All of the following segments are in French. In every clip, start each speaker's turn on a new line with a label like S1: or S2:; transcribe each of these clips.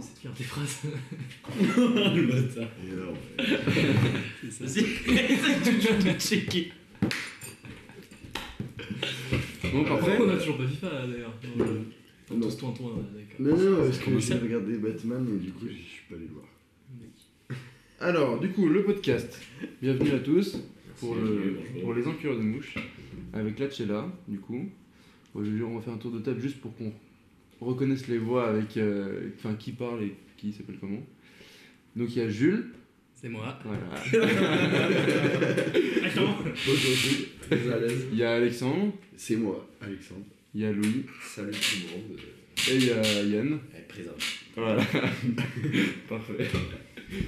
S1: sortir des phrases.
S2: le bâtard.
S3: Énorme.
S1: C'est ça.
S2: Vas-y, essaye toujours de checker.
S4: Bon, par
S1: Pourquoi
S4: contre,
S1: on a toujours pas FIFA là, d'ailleurs Non, euh, On
S3: Non.
S1: tous tourne tourne, ouais, d'accord.
S3: Mais non, parce
S4: Comment
S3: que j'ai
S4: ça
S3: regardé Batman et du coup, je suis pas allé le voir.
S4: Alors, du coup, le podcast. Bienvenue à tous pour, le-
S2: Bienvenue,
S4: pour les encureurs de mouches avec la Chella, du coup. Aujourd'hui, on va faire un tour de table juste pour qu'on reconnaisse les voix avec euh, enfin qui parle et qui s'appelle comment. Donc il y a Jules,
S1: C'est moi.
S4: voilà.
S1: Attends
S3: Aujourd'hui, très à l'aise.
S4: il y a Alexandre,
S3: C'est moi, Alexandre.
S4: il y a Louis
S5: Salut tout le monde.
S4: et il y a Yann.
S5: Elle est présente.
S4: Voilà. Parfait.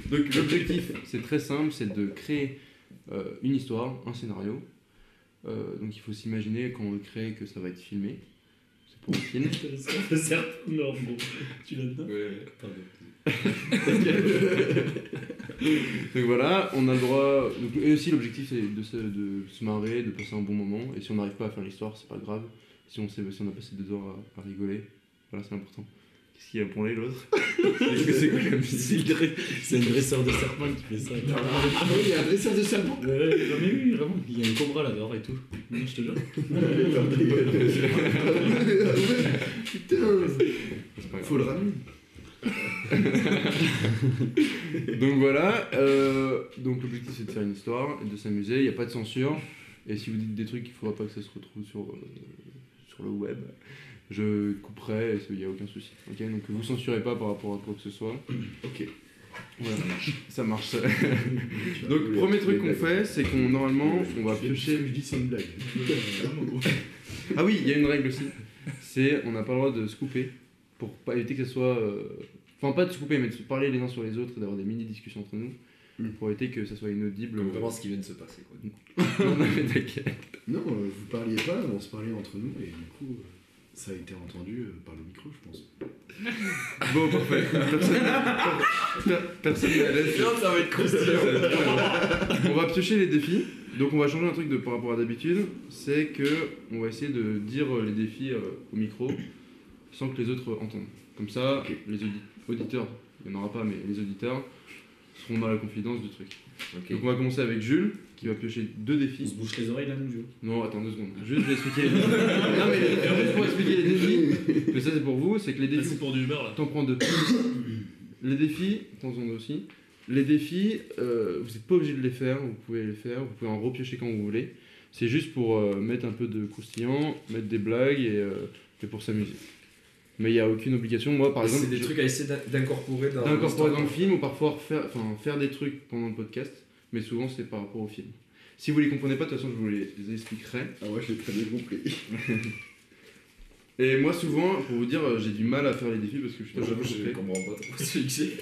S4: Donc l'objectif, c'est très simple, c'est de créer euh, une histoire, un scénario. Euh, donc il faut s'imaginer quand on le crée que ça va être filmé. C'est pour un film.
S2: Certes, non, bon, tu l'as dedans Pardon.
S4: Donc voilà, on a le droit. donc- et aussi l'objectif c'est de se, de se marrer, de passer un bon moment. Et si on n'arrive pas à faire l'histoire, c'est pas grave. Si on, sait, si on a passé deux heures à, à rigoler, voilà c'est important. Qu'est-ce qu'il y a pour les l'autre Qu'est-ce que c'est quoi la
S2: C'est
S4: musique
S2: le dre- c'est un dresseur de serpent qui fait ça.
S3: Ah oui, il y a un dresseur de serpent.
S2: Ouais, non, mais oui, vraiment, il y a un cobra là-dehors et tout. Non, je te jure.
S3: Putain,
S4: C'est pas grave.
S3: faut le ramener.
S4: Donc voilà, euh, donc l'objectif c'est de faire une histoire, et de s'amuser, il n'y a pas de censure. Et si vous dites des trucs, il ne faudra pas que ça se retrouve sur, euh, sur le web. Je couperai, et il n'y a aucun souci. Ok, donc vous censurez pas par rapport à quoi que ce soit.
S3: Ok.
S4: Voilà, ça marche. donc premier truc qu'on fait, c'est qu'on normalement, on va piocher.
S3: Je dis c'est une blague.
S4: Ah oui, il y a une règle aussi. C'est on n'a pas le droit de se couper pour pas éviter que ça soit. euh, Enfin, pas de se couper, mais de se parler les uns sur les autres et d'avoir des mini discussions entre nous
S3: Mm.
S4: pour éviter que ça soit inaudible.
S5: Donc vraiment ce qui vient de se passer quoi.
S4: Non, non, mais t'inquiète.
S3: Non, euh, vous parliez pas, on se parlait entre nous et du coup, euh, ça a été entendu euh, par le micro, je pense.
S4: Bon, parfait. Personne- Personne n'est à l'aise.
S5: ça va être croustillant.
S4: On va piocher les défis. Donc, on va changer un truc de, par rapport à d'habitude. C'est que on va essayer de dire euh, les défis euh, au micro sans que les autres euh, entendent. Comme ça,
S3: Ok.
S4: les audi- auditeurs, il n'y en aura pas, mais les auditeurs seront dans la confidence du truc.
S5: Ok.
S4: Donc, on va commencer avec Jules qui va piocher deux
S2: On se
S4: défis.
S2: bouche les oreilles là, nous, Joe.
S4: Non, attends deux secondes. Juste, je vais expliquer les défis. non, mais juste pour expliquer les défis. Mais ça, c'est pour vous. C'est que les
S2: Ah,
S1: Là,
S4: défis
S1: C'est pour du beurre là.
S4: T'en prends deux. les défis, prends-en deux aussi. Les défis, euh, vous n'êtes pas obligé de les faire, vous pouvez les faire, vous pouvez en repiocher quand vous voulez. C'est juste pour euh, mettre un peu de croustillant, mettre des blagues et, euh, et pour s'amuser. Mais il n'y a aucune obligation. Moi, par exemple,
S5: Ah, C'est des
S4: je-
S5: trucs à essayer d'in- d'incorporer dans
S4: d'incorporer dans le film ou parfois faire, enfin, faire des trucs pendant le podcast, mais souvent c'est par rapport au film. Si vous les comprenez pas, de toute façon, je vous les les expliquerai.
S3: Ah ouais, je l'ai très bien compris.
S4: Et moi, souvent, pour vous dire, euh, j'ai du mal à faire les défis parce que je suis
S5: Moi,
S4: trop
S5: J'avoue je
S4: occupé.
S5: comprends pas trop celui que c'est.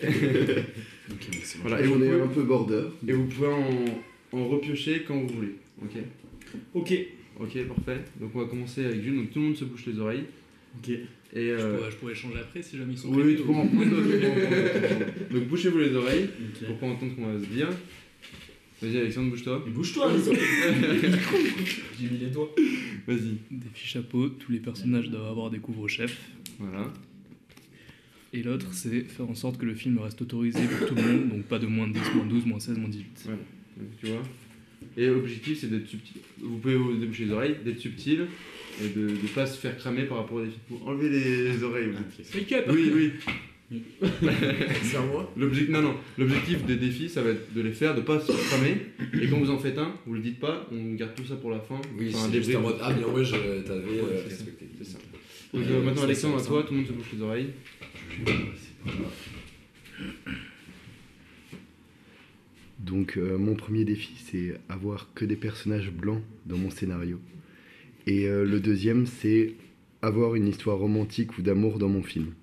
S3: Ok, excellent.
S4: Voilà,
S3: Et
S4: et vous
S3: on est
S4: pouvez-
S3: un peu border.
S4: Et vous pouvez en, en repiocher quand vous voulez. Ok
S2: Ok.
S4: Ok, parfait. Donc on va commencer avec Jules. Donc tout le monde se bouche les oreilles.
S2: Ok.
S4: Et
S1: Je
S4: euh,
S1: pourrais, je pourrais changer après si jamais ils sont
S4: oui, oui,
S1: prêts.
S4: tu peux en prendre d'autres, tu peux en prendre d'autres. Donc bouchez-vous les oreilles
S2: Ok.
S4: pour pas entendre ce qu'on va se dire. Vas-y Alexandre, bouge-toi.
S2: Mais bouge-toi, les oreilles.
S5: hein. J'ai mis les doigts.
S4: Vas-y.
S1: Défi chapeau, tous les personnages doivent avoir des couvre-chefs.
S4: Voilà.
S1: Et l'autre, c'est faire en sorte que le film reste autorisé pour tout le monde, donc pas de moins de 10, moins 12, moins 16, moins 18.
S4: Donc, tu vois. Et l'objectif c'est d'être subtil. Vous pouvez vous déboucher les oreilles, d'être subtil et de ne pas se faire cramer par rapport à des films. Vous enlevez les, les oreilles. vous.
S1: Wake up
S4: Oui, oui.
S5: C'est à moi.
S4: L'objectif, non, non. L'objectif des défis, ça va être de les faire, de pas se cramer. Et quand vous en faites un, vous le dites pas, on garde tout ça pour la fin.
S5: Oui,
S4: Enfin, un
S5: c'est juste
S4: débrief.
S5: en mode ah bien ouais, je t'avais
S4: Ouais,
S5: euh,
S4: c'est ça.
S5: respecté.
S4: C'est ça.
S5: Ouais,
S4: Donc, euh, maintenant,
S5: ça,
S4: Alexandre, à
S5: ça,
S4: toi,
S5: ça.
S4: tout le monde se bouche les oreilles.
S3: Donc euh, mon premier défi, c'est avoir que des personnages blancs dans mon scénario. Et euh, le deuxième, c'est avoir une histoire romantique ou d'amour dans mon film.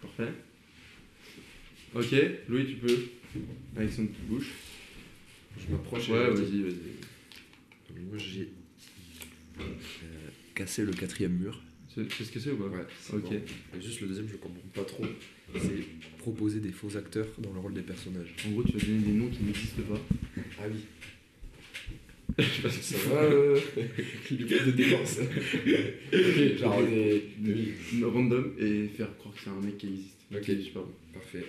S4: Parfait. Ok, Louis, tu peux. Alexandre, tu te bouches.
S5: Je m'approche. et
S4: Ouais,
S5: je
S4: vas-y,
S5: dis-
S4: vas-y.
S5: Donc, Moi j'ai euh, cassé le quatrième mur.
S4: C'est c'est ce que c'est ou pas
S5: Ouais. c'est
S4: Ok.
S5: bon. Et Juste le deuxième, je comprends pas trop. C'est proposer des faux acteurs dans le rôle des personnages.
S4: En gros, tu vas donner des noms qui n'existent pas.
S5: Ah oui. Ah Je sais pas si ça va. euh, Les boîtes de dépenses.
S4: Genre
S5: Genre
S4: des
S5: des-
S4: random et faire croire que c'est un mec qui existe.
S5: Ok.
S4: je sais pas.
S5: Parfait.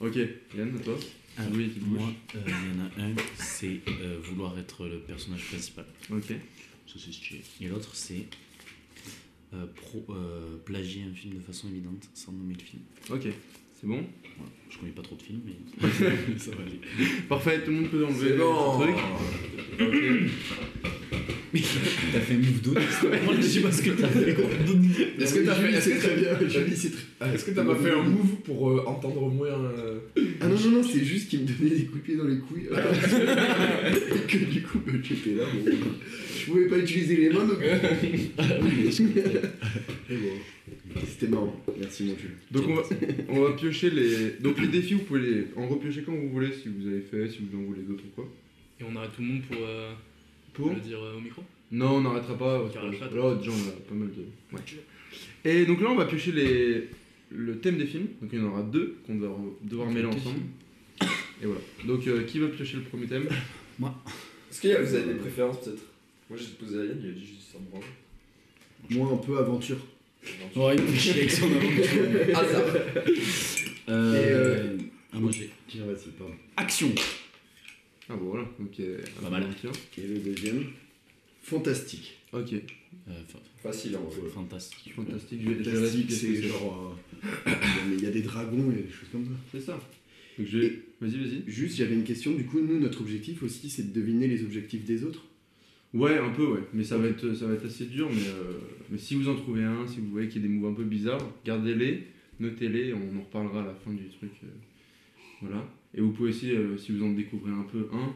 S4: Ok, Yann, à toi
S6: Ah,
S4: oui, qui bouge.
S6: Moi, euh, il y en a un, c'est euh, vouloir être le personnage principal.
S4: Ok.
S6: Ça, c'est stylé. Et l'autre, c'est euh, pro- euh, plagier un film de façon évidente, sans nommer le film.
S4: Ok, c'est bon.
S6: Voilà. Je connais pas trop de films, mais ça va aller.
S4: Parfait, tout le monde peut enlever
S5: C'est
S4: son
S5: bon.
S4: truc.
S6: T'as fait move doute Moi, je sais pas ce que t'as fait.
S5: Est-ce que t'as fait. Est-ce
S3: C'est
S5: que
S3: très
S5: t'as-
S3: bien. Julie, c'est très-
S5: Est-ce que t'as pas fait un move pour euh, entendre moins. euh,
S3: Ah non, non, non, c'est juste qu'il me donnait des coups de pied dans les couilles.
S5: Ah.
S3: Et que du coup, bah, j'étais là. bon. Je pouvais pas utiliser les mains, donc. Et bon. C'était marrant. Merci, mon Jules.
S4: Donc on va, on va piocher les. Donc les défis, vous pouvez les en repiocher quand vous voulez, si vous avez fait, si vous en voulez d'autres ou quoi.
S1: Et on arrête tout le monde pour euh,
S4: Pour
S1: le dire euh, au micro
S4: Non, on n'arrêtera pas. parce que
S1: Car la
S4: Là, déjà, on a pas mal de. Ouais. Et donc là, on va piocher les... le thème des films. Donc il y en aura deux qu'on va re- devoir mêler ensemble. Et voilà. Donc euh, qui va piocher le premier thème
S5: Est-ce qu'il y a vous avez des préférences peut-être Moi j'ai posé à Yann, il a dit juste ça me branle.
S3: Moi, un peu aventure.
S6: Ouais, il me fait chier avec son aventure.
S5: Hasard
S6: Euh,
S3: Et, euh,
S6: ah, moi, j'ai.
S3: Tiens, vas-y, pardon.
S6: Action
S4: Ah bon, voilà. Donc euh,
S6: Pas mal.
S4: Valentin.
S3: Et le deuxième Fantastique.
S4: Ok,
S6: Euh, fa-
S5: Facile en vrai.
S6: Fantastique.
S4: fantastique. Je vais- je vais
S3: Fantastique,
S4: expliquer ce
S3: c'est
S4: que
S3: genre. euh, Il y a des dragons, il y a des choses comme ça.
S4: C'est ça. Donc je vais- Vas-y, vas-y.
S3: Juste, j'avais une question. Du coup, nous, notre objectif aussi, c'est de deviner les objectifs des autres.
S4: Ouais, un peu, ouais. Mais ça va être, ça va être assez dur. Mais, euh, mais si vous en trouvez un, si vous voyez qu'il y a des moves un peu bizarres, gardez-les, notez-les, on en reparlera à la fin du truc. euh, voilà. Et vous pouvez aussi, euh, si vous en découvrez un peu un,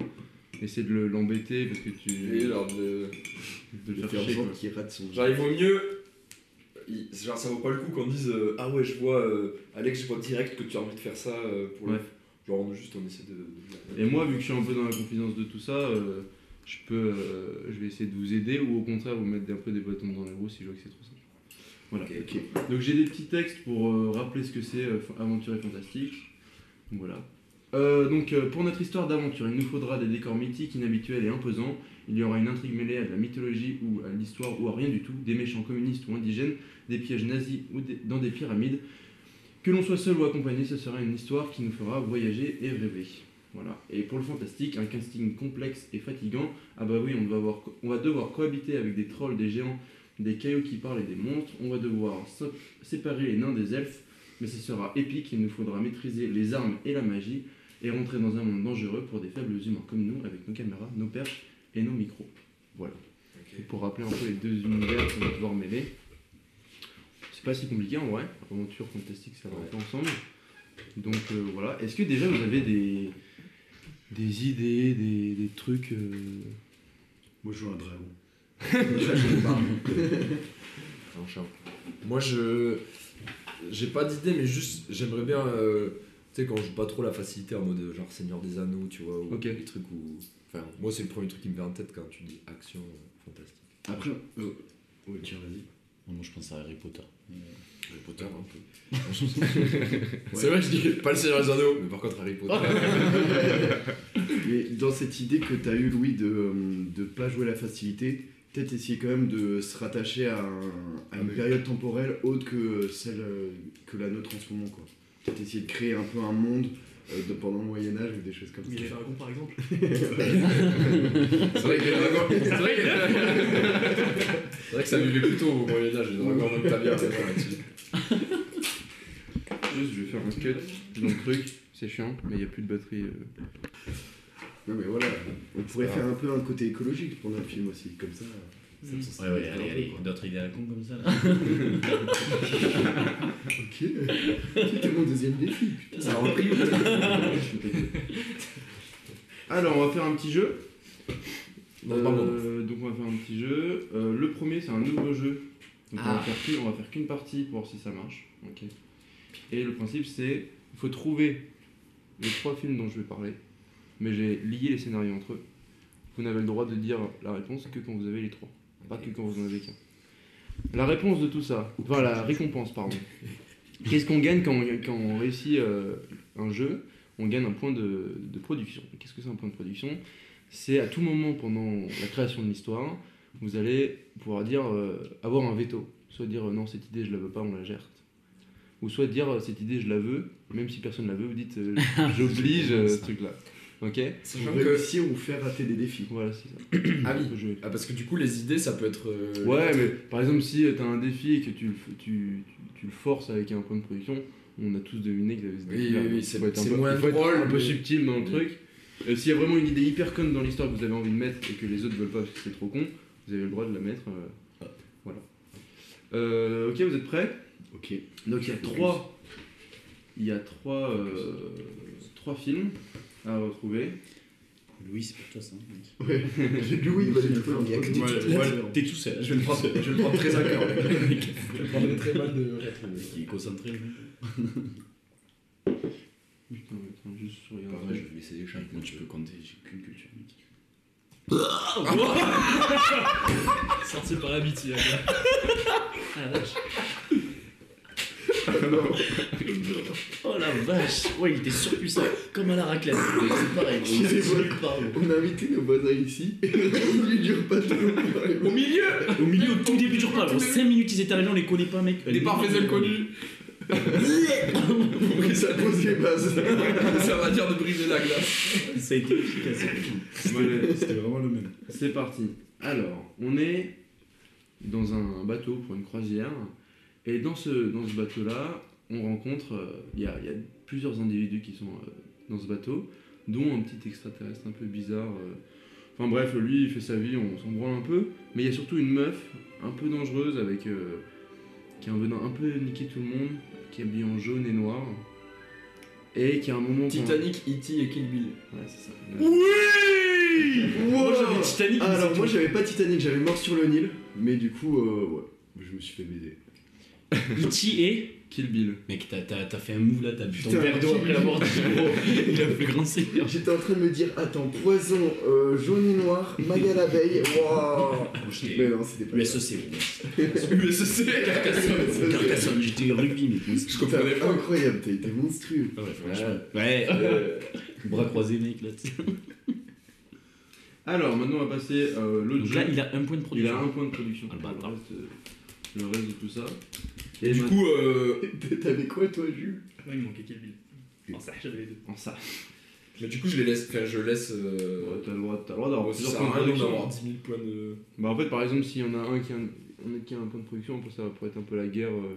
S4: essayer de le- l'embêter parce que tu.
S5: Et genre de.
S4: de
S3: De
S4: le faire
S3: faire
S4: chier,
S3: genre
S4: quoi.
S3: qui rate son
S5: Genre il vaut mieux. il- Genre ça vaut pas le coup qu'on dise euh, Ah ouais, je vois. euh, Alex, je vois direct que tu as envie de faire ça euh, pour
S4: Ouais.
S5: le. Genre on, juste on essaie de. de-
S4: Et moi, vu que je suis un peu dans la confidence de tout ça, euh, je peux, euh, je vais essayer de vous aider ou au contraire vous mettre un peu des bâtons dans les roues si je vois que c'est trop simple. Voilà.
S5: Ok.
S4: Donc j'ai des petits textes pour euh, rappeler ce que c'est euh, fa- aventure et fantastique. Voilà. Euh, donc euh, pour notre histoire d'aventure, il nous faudra des décors mythiques, inhabituels et imposants. Il y aura une intrigue mêlée à de la mythologie ou à l'histoire ou à rien du tout, des méchants communistes ou indigènes, des pièges nazis ou des- dans des pyramides. Que l'on soit seul ou accompagné, ce sera une histoire qui nous fera voyager et rêver. Voilà. Et pour le fantastique, un casting complexe et fatigant. Ah bah oui, on va, avoir- on va devoir cohabiter avec des trolls, des géants, des cailloux qui parlent et des monstres. On va devoir s'op- séparer les nains des elfes, mais ce sera épique. Il nous faudra maîtriser les armes et la magie et rentrer dans un monde dangereux pour des faibles humains comme nous, avec nos caméras, nos perches et nos micros. Voilà.
S5: Ok.
S4: Et pour rappeler un peu les deux univers qu'on va devoir mêler, c'est pas si compliqué en vrai. Aventure, fantastique, ça va un peu ensemble. Donc euh, voilà. Est-ce que déjà vous avez des des idées, des, des trucs euh,
S3: Moi, je joue un dragon.
S5: Un chat. Moi, je. J'ai pas d'idée, mais juste, j'aimerais bien. euh, tu sais, quand je joue pas trop la facilité en mode euh, genre Seigneur des Anneaux, tu vois, ou
S4: Ok.
S5: des trucs où. Enfin, moi, c'est le premier truc qui me vient en tête quand tu dis action euh, fantastique.
S3: Après, euh, ouais, tiens, vas-y.
S6: Moi, je pense à Harry Potter. Euh,
S5: Harry Potter, un peu. C'est vrai, je dis pas le Seigneur des Anneaux, mais par contre, Harry Potter.
S3: Mais dans cette idée que t'as eue, Louis, de ne pas jouer la facilité, peut-être essayer quand même de se rattacher à, un- à une
S5: oui.
S3: période temporelle autre que celle euh, que la nôtre en ce moment. quoi. Peut-être essayer de créer un peu un monde euh, de- pendant le Moyen-Âge ou des choses comme ça.
S1: Oui, les dragons par exemple.
S5: C'est vrai que les dragons. C'est vrai que, c'est vrai que ça vivait plutôt au Moyen-Âge, les dragons d'Octavia, c'est vrai là-dessus.
S4: Juste, je vais faire un cut dans le truc. C'est chiant, mais il n'y a plus de batterie. euh.
S3: Non, mais voilà, on pourrait
S5: Ah.
S3: faire un peu un côté écologique pendant le film aussi, comme ça.
S1: Mm.
S6: Ouais, ouais, allez, allez. D'autres idées à la con comme ça, là
S3: Ok, c'était mon deuxième défi. putain.
S5: Ça a repris
S4: Alors, on va faire un petit jeu.
S5: Non, pardon.
S4: Euh, donc, on va faire un petit jeu. Euh, le premier, c'est un nouveau jeu. Donc, on va
S5: Ah.
S4: faire qu'une- on va faire qu'une partie pour voir si ça marche. Ok. Et le principe, c'est il faut trouver les trois films dont je vais parler. Mais j'ai lié les scénarios entre eux. Vous n'avez le droit de dire la réponse que quand vous avez les trois. Pas que quand vous en avez qu'un. La réponse de tout ça, enfin la récompense, pardon. Qu'est-ce qu'on gagne quand on, quand on réussit euh, un jeu On gagne un point de, de production. Qu'est-ce que c'est un point de production c'est à tout moment pendant la création de l'histoire, vous allez pouvoir dire, euh, avoir un veto. Soit dire euh, non, cette idée je la veux pas, on la gère. Ou soit dire euh, cette idée je la veux, même si personne la veut, vous dites euh, j'oblige euh, ce truc-là. Ok
S5: Sachant que.
S3: Réussir ou faire rater des défis.
S4: Voilà, c'est ça.
S5: Ah
S4: Il
S5: oui.
S4: faut jouer.
S5: Ah, parce que du coup, les idées, ça peut être. euh,
S4: Ouais, mais par exemple, si tu as un défi et que tu, le f- tu, tu, tu le forces avec un point de production, on a tous deviné que ça avait ce
S5: Oui,
S4: défi-là.
S5: oui, oui,
S4: Donc,
S5: c'est-
S4: faut être un
S5: c'est
S4: peu-
S5: moins
S4: il faut être
S5: drôle,
S4: un peu
S5: mais-
S4: subtil dans le
S5: Oui.
S4: truc. Euh, S'il y a vraiment une idée hyper conne dans l'histoire que vous avez envie de mettre et que les autres veulent pas parce que c'est trop con, vous avez le droit de la mettre. euh,
S5: Ah.
S4: Voilà. Euh, ok, vous êtes prêts
S3: Ok.
S4: Donc il y a trois, il y a trois, euh, trois films à retrouver.
S6: Louis, c'est pour toi ça. mec.
S3: J'ai dit oui, il va les trouver en
S7: Il y a que
S3: premier.
S7: des
S5: Ouais,
S7: petites
S5: ouais,
S7: lettres.
S6: T'es tout seul.
S5: Je vais le prendre, je vais le prendre très à cœur.
S7: Je prendrais très mal de rétrouver.
S6: Il est concentré. lui.
S4: Putain, attends, juste je regarde.
S5: Après, je vais laisser les chats.
S6: Moi, tu peux compter, j'ai qu'une culture. mec.
S1: Sorti par l'amitié.
S6: Oh la vache Ouais, il était surpuissant, comme à la raclette. C'est pareil,
S3: Qui
S6: il
S3: les
S6: se
S3: vole
S6: tire par où.
S3: On a invité nos voisins ici. Ils lui durent pas trop.
S5: Au milieu
S6: Au milieu, au tout début du repas, en 5 minutes, ils étaient arrivés, on les connaît pas, mec.
S5: Des parfaits inconnus
S3: Pour que ça pose les bases.
S5: Ça va dire de briser la glace.
S6: Ça a été efficace.
S4: Bon, allez,
S7: C'était vraiment le même.
S4: C'est parti. Alors, on est dans un bateau pour une croisière. Et dans ce, dans ce bateau-là, on rencontre. euh, Il y, a, il y a plusieurs individus qui sont euh, dans ce bateau, dont un petit extraterrestre un peu bizarre. euh. Enfin bref, lui, il fait sa vie, on s'en branle un peu. Mais il y a surtout une meuf un peu dangereuse avec. euh, qui a un venin un peu niqué tout le monde, qui est habillée en jaune et noir. Et qui a un moment.
S5: Titanic, E.T. et Kill Bill.
S4: Ouais, c'est ça.
S3: Wow.
S6: Moi, j'avais Titanic.
S3: Ah, alors moi j'avais pas Titanic, j'avais Mort sur le Nil, mais du coup, euh, ouais, je me suis fait baiser.
S6: Iti et.
S4: Kill Bill.
S6: Mec, t'as- t'as t'as fait un move là, t'as bu ton
S3: Putain,
S6: verre d'eau
S3: qui-
S6: après l'avoir dit, gros. Il a fait grand seigneur.
S3: J'étais en train de me dire, attends, poison, euh, jaune et noir, Maya l'abeille, waouh Mais non, c'était pas ça.
S6: USEC,
S5: USC
S6: gros. Carcassonne, j'étais rugby, mec. moi, c'est-
S5: Je
S3: Putain,
S5: comprenais pas.
S3: incroyable, t'as été monstrueux.
S6: Ouais, franchement. Ouais, euh, bras croisés, mec, là. tu sais.
S4: Alors, maintenant, on va passer euh, l'autre
S6: Donc
S4: jeu.
S6: là, il a un point de
S4: Il a
S6: production.
S4: un point de production.
S6: Ah, le bâtard.
S4: le, reste, euh, le reste de tout ça.
S5: Et du coup, euh,
S3: T'avais quoi toi, Jules
S1: Ouais, il manquait Kill Bill. Oh, ça, j'avais les deux.
S4: en ça.
S5: mais du coup, je les laisse. Enfin, je laisse.
S4: Ouais,
S5: Euh,
S4: t'as le droit, t'as le droit d'avoir
S5: ouais, ça
S4: plusieurs
S5: sert
S4: points de
S5: à rien d'en
S4: production.
S5: avoir 10 000 points de.
S4: Bah, en fait, par exemple, s'il y en a un qui a un, un qui a un point de production, après, ça va pourrait être un peu la guerre. euh.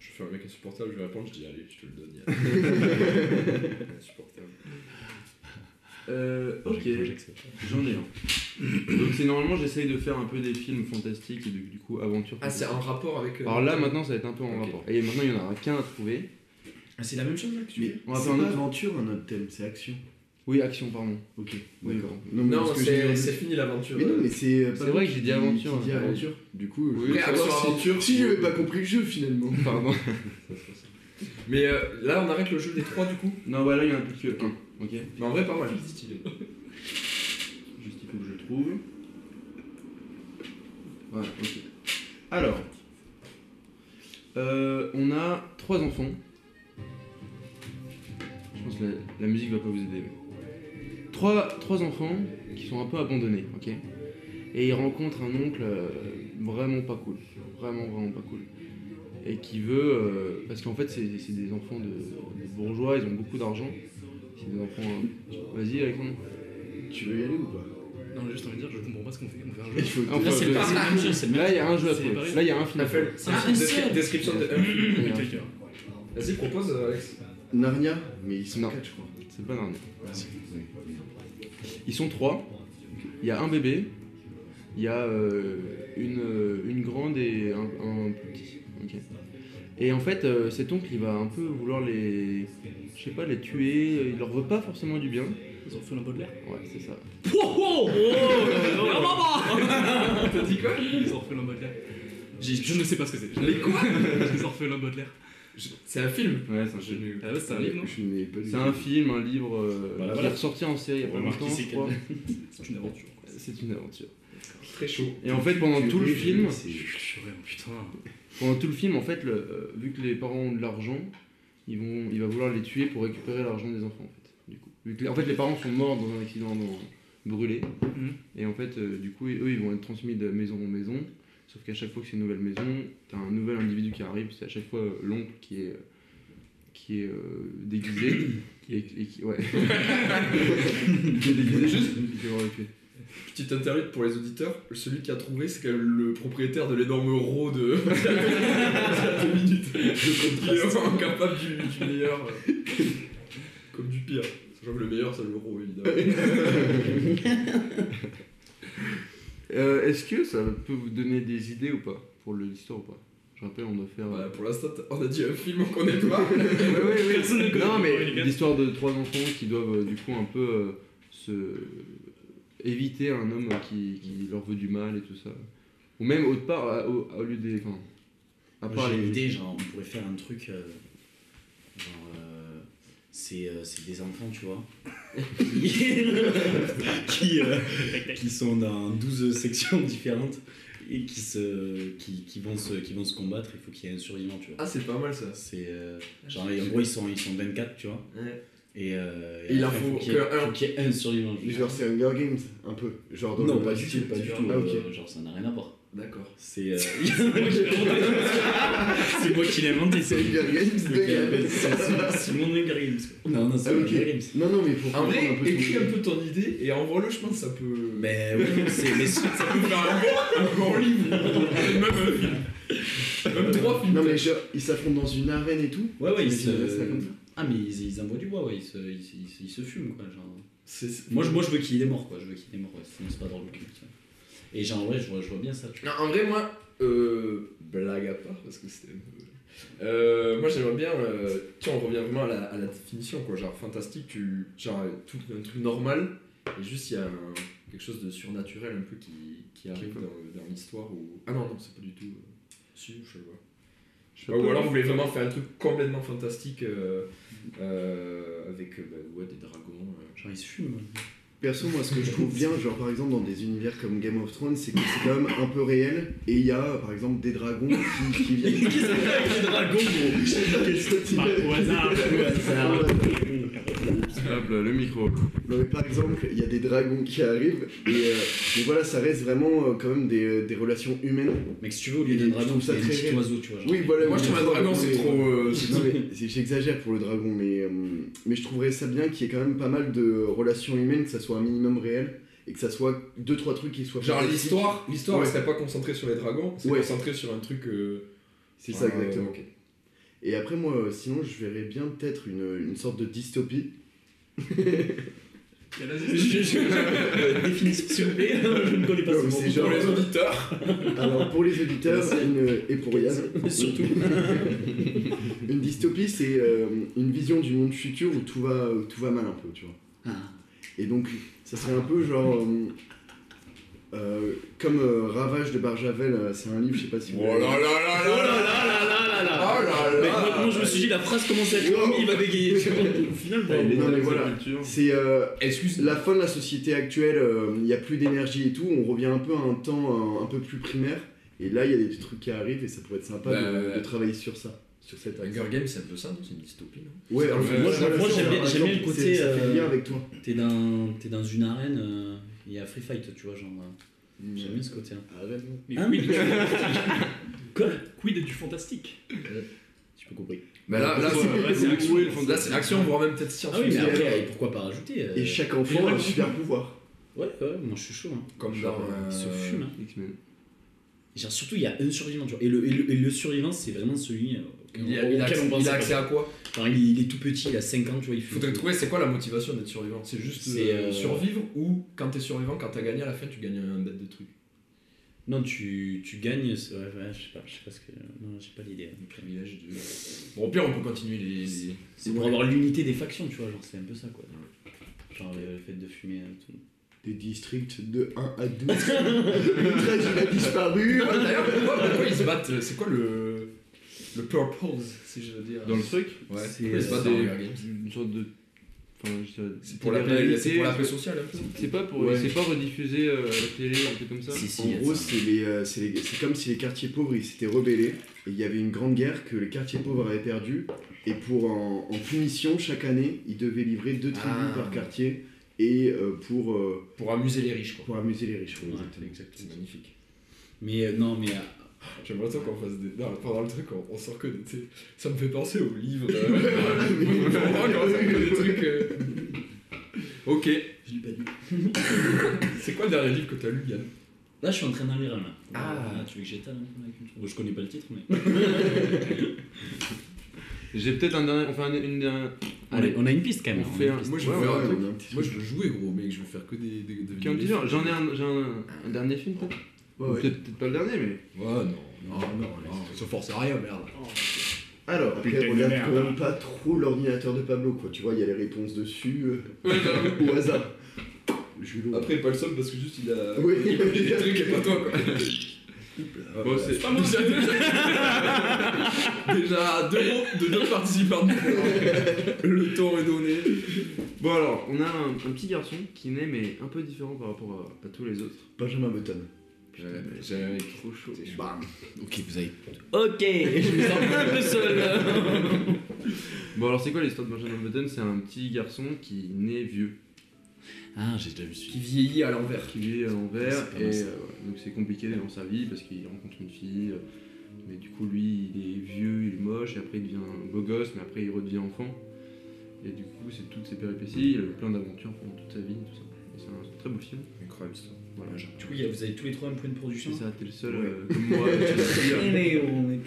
S5: Je fais un mec insupportable, je vais répondre, je dis allez, je te le donne. il y a- insupportable.
S4: Euh, ok,
S6: J'ac- j'accepte.
S4: j'en ai un. Donc, c'est normalement, j'essaye de faire un peu des films fantastiques et du, du coup, aventure.
S5: Ah, c'est un rapport avec. euh,
S4: Alors là, maintenant, ça va être un peu en
S5: Ok.
S4: rapport. Et maintenant, il y en a qu'un à trouver.
S5: Ah, c'est la même chose là que tu
S3: Mais
S5: fais
S4: On va
S3: c'est
S4: faire un
S3: pas
S4: autre.
S3: aventure un autre thème, c'est action.
S4: Oui, action, pardon.
S3: Ok,
S4: Oui,
S3: d'accord.
S4: bon.
S3: Non,
S5: Non,
S3: parce que j'ai-
S5: c'est c'est fini l'aventure.
S3: Mais non, mais c'est. euh,
S4: C'est
S3: pas
S4: vrai
S3: moi
S4: que j'ai
S3: qui-
S4: dit aventure,
S3: qui dit
S4: hein.
S3: aventure. Du coup, je
S4: Oui,
S3: voulais
S5: action,
S3: savoir si-
S5: aventure.
S3: Si j'avais pas compris le jeu finalement.
S4: Pardon.
S5: Mais euh, là, on arrête le jeu des trois du coup.
S4: non, voilà, il y en a plus que un. Ok
S5: Mais en vrai, pas mal, c'est stylé.
S4: Juste il faut que je le trouve. Voilà, ok. Alors, euh, on a trois enfants. Je pense que la, la musique va pas vous aider. mais- Trois, trois enfants qui sont un peu abandonnés, ok Et ils rencontrent un oncle euh, vraiment pas cool. Vraiment, vraiment pas cool. Et qui veut. euh, parce qu'en fait, c'est c'est des enfants de, de bourgeois, ils ont beaucoup d'argent. C'est des enfants. euh, Vas-y, avec mon
S3: Tu veux y aller ou pas
S1: Non, j'ai juste envie de dire, je comprends pas ce qu'on fait. On fait un
S3: Il
S1: jeu.
S3: faut
S4: Ah,
S3: que
S6: Là, c'est le
S4: Ouais.
S6: c'est le même jeu, c'est le
S4: Mais
S6: même
S4: là, il y a un jeu à
S1: C'est
S4: trouver.
S1: pareil.
S4: Là, il y a un film. à trouver.
S5: C'est un film descri- description de. euh,
S1: Mais quel cœur.
S5: Vas-y, propose, euh, Alex.
S3: Narnia, mais ils sont
S4: Non.
S3: quatre, je crois.
S4: C'est pas normal. Ils sont trois. Il y a un bébé. Il y a euh, une, euh, une grande et un, un plus petit. Ok. Et en fait, euh, cet oncle, il va un peu vouloir les. Je sais pas, les tuer. Il leur veut pas forcément du bien.
S1: Ils ont fait un Baudelaire.
S4: Ouais, c'est ça.
S1: Oh,
S5: T'as dit quoi
S1: Ils ont refait l'un Baudelaire. Je ne sais pas ce que c'est. Les quoi Ils ont refait l'un Baudelaire.
S5: Je- C'est un film
S4: Ouais, c'est un
S5: Je
S4: film.
S5: n'ai-
S1: Ah ouais, c'est un livre, non
S3: Je n'ai pas lu.
S4: C'est un film, un livre euh,
S6: Voilà,
S4: qui
S6: voilà.
S4: est ressorti en série il y a pas
S6: Remarque
S4: longtemps,
S6: qui
S4: je
S6: c'est
S4: crois.
S1: C'est une aventure. quoi.
S4: C'est une aventure.
S5: Très chaud.
S4: Et en fait, pendant tout le
S3: Oui,
S4: film,
S3: c'est-
S1: Je suis vraiment putain.
S4: Pendant tout le film, en fait, le- euh, vu que les parents ont de l'argent, ils vont, il va vouloir les tuer pour récupérer l'argent des enfants, en fait. Du coup. Vu que les- en fait, les parents sont morts dans un accident dans, brûlés.
S1: Mhm.
S4: Et en fait, euh, du coup, eux, ils vont être transmis de maison en maison. Sauf qu'à chaque fois que c'est une nouvelle maison, t'as un nouvel individu qui arrive. C'est à chaque fois euh, l'oncle qui est, qui est euh, déguisé. et, et qui, ouais. qui est déguisé juste. Je vais voir le fait.
S5: Petite interlude pour les auditeurs, celui qui a trouvé, c'est quand même le propriétaire de l'énorme row de. de minutes. Qui est vraiment capable du, du meilleur. euh, Comme du pire. Sachant que le meilleur, c'est le row, évidemment.
S4: Euh, Est-ce que ça peut vous donner des idées ou pas Pour le- l'histoire ou pas Je rappelle, on doit faire. euh,
S5: Voilà, pour l'instant, t- on a dit un film qu'on connaît pas.
S4: Ouais, ouais, ouais.
S1: Personne ne connaît
S4: Non,
S1: le
S4: mais
S1: Royal Gun.
S4: l'histoire de trois enfants qui doivent euh, du coup un peu euh, se éviter un homme qui, qui leur veut du mal et tout ça. Ou même autre part, à- au, au lieu des. Enfin, à
S6: Moi,
S4: part
S6: J'ai
S4: les.
S6: une idée, genre, on pourrait faire un truc. euh, genre, euh, c'est euh, c'est des enfants, tu vois. qui, euh, qui sont dans 12 sections différentes et qui, se, qui, qui, vont, se, qui vont se combattre. Il faut qu'il y ait un survivant, tu vois.
S5: Ah, c'est pas mal ça.
S6: C'est. euh, genre, en gros, ils sont, ils sont 24, tu vois.
S5: Ouais.
S6: Et, euh,
S5: Et il en
S6: après,
S5: faut
S6: qu'il y ait-
S5: qu'un.
S6: faut qu'il y ait un survivant.
S3: Genre, c'est Hunger Games, un peu. Genre, dans
S6: non,
S3: le-
S6: pas du tout, pas du tout.
S3: Ah, ok.
S6: euh, genre, ça n'a rien à voir.
S5: D'accord.
S6: C'est. euh, c'est moi qui l'ai inventé.
S3: C'est Hunger Games de Games.
S6: Simon Negrims. Non, non, c'est
S3: Ah, ok.
S6: Negrims.
S3: Non, non, mais pour
S5: En
S3: comprendre
S5: vrai,
S3: un peu
S5: écris
S3: ton-
S5: un peu ton idée et envoie-le, je pense que ça peut.
S6: Mais Ben oui, c'est mais c'est-
S5: Ça peut faire un bon, un bon livre. Même un film. Même trois films.
S3: Non, mais genre, ils s'affrontent dans une arène et tout.
S6: Ouais, ouais, ils se.
S3: T'imagines ça comme ça
S6: Ah, mais ils, ils envoient du bois, ouais, ils se, ils, se- ils se- ils se fument, quoi. Genre.
S5: C'est- c'est-
S6: Moi, je, moi, je veux qu'il est mort, quoi. Je veux qu'il est mort, ouais. Sinon, c'est pas drôle. quoi, tu vois. Et genre, ouais, je vois, je vois bien ça, tu vois.
S5: Non, en vrai, moi, euh, blague à part, parce que c'était. un peu- Euh, moi, j'aimerais bien. euh, tiens, on revient vraiment à la, à la définition, quoi. Genre, fantastique, tu. Genre, euh, tout un truc normal, et juste, il y a un- quelque chose de surnaturel un peu qui, qui arrive dans, dans l'histoire. Ou... Ah non, non, c'est pas du tout. euh, Si, je sais pas. Je sais pas, ou alors, vous voulez vraiment faire un truc complètement fantastique euh, euh, avec euh, bah, ouais, des dragons. euh,
S6: Genre, ils se fument. ouais.
S3: Perso, moi, ce que je trouve bien, genre par exemple dans des univers comme Game of Thrones, c'est que c'est quand même un peu réel et il y a par exemple des dragons qui, qui viennent. Qu'est-ce que avec les dragons, gros Je sais pas qu'est-ce que tu
S1: Au
S3: Ah,
S1: hasard.
S4: Hop là, Ah, le micro.
S3: Non, mais par exemple, il y a des dragons qui arrivent et euh, mais voilà, ça reste vraiment euh, quand même des, euh, des relations humaines.
S6: Mais si tu veux, au lieu
S3: Je
S6: d'un
S3: trouve
S6: dragon,
S3: ça
S6: c'est un
S3: très
S6: petit
S3: réel.
S6: oiseau, tu vois. genre.
S3: Oui, voilà.
S5: Moi, je
S3: oui,
S5: trouve un dragon,
S3: mais-
S5: c'est trop. euh, c'est-
S3: Non, mais c'est- j'exagère pour le dragon, mais euh, mais je trouverais ça bien qu'il y ait quand même pas mal de relations humaines, que ça soit un minimum réel et que ça soit deux trois trucs qui soient.
S5: Genre
S3: fantastiques.
S5: l'histoire, l'histoire
S3: Ouais.
S5: elle serait pas concentrée sur les dragons, c'est
S3: Ouais.
S5: concentrée sur un truc. euh,
S3: C'est ça
S5: euh,
S3: exactement.
S5: ok.
S3: Et après, moi, euh, sinon, je verrais bien peut-être une, une sorte de dystopie.
S6: Je- je- euh, Définition, s'il vous plaît. euh, Je ne connais pas
S3: Non,
S6: ce
S3: mais
S6: mot.
S3: c'est genre- euh,
S5: Pour les auditeurs,
S3: Alors, pour les auditeurs, une, euh, et pour Yann,
S6: Surtout.
S3: une dystopie, c'est euh, une vision du monde futur où tout va, où tout va mal un peu, tu vois.
S6: Ah.
S3: Et donc, ça serait un peu genre. euh, euh, comme euh, Ravage de Barjavel, euh, c'est un livre, je sais pas si vous
S5: Oh là là là
S6: Oh là
S5: là là
S6: là là là là là
S5: Oh là
S6: Mec,
S5: là
S6: moi, moi, je me suis dit, la phrase commence à être longue, il va bégayer. Au final, bon.
S3: Non, mais voilà. C'est euh,
S5: Excuse
S3: la fin de la société actuelle, euh, il n'y a plus d'énergie et tout, on revient un peu à un temps euh, un peu plus primaire. Et là, il y a des petits trucs qui arrivent et ça pourrait être sympa de,
S5: Bah,
S3: de travailler sur ça, sur cette axe.
S5: Hunger Games c'est un peu ça, non c'est une dystopie non
S3: Ouais,
S5: en fait, moi,
S3: voilà,
S6: moi,
S3: ça,
S6: j'aime bien-
S3: par
S6: j'aime bien
S3: exemple,
S6: le côté,
S3: hein. c'est- Ça fait
S6: euh,
S3: lien avec toi.
S6: T'es dans, t'es dans une arène, euh, il y a Free Fight, tu vois, genre. euh, J'aime bien ce côté. hein.
S1: Mais
S6: Hein
S1: quid du fantastique
S6: Quoi
S1: Quid du fantastique
S6: Euh, J'ai pas compris.
S5: Bah là, là,
S1: Ouais,
S5: c'est-
S1: ouais, c'est action.
S5: où est le fond de- là, c'est action, voire même peut-être science
S6: Ah oui, mais
S5: fiction.
S6: après, euh, pourquoi pas rajouter euh,
S3: Et chaque enfant a un super pouvoir.
S6: Ouais, ouais, moi je suis chaud. Hein.
S5: Comme dans.
S6: Il se
S5: euh,
S6: fume. Hein.
S4: X-Men.
S6: Genre, surtout, il y a un survivant, tu vois. Et le, et le, et le survivant, c'est vraiment celui euh, auquel,
S5: Il a, il a
S6: auquel
S5: accès,
S6: on pense.
S5: il a accès à quoi
S6: Genre, il, il est tout petit, il a 5 ans, tu vois. Il
S5: Il
S6: fait-
S5: faudrait trouver c'est quoi la motivation d'être survivant C'est juste
S6: C'est,
S5: euh,
S6: euh,
S5: survivre ou quand t'es survivant, quand t'as gagné à la fin, tu gagnes un bête de trucs.
S6: Non, tu, tu gagnes. c'est- Ouais, ouais, je sais pas, je sais pas ce que. Non, j'ai pas l'idée. hein.
S5: Le privilège de. Bon, au pire, on peut continuer les. les-
S6: C'est pour avoir l'unité des factions, tu vois, genre, c'est un peu ça, quoi. Genre, le, le fait de fumer. euh, tout.
S3: Des districts de 1 à 12. le 13, il a disparu.
S5: Ah, D'ailleurs, pourquoi, pourquoi ils se battent euh, C'est quoi le. Le purpose, si je veux dire
S4: Dans le truc
S5: Ouais,
S6: C'est,
S5: pourquoi ils se
S6: euh,
S5: battent
S4: c'est
S5: dans
S4: un-
S5: Hunger Games
S4: Une sorte de. Enfin, je dirais.
S5: C'est pour la paix,
S4: télé-réalité,
S5: c'est pour la paix sociale un peu.
S4: C'est pas pour.
S3: Ouais.
S4: C'est pas rediffusé euh, à la télé, un truc comme ça
S6: Si, si,
S3: En
S6: y a de
S3: gros,
S6: ça.
S3: c'est les, euh, c'est les- c'est comme si les quartiers pauvres ils s'étaient rebellés. Et il y avait une grande guerre que les quartiers pauvres avaient perdu. Et pour en, en punition, chaque année, ils devaient livrer deux tribus
S5: Ah.
S3: par quartier et euh, pour, euh,
S5: Pour amuser les riches, quoi.
S3: pour amuser les riches. ouais,
S6: Ouais,
S3: exactement.
S5: C'est
S6: exactement.
S5: magnifique.
S6: Mais euh, non, mais. euh,
S5: J'aimerais tant qu'on fasse des. Non, pendant le truc, on, on sort que des. tu sais, Ça me fait penser aux livres. euh, on sort que des trucs. euh. Ok.
S7: Je l'ai pas dit.
S5: C'est quoi le dernier livre que t'as lu, Yann
S6: Là, je suis en train d'en lire un. Là.
S5: Ah.
S6: Tu veux que j'étale un peu ma culture Bon, Je connais pas le titre, mais.
S4: J'ai peut-être un dernier. On fait un- une dernière. Allez.
S6: on a une piste quand
S4: On
S6: même. on a
S4: fait
S6: une
S4: un-
S6: piste.
S5: hein. Moi, je
S3: Ouais,
S5: veux faire un
S3: ouais,
S5: truc.
S3: on a un petit
S5: Moi,
S3: truc.
S5: je veux jouer, gros, mais je veux faire que des. des, des
S4: Qui est un petit
S5: des-
S4: genre, J'en ai un, j'ai un, un dernier film peut-être
S3: Ouais,
S4: Ou
S3: ouais.
S4: Peut-être peut-être pas le dernier, mais.
S5: Ouais, non. Non, non, non. Ça force à rien, merde.
S3: Alors, après,
S7: Putain de
S3: regarde
S7: merde.
S3: quand
S5: hein.
S3: même pas trop l'ordinateur de Pablo, quoi. Tu vois, il y a les réponses dessus, euh, au hasard. Jules.
S5: Après, pas le seul parce que juste il a.
S3: Oui.
S5: Il a des trucs et pas toi, quoi.
S4: Bon, c'est-
S5: Pas moi, déjà, déjà- déjà deux mots de deux participants. Le temps est donné.
S4: Bon, alors, on a un, un petit garçon qui naît, mais un peu différent par rapport à, à tous les autres.
S3: Benjamin Button.
S5: J'avais trop chaud.
S3: Bam.
S6: Ok, vous avez. Ok, je me sens un peu seul.
S4: Bon, alors, c'est quoi l'histoire de Benjamin Button C'est un petit garçon qui naît vieux,
S6: ah, j'ai déjà vu
S5: Qui
S6: celui
S5: vieillit à l'envers.
S4: qui vit à
S6: C'est
S4: l'envers,
S6: pas
S4: et
S6: mal, ça.
S4: euh, voilà. donc c'est compliqué dans sa vie parce qu'il rencontre une fille, euh, mais du coup, lui, il est vieux, il est moche, et après, il devient un beau gosse, mais après, il redevient enfant. Et du coup, c'est toutes ses péripéties, il a eu plein d'aventures pendant toute sa vie, tout ça. Et c'est un très beau film.
S5: Incroyable ça.
S4: Voilà,
S6: Du coup, il y a- vous avez tous les trois un point de production.
S4: Si ça, t'es le seul
S3: Ouais.
S4: euh, comme moi.
S6: Eh,
S4: je-
S6: mais on est-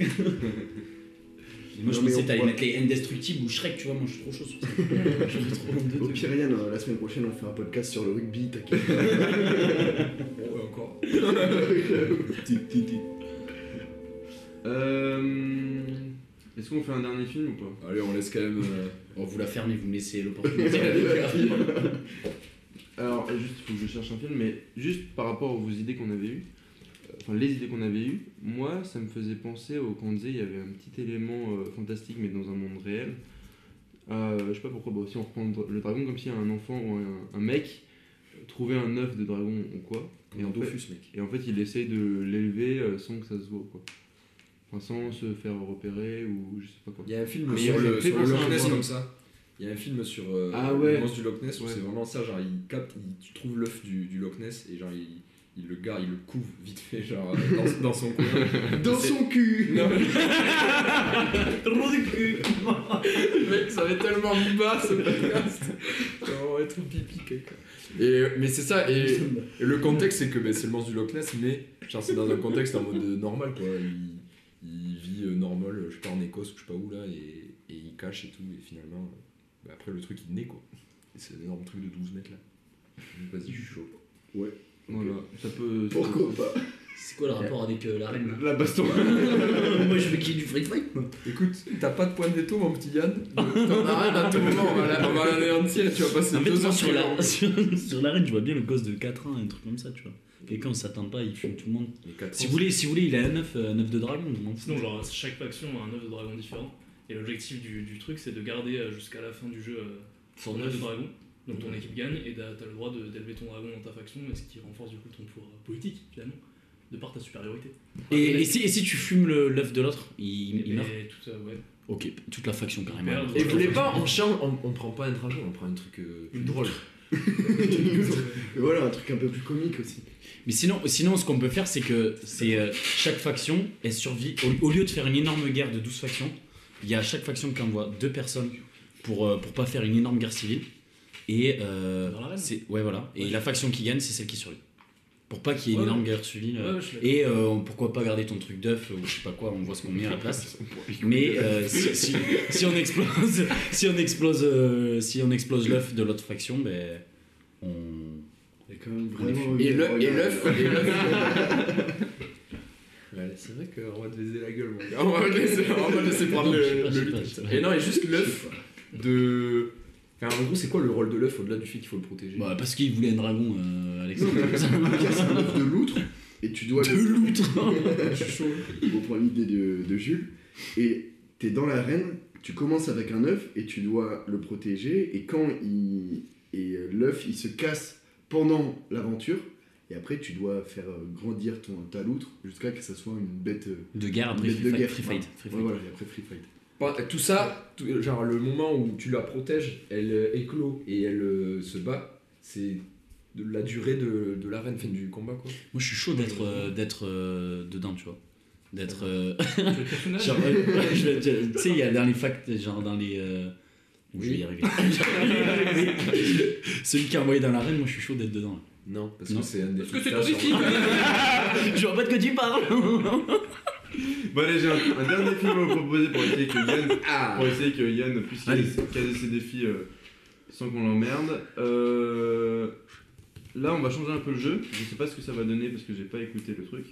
S6: Moi je
S3: Non, mais
S6: pensais
S3: on
S6: que t'allais
S3: pourra-
S6: mettre les indestructibles ou Shrek, tu vois, moi je suis trop chaud sur ça. Je suis trop en deux,
S3: Au
S6: deux.
S3: pire, Yann, euh, la semaine prochaine, on fait un podcast sur le rugby, t'inquiète.
S5: Ouais, encore.
S4: Euh, Est-ce qu'on fait un dernier film ou pas
S5: Allez, on laisse quand même. euh,
S6: Bon, vous la fermez, vous me laissez l'opportunité.
S4: Alors, euh, juste, il faut que je cherche un film, mais juste par rapport aux idées qu'on avait eues, euh, enfin les idées qu'on avait eues, moi, ça me faisait penser au quand on disait il y avait un petit élément euh, fantastique, mais dans un monde réel. Euh, je sais pas pourquoi, bon, si on reprend le dra- le dragon comme si un enfant ou un, un mec trouvait un œuf de dragon ou quoi, et en, fait,
S5: Dofus, mec.
S4: et en fait il essaye de l'élever euh, sans que ça se voit, quoi. Enfin, sans se faire repérer ou je sais pas quoi.
S5: Il y a un film
S4: Mais
S5: sur
S4: il
S5: le,
S4: refait
S5: sur le
S4: penser à
S5: Loch
S4: un
S5: Ness
S4: film.
S5: comme ça. Il y a un film sur euh,
S4: Ah ouais.
S5: le monstre du Loch Ness où
S4: Ouais.
S5: c'est vraiment ça, genre il capte, il, tu trouves l'œuf du, du Loch Ness et genre il, il le garde, il le couve vite fait, genre euh, dans, dans son coin.
S3: Dans son cul
S5: Non, mais- Mec, ça va être tellement mis bas ce podcast. On va être pipi caca. Et, mais c'est ça, et, et le contexte c'est que ben, c'est le monstre du Loch Ness, mais genre c'est dans un contexte en mode euh, normal quoi. Il, il vit euh, normal, euh, je sais pas en Écosse ou je sais pas où là, et, et il cache et tout, et finalement, euh, ben, après le truc il naît quoi. Et c'est un énorme truc de 12 mètres là. Donc, Vas-y, je suis chaud.
S4: Voilà, ça peut. ça peut-
S3: Pourquoi pas
S6: C'est quoi le rapport avec euh, la reine
S4: La baston
S6: là Moi je veux qu'il y ait du fric fric moi.
S5: Écoute, t'as pas de point de veto mon petit Yann, t'en as rien à tout moment, on va la- on va l'anéantir et tu vas passer
S6: En fait,
S5: deux
S6: moi,
S5: heures
S6: sur,
S5: sur
S6: la, sur, sur la reine, je vois bien le gosse de 4 ans, un truc comme ça, tu vois. Quelqu'un, on s'attend pas, il fume tout le monde. Si vous voulez, si vous voulez il a un œuf, euh, un œuf de dragon, donc.
S1: Sinon, genre, chaque faction a un œuf de dragon différent. Et l'objectif du, du truc, c'est de garder euh, jusqu'à la fin du jeu euh, ton œuf de dragon. Donc ton équipe gagne et t'as t'as le droit de- d'élever ton dragon dans ta faction, et ce qui renforce du coup ton pouvoir politique, finalement, de par ta supériorité.
S6: Et, et si, et si tu fumes le- l'œuf de l'autre, il, il
S1: Et
S6: meurt
S1: tout ça, ouais.
S6: Ok, toute la faction
S1: Il
S6: carrément.
S1: meurt.
S5: Et vous voulez pas, on change, on, on prend pas un dragon, on prend un truc euh, plus drôle.
S3: Mais Voilà, un truc un peu plus comique aussi.
S6: Mais sinon, sinon ce qu'on peut faire, c'est que c'est euh, chaque faction, elle survit. Au, au lieu de faire une énorme guerre de 12 factions, il y a chaque faction qui envoie deux personnes pour, euh, pour pas faire une énorme guerre civile. Et, euh,
S1: Dans l'arène.
S6: c'est- ouais, voilà. et
S1: Ouais.
S6: la faction qui gagne, c'est celle qui survit. Pour pas qu'il y ait une
S1: Ouais.
S6: énorme guerre civile.
S1: Ouais,
S6: euh,
S1: ouais, je suis d'accord.
S6: Et euh, pourquoi pas garder ton truc d'œuf ou je sais pas quoi, on voit ce qu'on met à la place. Mais euh, si, si- si on explose, si on explose, euh, si on explose l'œuf de l'autre faction, ben on.
S3: Il y a quand même
S6: vraiment
S5: Et l'œuf, et l'œuf, et l'œuf. Ouais, c'est vrai qu'on va te baiser la gueule, mon gars. On va te laisser, on va te laisser prendre
S6: Non, je sais
S5: le,
S6: pas, je
S5: le
S6: sais pas,
S5: lead.
S6: c'est vrai.
S5: Et non, et juste l'œuf de. Enfin, en gros, c'est quoi le rôle de l'œuf au-delà du fait qu'il faut le protéger
S6: Bah, parce qu'il voulait un dragon, euh, Alexandre.
S3: Tu casses un œuf de loutre et tu dois
S6: de loutre.
S5: je suis chaud.
S3: au point l'idée de, de Jules. Et t'es dans l'arène, tu commences avec un œuf et tu dois le protéger. Et quand il, et euh, l'œuf il se casse pendant l'aventure, et après tu dois faire euh, grandir ton ta loutre jusqu'à que ça soit une bête. euh,
S6: De guerre après
S3: Mais
S6: free
S3: de
S6: fight.
S3: guerre,
S6: free
S3: ouais.
S6: fight, free
S3: ouais,
S6: fight.
S3: voilà, et après free fight.
S5: Pas- Tout ça, tout- genre le moment où tu la protèges, elle euh, éclot et elle euh, se bat. c'est de la durée de, de l'arène, fin du combat quoi.
S6: Moi, je suis chaud d'être euh, d'être euh, dedans, tu vois. D'être. euh,
S1: Le personnage,
S6: genre, euh, je vais- je- tu sais, il y a dans les facts, genre dans les. euh, où je vais y arriver. Celui qui a envoyé dans l'arène, moi, je suis chaud d'être dedans.
S5: Non, parce
S6: Non.
S5: que c'est hein. un des
S1: Parce que c'est
S5: filtrages,
S1: touristique
S5: genre.
S6: je vois pas de quoi tu parles.
S4: Bon allez, j'ai un, un dernier film à vous proposer pour essayer que Yann,
S5: Ah
S4: pour essayer que Yann puisse
S6: Allez.
S4: caser, caser ses défis euh, sans qu'on l'emmerde. Euh, là, on va changer un peu le jeu. Je sais pas ce que ça va donner parce que j'ai pas écouté le truc.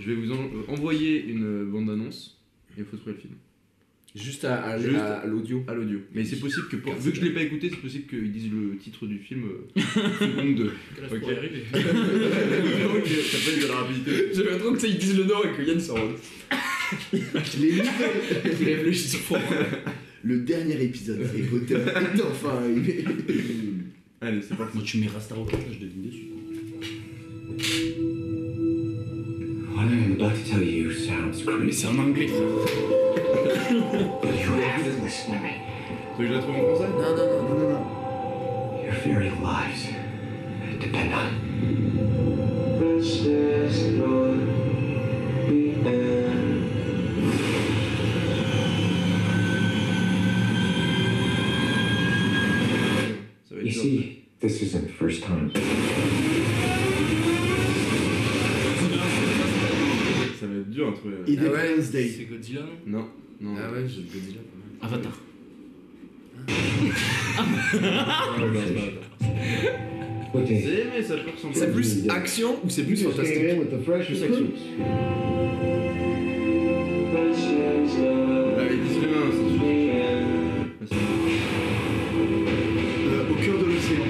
S4: Je vais vous en- euh, envoyer une euh, bande-annonce et il faut trouver le film
S5: Juste à, à-
S4: Juste.
S5: à l'audio.
S4: à l'audio. Mais c'est possible que, pour- vu que je l'ai pas écouté, c'est possible qu'ils disent le titre du film euh, seconde 2.
S1: Grave pour y
S4: Ok.
S1: arriver.
S4: Donc, euh, ça peut être de la rapidité.
S5: J'avais l'impression que ça, ils disent le nom et que Yann s'en rende.
S3: Les nouvelles-
S5: Il lève le chiffre
S3: Le dernier épisode d'Harry Potter est enfin arrivé.
S4: Allez, c'est parti.
S6: Moi, tu mets Rasta Rocket, là, je devine dessus.
S8: What I am about to tell you sounds
S6: Mais
S8: crazy,
S6: c'est en anglais, frère.
S8: but you have to listen to me.
S4: Tu veux que je la trouve en français
S5: Non, non, non.
S8: Your very lives depend on it.
S4: Ça va être
S8: You
S4: dur.
S8: see, this isn't the first time.
S4: Ça va être dur à trouver. euh.
S3: Independence Day.
S1: C'est Godzilla, non
S4: Non, non.
S5: Ah ouais, je le dis là. pas
S6: Avatar.
S5: mal.
S8: What
S4: C'est-
S8: day?
S4: mais ça peut ressembler.
S5: C'est plus action ou c'est plus fantastique
S8: in with the fresh
S4: Plus action. Avec 10 humains, c'est sûr. Ah, c'est bon.
S3: Euh, au cœur de l'océan.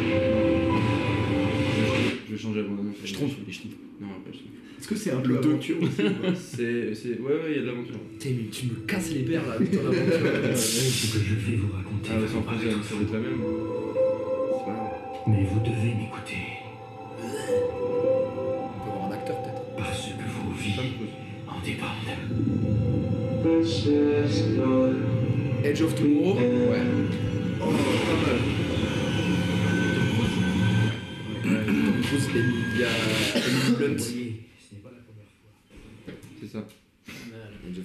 S4: Je vais changer mon nom.
S6: Je trompe, je trompe.
S4: Non, après je trompe.
S3: Est-ce que c'est un
S5: Le
S3: peu aventure aussi ou pas
S4: C'est. c'est- Ouais, ouais, il y a de l'aventure.
S5: Putain, mais tu me casses les pères là avec ton aventure.
S8: Ce que je vais vous raconter
S4: Ah, ouais, c'est
S8: va
S4: en plus,
S8: paraître
S4: ça va être la même. C'est pas grave.
S8: fou, mais vous devez m'écouter.
S5: On peut avoir un acteur peut-être.
S8: Parce que vos
S4: Ça
S8: vies
S4: me pose.
S8: en dépendent.
S5: Edge of Tomorrow Ouais.
S4: Ouais,
S5: Tom Cruise, Emilia Emily Blunt.
S4: c'est ça.
S5: Edge of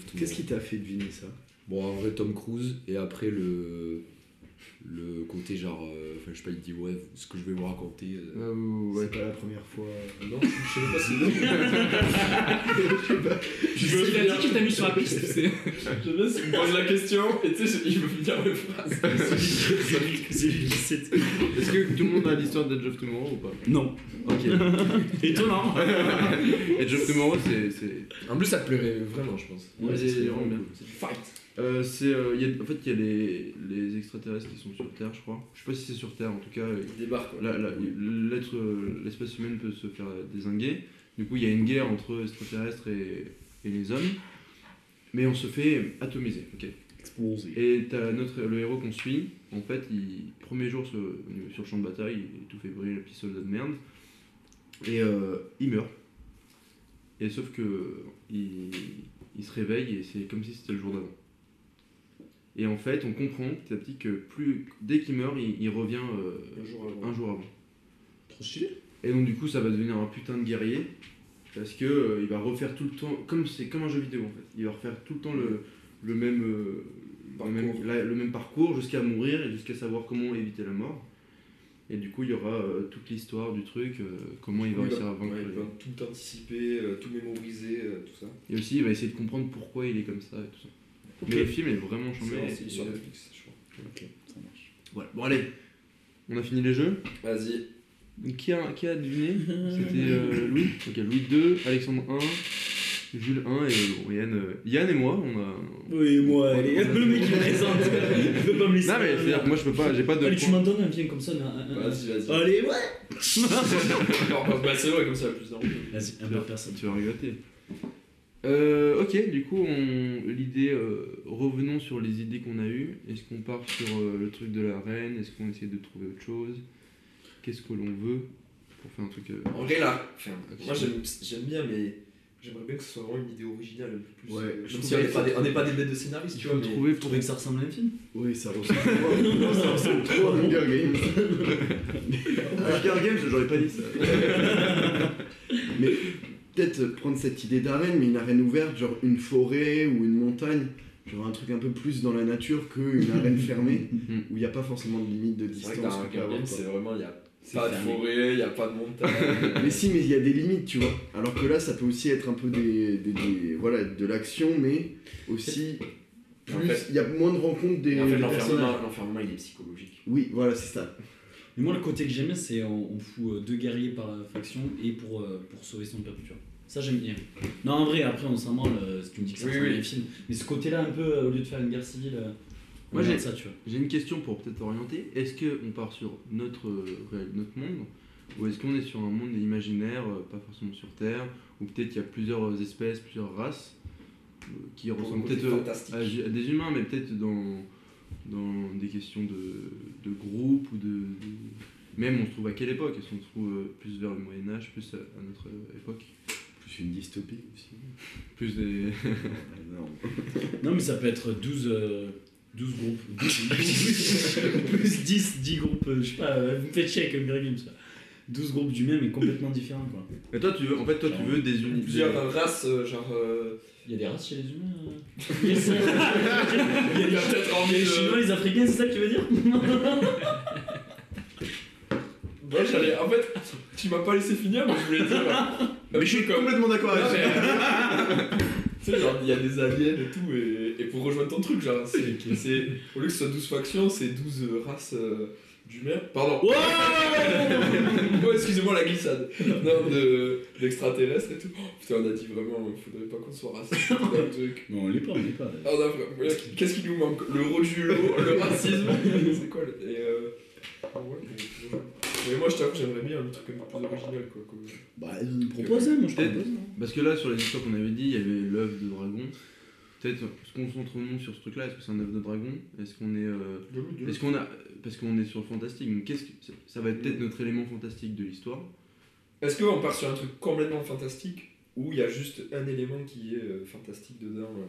S5: Tomorrow.
S3: Qu'est-ce qui t'a fait deviner ça
S5: Bon, en vrai, Tom Cruise, et après le. Le côté genre. euh, Enfin, je sais pas, il dit ouais, ce que je vais vous raconter. euh,
S4: Ah, ouais, ouais.
S3: C'est pas la première fois.
S5: Ah Non, je sais même pas si c'est
S1: Il a dit qu'il t'a mis sur la piste, tu sais.
S2: Je sais pas si tu me poses la question et tu sais, je veux finir mes phrases.
S4: Est-ce que tout le monde a l'histoire d'Edge of Tomorrow ou pas
S6: Non.
S4: Ok.
S6: Étonnant.
S4: Edge of Tomorrow, c'est. c'est-
S5: En plus, ça te plairait vraiment, je pense.
S4: Ouais,
S5: ça serait
S4: c'est vraiment
S5: vraiment
S4: bien.
S5: cool.
S4: Euh, c'est, euh, il y a- en fait, il y a les, les extraterrestres qui sont sur Terre, je crois. Je sais pas si c'est sur Terre, en tout cas, euh,
S5: Il débarque quoi.
S4: La- la- l'être, euh, l'espèce humaine peut se faire euh, désinguer. Du coup, il y a une guerre entre extraterrestres et, et les hommes. Mais on se fait atomiser. ok. Et t'as notre, le héros qu'on suit. En fait, il, premier jour sur, sur le champ de bataille, il est tout fait brûler, le petit soldat de merde. Et euh, il meurt. Et sauf que il, il se réveille et c'est comme si c'était le jour d'avant. Et en fait, on comprend petit à petit que plus, dès qu'il meurt, il, il revient euh,
S2: Un jour avant.
S4: un jour avant.
S2: Trop stylé.
S4: Et donc du coup ça va devenir un putain de guerrier parce que euh, il va refaire tout le temps comme c'est comme un jeu vidéo en fait. Il va refaire tout le temps le, le même euh, le même, la- le même parcours jusqu'à mourir et jusqu'à savoir comment éviter la mort. Et du coup il y aura euh, toute l'histoire du truc, euh, comment il va
S5: Oui,
S4: réussir à vaincre.
S5: Ouais, il
S4: les-
S5: va tout anticiper, euh, tout mémoriser, euh, tout ça.
S4: Et aussi il va essayer de comprendre pourquoi il est comme ça et tout ça. Mais le film est vraiment chambé.
S5: C'est- C'est
S4: et-
S5: sur
S4: et-
S5: Netflix, je crois.
S4: voilà. Bon allez, on a fini les jeux.
S5: Vas-y.
S4: Qui a, qui a deviné C'était euh, Louis. Ok, Louis 2, Alexandre 1, Jules 1 et euh, bon, Yann, euh, Yann et moi. On a.
S7: Oui, moi, allez.
S4: Le mec qui
S7: présente. Je peux pas
S4: Non
S7: me
S4: mais c'est-à-dire que moi je peux pas, j'ai pas de.
S6: Ah,
S7: Allez, tu
S4: points.
S7: m'en donnes un bien comme ça. un- un- un-
S2: Vas-y, vas-y.
S7: Allez, ouais.
S2: D'accord, bah c'est vrai, comme ça, plus d'envie.
S6: Vas-y, un peu personne.
S4: Tu vas regretter. Euh, ok, du coup, on... l'idée, euh, revenons sur les idées qu'on a eues. Est-ce qu'on part sur euh, le truc de la reine Est-ce qu'on essaie de trouver autre chose Qu'est-ce que l'on veut Pour faire un truc. euh,
S5: En vrai, là, enfin,
S4: Ok.
S5: moi j'aime j'aime bien, mais J'aimerais bien que ce soit vraiment une idée originale un peu plus.
S3: Ouais,
S5: euh,
S3: je
S5: même
S3: trouve
S5: si on
S3: que-
S5: n'est pas des- on n'est pas des bêtes de scénaristes, tu vois. mais-
S4: trouver
S6: Vous trouvez que ça ressemble à un film
S3: Oui, ça ressemble trop. ça ressemble trop à Hunger Games. Hunger Games, j'aurais pas dit ça. mais peut-être prendre cette idée d'arène, mais une arène ouverte, genre une forêt ou une montagne. Genre un truc un peu plus dans la nature qu'une arène fermée, où il n'y a pas forcément de limite de
S5: Mm. C'est vrai que dans
S3: distance.
S5: un
S3: qu'on peut avoir,
S5: game,
S3: quoi.
S5: c'est vraiment. Il n'y a pas de
S6: fermé.
S5: forêt, il n'y a pas de montagne.
S3: Mais si, mais il y a des limites, tu vois. Alors que là, ça peut aussi être un peu des, des- des- voilà, de l'action, mais aussi
S5: Et
S3: plus.
S5: en
S3: Il
S5: fait-
S3: y a moins de rencontres des,
S5: Et en fait,
S3: des personnages.
S5: l'enfermement, l'enfermement, il est psychologique.
S3: Oui, voilà, c'est ça.
S6: Mais moi, le côté que j'aime, bien, c'est on, on fout euh, deux guerriers par euh, faction et pour, euh, pour sauver son peuple, tu vois. Ça, j'aime bien. Non, en vrai, après, on s'en branle euh, si tu me dis que ça
S5: Oui,
S6: ressemble
S5: oui.
S6: à un film. Mais ce côté-là, un peu, euh, au lieu de faire une guerre civile, euh,
S4: Moi,
S6: moi,
S4: j'ai-
S6: j'aime ça, tu vois.
S4: J'ai une question pour peut-être orienter. Est-ce qu'on part sur notre, euh, réel- notre monde ou est-ce qu'on est sur un monde imaginaire, euh, pas forcément sur Terre, ou peut-être il y a plusieurs euh, espèces, plusieurs races euh, qui
S5: Pour le
S4: ressemblent
S5: côté
S4: peut-être euh,
S5: fantastique.
S4: à, ju- à des humains, mais peut-être dans, dans des questions de, de groupe ou de, de- Même on se trouve à quelle époque Est-ce qu'on se trouve euh, plus vers le Moyen-Âge, plus à, à notre euh, époque
S3: Plus une dystopie aussi.
S4: Plus des.
S3: Non.
S6: Non, mais ça peut être 12, euh, 12 groupes. 12, plus 10, 10 groupes, euh, je sais pas, euh, vous me faites chier avec Hunger Games, ça. 12 groupes du même, mais complètement différents, quoi.
S4: Mais toi, tu veux, en fait, toi, tu veux des unités.
S5: Plusieurs euh, races, euh, genre. euh,
S6: Il y a des races chez les humains euh. Il y a ça. Il y a les Chinois, il y a les Chinois, les Africains, c'est ça que tu veux dire
S5: Moi, j'allais. En fait, tu m'as pas laissé finir, mais je voulais dire.
S3: Mais je suis complètement d'accord avec
S5: Non,
S3: ça.
S5: mais- tu sais, genre, il y a des aliens et tout, et, et pour rejoindre ton truc, genre, c'est, c'est- au lieu que ce soit 12 factions, c'est 12 euh, races euh, d'humains. Pardon. Oh, excusez-moi la glissade. Non, de, d'extraterrestres et tout. Oh, putain, on a dit vraiment, il faudrait pas qu'on soit raciste. putain, le truc.
S6: Non, on l'est pas, on l'est pas.
S5: Ah, on a vraiment- Qu'est-ce qui nous manque Le rodulo, le racisme C'est quoi le- Et euh, ouais, bon, Mais moi, je t'avoue, j'aimerais bien un truc un peu plus original, quoi. comme-
S6: Bah, propose, hein, moi je
S4: Peut-être.
S6: propose.
S4: Parce que là, sur les histoires qu'on avait dit, il y avait l'œuf de dragon. Peut-être se concentrons-nous sur ce truc-là. Est-ce que c'est un œuf de dragon Est-ce qu'on est, euh, est-ce qu'on a, parce qu'on est sur le fantastique. Donc qu'est-ce que ça- ça va être peut-être notre élément fantastique de l'histoire
S5: Est-ce qu'on part sur un truc complètement fantastique ou il y a juste un élément qui est euh, fantastique dedans euh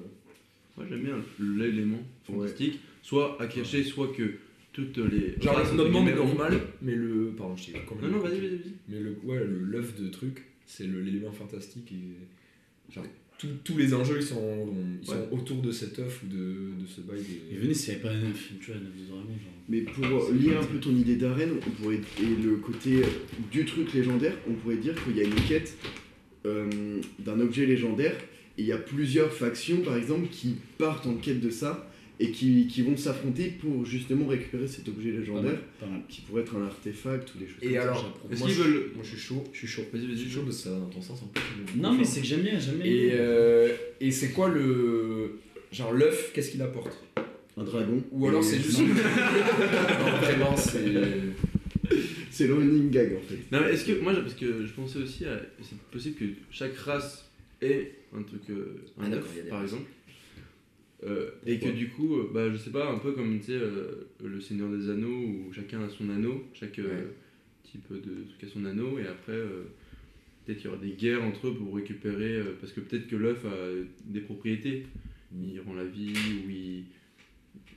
S4: Moi j'aime bien l'élément fantastique, soit à cacher, soit que toutes les
S5: Genre
S4: races, entre
S5: notre monde est
S4: guillemets,
S5: normal, mais le. Pardon, je t'ai
S4: ont- Non non vas-y vas-y. vas-y.
S5: Mais le ouais, le l'œuf de truc, c'est le- l'élément fantastique et genre tous- tous les enjeux ils sont ils sont autour de cet œuf ou de, de ce bail. des-
S6: Mais venez, s'il n'y avait pas un film, tu vois, un œuf de dragon, genre.
S3: Mais pour lier un peu ton idée d'arène, on pourrait et le côté euh, du truc légendaire, on pourrait dire qu'il y a une quête euh, d'un objet légendaire et il y a plusieurs factions par exemple qui partent en quête de ça et qui, qui vont s'affronter pour justement récupérer cet objet
S6: Pas
S3: légendaire
S6: mal, pas mal.
S3: qui pourrait être un artefact ou des choses
S5: Et
S3: comme ça.
S5: alors,
S6: J'approuve.
S4: Est-ce
S5: moi,
S4: qu'ils
S5: je-
S4: veulent
S5: moi je suis chaud,
S4: Je suis chaud. Vas-y
S5: je
S4: vas-y.
S5: suis chaud parce que ça va dans ton sens en plus.
S6: Non, mais c'est que j'aime bien, j'aime bien.
S5: Et, euh, et c'est quoi le. Genre l'œuf, qu'est-ce qu'il apporte
S3: Un dragon.
S5: Ou alors
S3: Et-
S5: c'est juste. non, vraiment, c'est.
S3: C'est le running gag en fait.
S4: Non mais est-ce que moi parce que je pensais aussi à c'est possible que chaque race ait un truc euh,
S5: Ah,
S4: un
S5: d'accord,
S4: œuf,
S5: il y a des
S4: par
S5: races.
S4: exemple Euh, et que du coup euh, bah je sais pas un peu comme tu sais euh, le Seigneur des Anneaux où chacun a son anneau chaque euh, type de truc a son anneau et après euh, peut-être qu'il y aura des guerres entre eux pour récupérer euh, parce que peut-être que l'œuf a des propriétés il rend la vie ou il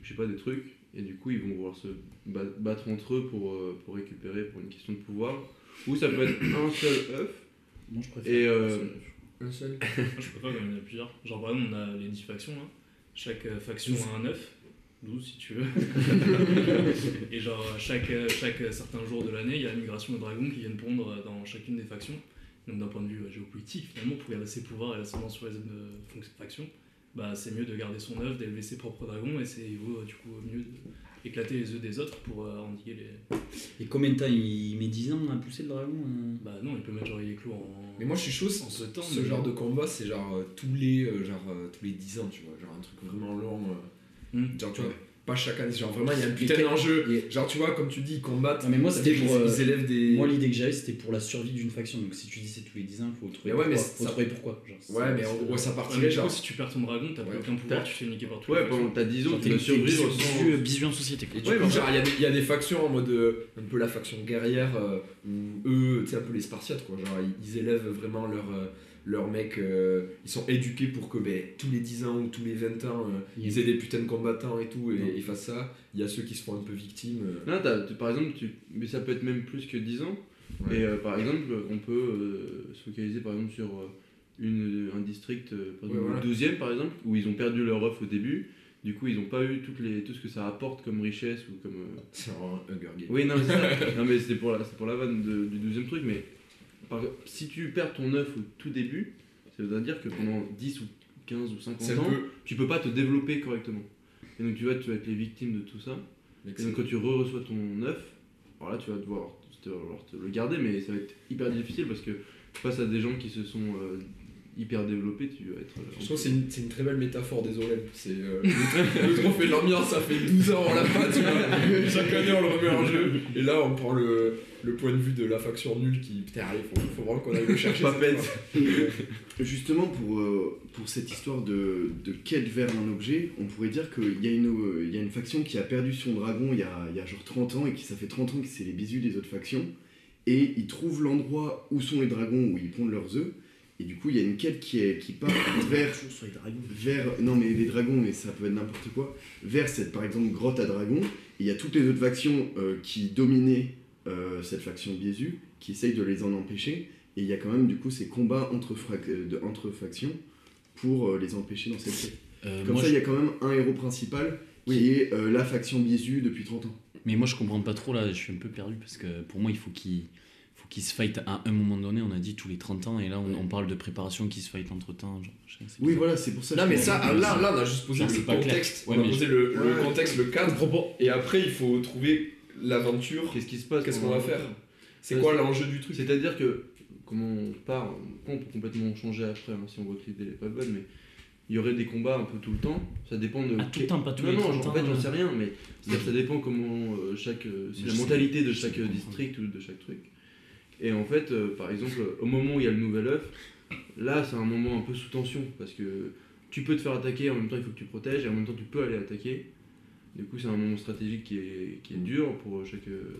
S4: je sais pas des trucs et du coup ils vont vouloir se ba- battre entre eux pour, euh, pour récupérer pour une question de pouvoir ou ça peut être un seul œuf
S6: Moi, je préfère.
S4: et euh,
S5: Un seul.
S1: Moi, je préfère quand il y en a plusieurs. Genre, par exemple, on a les 10 factions là. Chaque euh, faction a un œuf. 12 si tu veux. et genre, à chaque, euh, chaque euh, certain jour de l'année, il y a la migration de dragons qui viennent pondre euh, dans chacune des factions. Donc, d'un point de vue euh, géopolitique, finalement, pour garder ses pouvoirs et l'ascendant sur les autres euh, fonc- factions, bah, c'est mieux de garder son œuf, d'élever ses propres dragons et c'est il vaut euh, du coup mieux d'éclater les œufs des autres pour euh, endiguer les.
S6: Et combien de temps il met 10 ans à pousser le dragon hein
S1: Bah non, il peut mettre genre les clous en.
S5: Mais moi je suis chaud,
S1: En ce
S5: ce,
S1: temps,
S5: ce
S1: mais-
S5: genre de combat c'est genre euh, tous les euh, genre euh, tous les 10 ans, tu vois, genre un truc vraiment long. euh,
S1: Hmm.
S5: Genre tu vois, pas chaque année, genre vraiment il y a un
S6: Et
S5: putain
S6: quel-
S5: d'enjeu.
S6: et-
S5: Genre tu vois, comme tu dis, ils combattent.
S6: Non, mais moi,
S5: ça
S6: c'était
S5: veut dire
S6: pour,
S5: qu'ils-
S6: euh,
S5: Ils élèvent des.
S6: Moi, l'idée que j'avais, c'était pour la survie d'une faction. Donc, si tu dis c'est tous les 10 ans, faut
S5: Mais
S6: trouver
S5: ouais, mais
S6: pourquoi.
S5: c'est-
S6: faut
S5: ça-
S6: trouver pourquoi. Genre, c'est-
S5: Ouais, mais en gros ça
S1: Ouais, mais
S5: partirait
S1: du coup,
S5: genre.
S1: si tu perds ton dragon, t'as plus
S5: Ouais.
S1: aucun pouvoir,
S4: T'as-
S1: tu te fais niquer par tout.
S4: ouais pendant t'as 10 ans
S6: Genre,
S4: tu
S6: t'es-
S4: dois
S6: t'es
S4: survivre
S6: bisu-
S4: sans
S6: bisu- bisu en société, quoi.
S5: Et du
S4: Ouais,
S5: coup,
S4: mais
S5: genre, il y a des- il y, a des factions en mode euh, un peu la faction guerrière euh, où eux, tu sais, un peu les Spartiates quoi. Genre, ils, ils élèvent vraiment leur, euh, leurs mecs, euh, ils sont éduqués pour que ben, tous les 10 ans ou tous les 20 ans, euh, ils aient des putains de combattants et tout,
S4: Non.
S5: et, et fassent ça. Il y a ceux qui se font un peu victimes. euh.
S4: Là, t'as- tu- par exemple, tu, mais ça peut être même plus que 10 ans.
S5: Ouais.
S4: Et euh, par exemple, on peut euh, se focaliser par exemple sur euh, une, un district, euh, par
S5: Ouais,
S4: exemple,
S5: voilà.
S4: le 12e par exemple, où ils ont perdu leur œuf au début. Du coup, ils n'ont pas eu toutes les, tout ce que ça apporte comme richesse ou comme. euh,
S5: C'est vraiment un Hunger Games.
S4: Oui, non, mais c'est ça. Non, mais c'était pour, la- c'était pour la vanne de- du deuxième truc. Mais par- si tu perds ton œuf au tout début, ça veut dire que pendant 10 ou 15 ou 50
S5: C'est un
S4: ans,
S5: peu.
S4: tu peux pas te développer correctement. Et donc, tu vas, tu vas être les victimes de tout ça. Et donc quand tu re-reçois ton œuf, alors là tu vas devoir, tu vas devoir te le garder, mais ça va être hyper difficile parce que face à des gens qui se sont euh, hyper développés, tu vas être. euh,
S5: Je trouve que c'est une, c'est une très belle métaphore, désolé. C'est euh, le trophée de l'ambiance, ça fait 12 ans on l'a pas, tu vois. Chaque année on le remet en jeu. Et là on prend le, le point de vue de la faction nulle qui. Putain, allez, faut, faut vraiment qu'on aille le chercher.
S4: Papette.
S3: euh, Justement, pour, euh, pour cette histoire de, de quête vers un objet, on pourrait dire qu'il y, a une, euh, il y a une faction qui a perdu son dragon il y a, il y a genre 30 ans et qui ça fait 30 ans que c'est les bisous des autres factions. Et ils trouvent l'endroit où sont les dragons, où ils pondent leurs œufs. Et du coup, il y a une quête qui, est, qui part vers,
S7: Toujours sur les dragons.
S3: vers. Non, mais les dragons, mais ça peut être n'importe quoi. Vers cette, par exemple, grotte à dragons. Et il y a toutes les autres factions euh, qui dominaient euh, cette faction Biesu, qui essayent de les en empêcher. Et il y a quand même du coup ces combats entre, frac- euh, de, entre factions pour euh, les empêcher dans cette quête.
S6: Euh,
S3: Comme
S6: moi,
S3: ça,
S6: je-
S3: il y a quand même un héros principal qui est euh, la faction Biesu depuis 30 ans.
S6: Mais moi, je comprends pas trop là, je suis un peu perdu parce que pour moi, il faut qu'ils faut qu'ils se fight à un moment donné. On a dit tous les 30 ans, et là, on, on parle de préparation qui se fight entre temps.
S3: Oui, voilà, c'est pour ça.
S5: Non
S3: que-
S5: mais ça, ah, là, là on a juste posé
S6: Genre,
S5: le
S6: c'est pas clair.
S5: contexte.
S6: Ouais,
S5: on a
S6: mais
S5: posé le, le
S3: Ouais.
S5: contexte, le cadre. Et après il faut trouver l'aventure.
S4: Qu'est-ce qui se passe
S5: Qu'est-ce
S4: pendant
S5: qu'on va
S4: longtemps
S5: faire C'est quoi l'enjeu du truc
S4: C'est-à-dire que, comment on part, on peut complètement changer après, hein, si on voit que l'idée n'est pas bonne, mais il y aurait des combats un peu tout le temps. Ça dépend de.
S6: Ah, tout le temps, pas tous
S4: Non,
S6: les
S4: non,
S6: 30
S4: j'en- en
S6: ans.
S4: fait, j'en
S6: euh.
S4: sais rien, mais c'est-à-dire que ça dépend comment euh, chaque. euh, c'est
S6: Mais
S4: la
S6: je sais,
S4: mentalité de
S6: je sais
S4: chaque euh,
S6: comprendre.
S4: district ou de chaque truc. Et en fait, euh, par exemple, au moment où il y a le nouvel œuf, là, c'est un moment un peu sous tension parce que tu peux te faire attaquer, en même temps, il faut que tu protèges, et en même temps, tu peux aller attaquer. Du coup, c'est un moment stratégique qui est, qui est dur pour chaque. euh,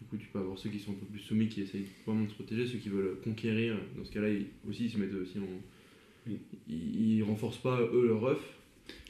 S4: du coup, tu peux avoir ceux qui sont un peu plus soumis, qui essayent vraiment de se protéger, ceux qui veulent conquérir. Dans ce cas-là, ils, aussi, ils se mettent aussi en. Ils, ils renforcent pas, eux, leur œuf.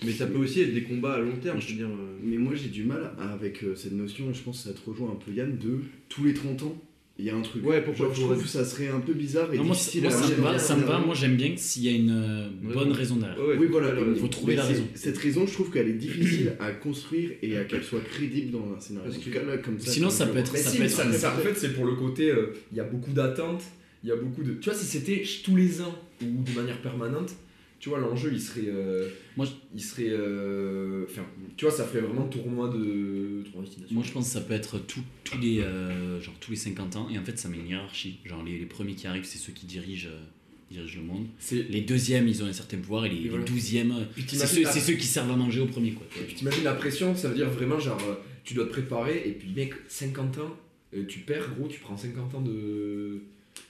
S4: Mais ça peut aussi être des combats à long terme, je veux dire. euh,
S3: Mais moi j'ai du mal avec euh, cette notion, et je pense que ça te rejoint un peu Yann, de tous les 30 ans, il y a un truc.
S4: Ouais, pourquoi
S3: Genre, je trouve que ça serait un peu bizarre et
S6: Non, moi, c'est-
S3: difficile à
S6: moi, ça me va,
S3: gérer.
S6: ça me va. Moi, j'aime bien s'il y a une euh, bonne
S4: Raison.
S6: raison derrière.
S4: Ouais, ouais,
S3: Oui, voilà.
S4: alors,
S3: mais-
S6: faut trouver
S3: mais
S6: la
S3: c'est-
S6: raison.
S3: Cette raison, je trouve qu'elle est difficile à construire et à qu'elle soit crédible dans un scénario.
S4: Parce
S3: En
S4: que-
S3: tout cas, là, comme ça,
S6: Sinon,
S3: comme
S6: ça
S3: je
S6: peut
S3: le
S6: être-
S5: Mais
S6: Ça
S5: si,
S6: peut
S5: mais
S6: être
S5: ça-
S6: un
S5: ça- en fait, c'est pour le côté, euh, il y a beaucoup d'attentes, il y a beaucoup de. Tu vois, si c'était tous les ans ou de manière permanente, tu vois, l'enjeu, il serait. euh,
S6: Moi, je-
S5: Il serait. euh, Enfin, tu vois, ça ferait vraiment tournoi de. Tournoi de destination.
S6: Moi, je pense que ça peut être tout- tous les, euh, genre, tous les 50 ans. Et en fait, ça met une hiérarchie. Genre, les, les premiers qui arrivent, c'est ceux qui dirigent, euh, dirigent le monde.
S5: C'est.
S6: Les deuxièmes, ils ont un certain pouvoir. Et les,
S5: Et
S6: les
S5: voilà.
S6: douzièmes, euh,
S5: Puis
S6: c'est
S5: t'imagines
S6: ceux,
S5: la-
S6: c'est ceux qui servent à manger au premier. Quoi.
S5: puis t'imagines la pression, ça veut dire vraiment, genre, euh, tu dois te préparer, et puis, mec, 50 ans, euh, tu perds, gros, tu prends 50 ans
S3: fais.
S5: de.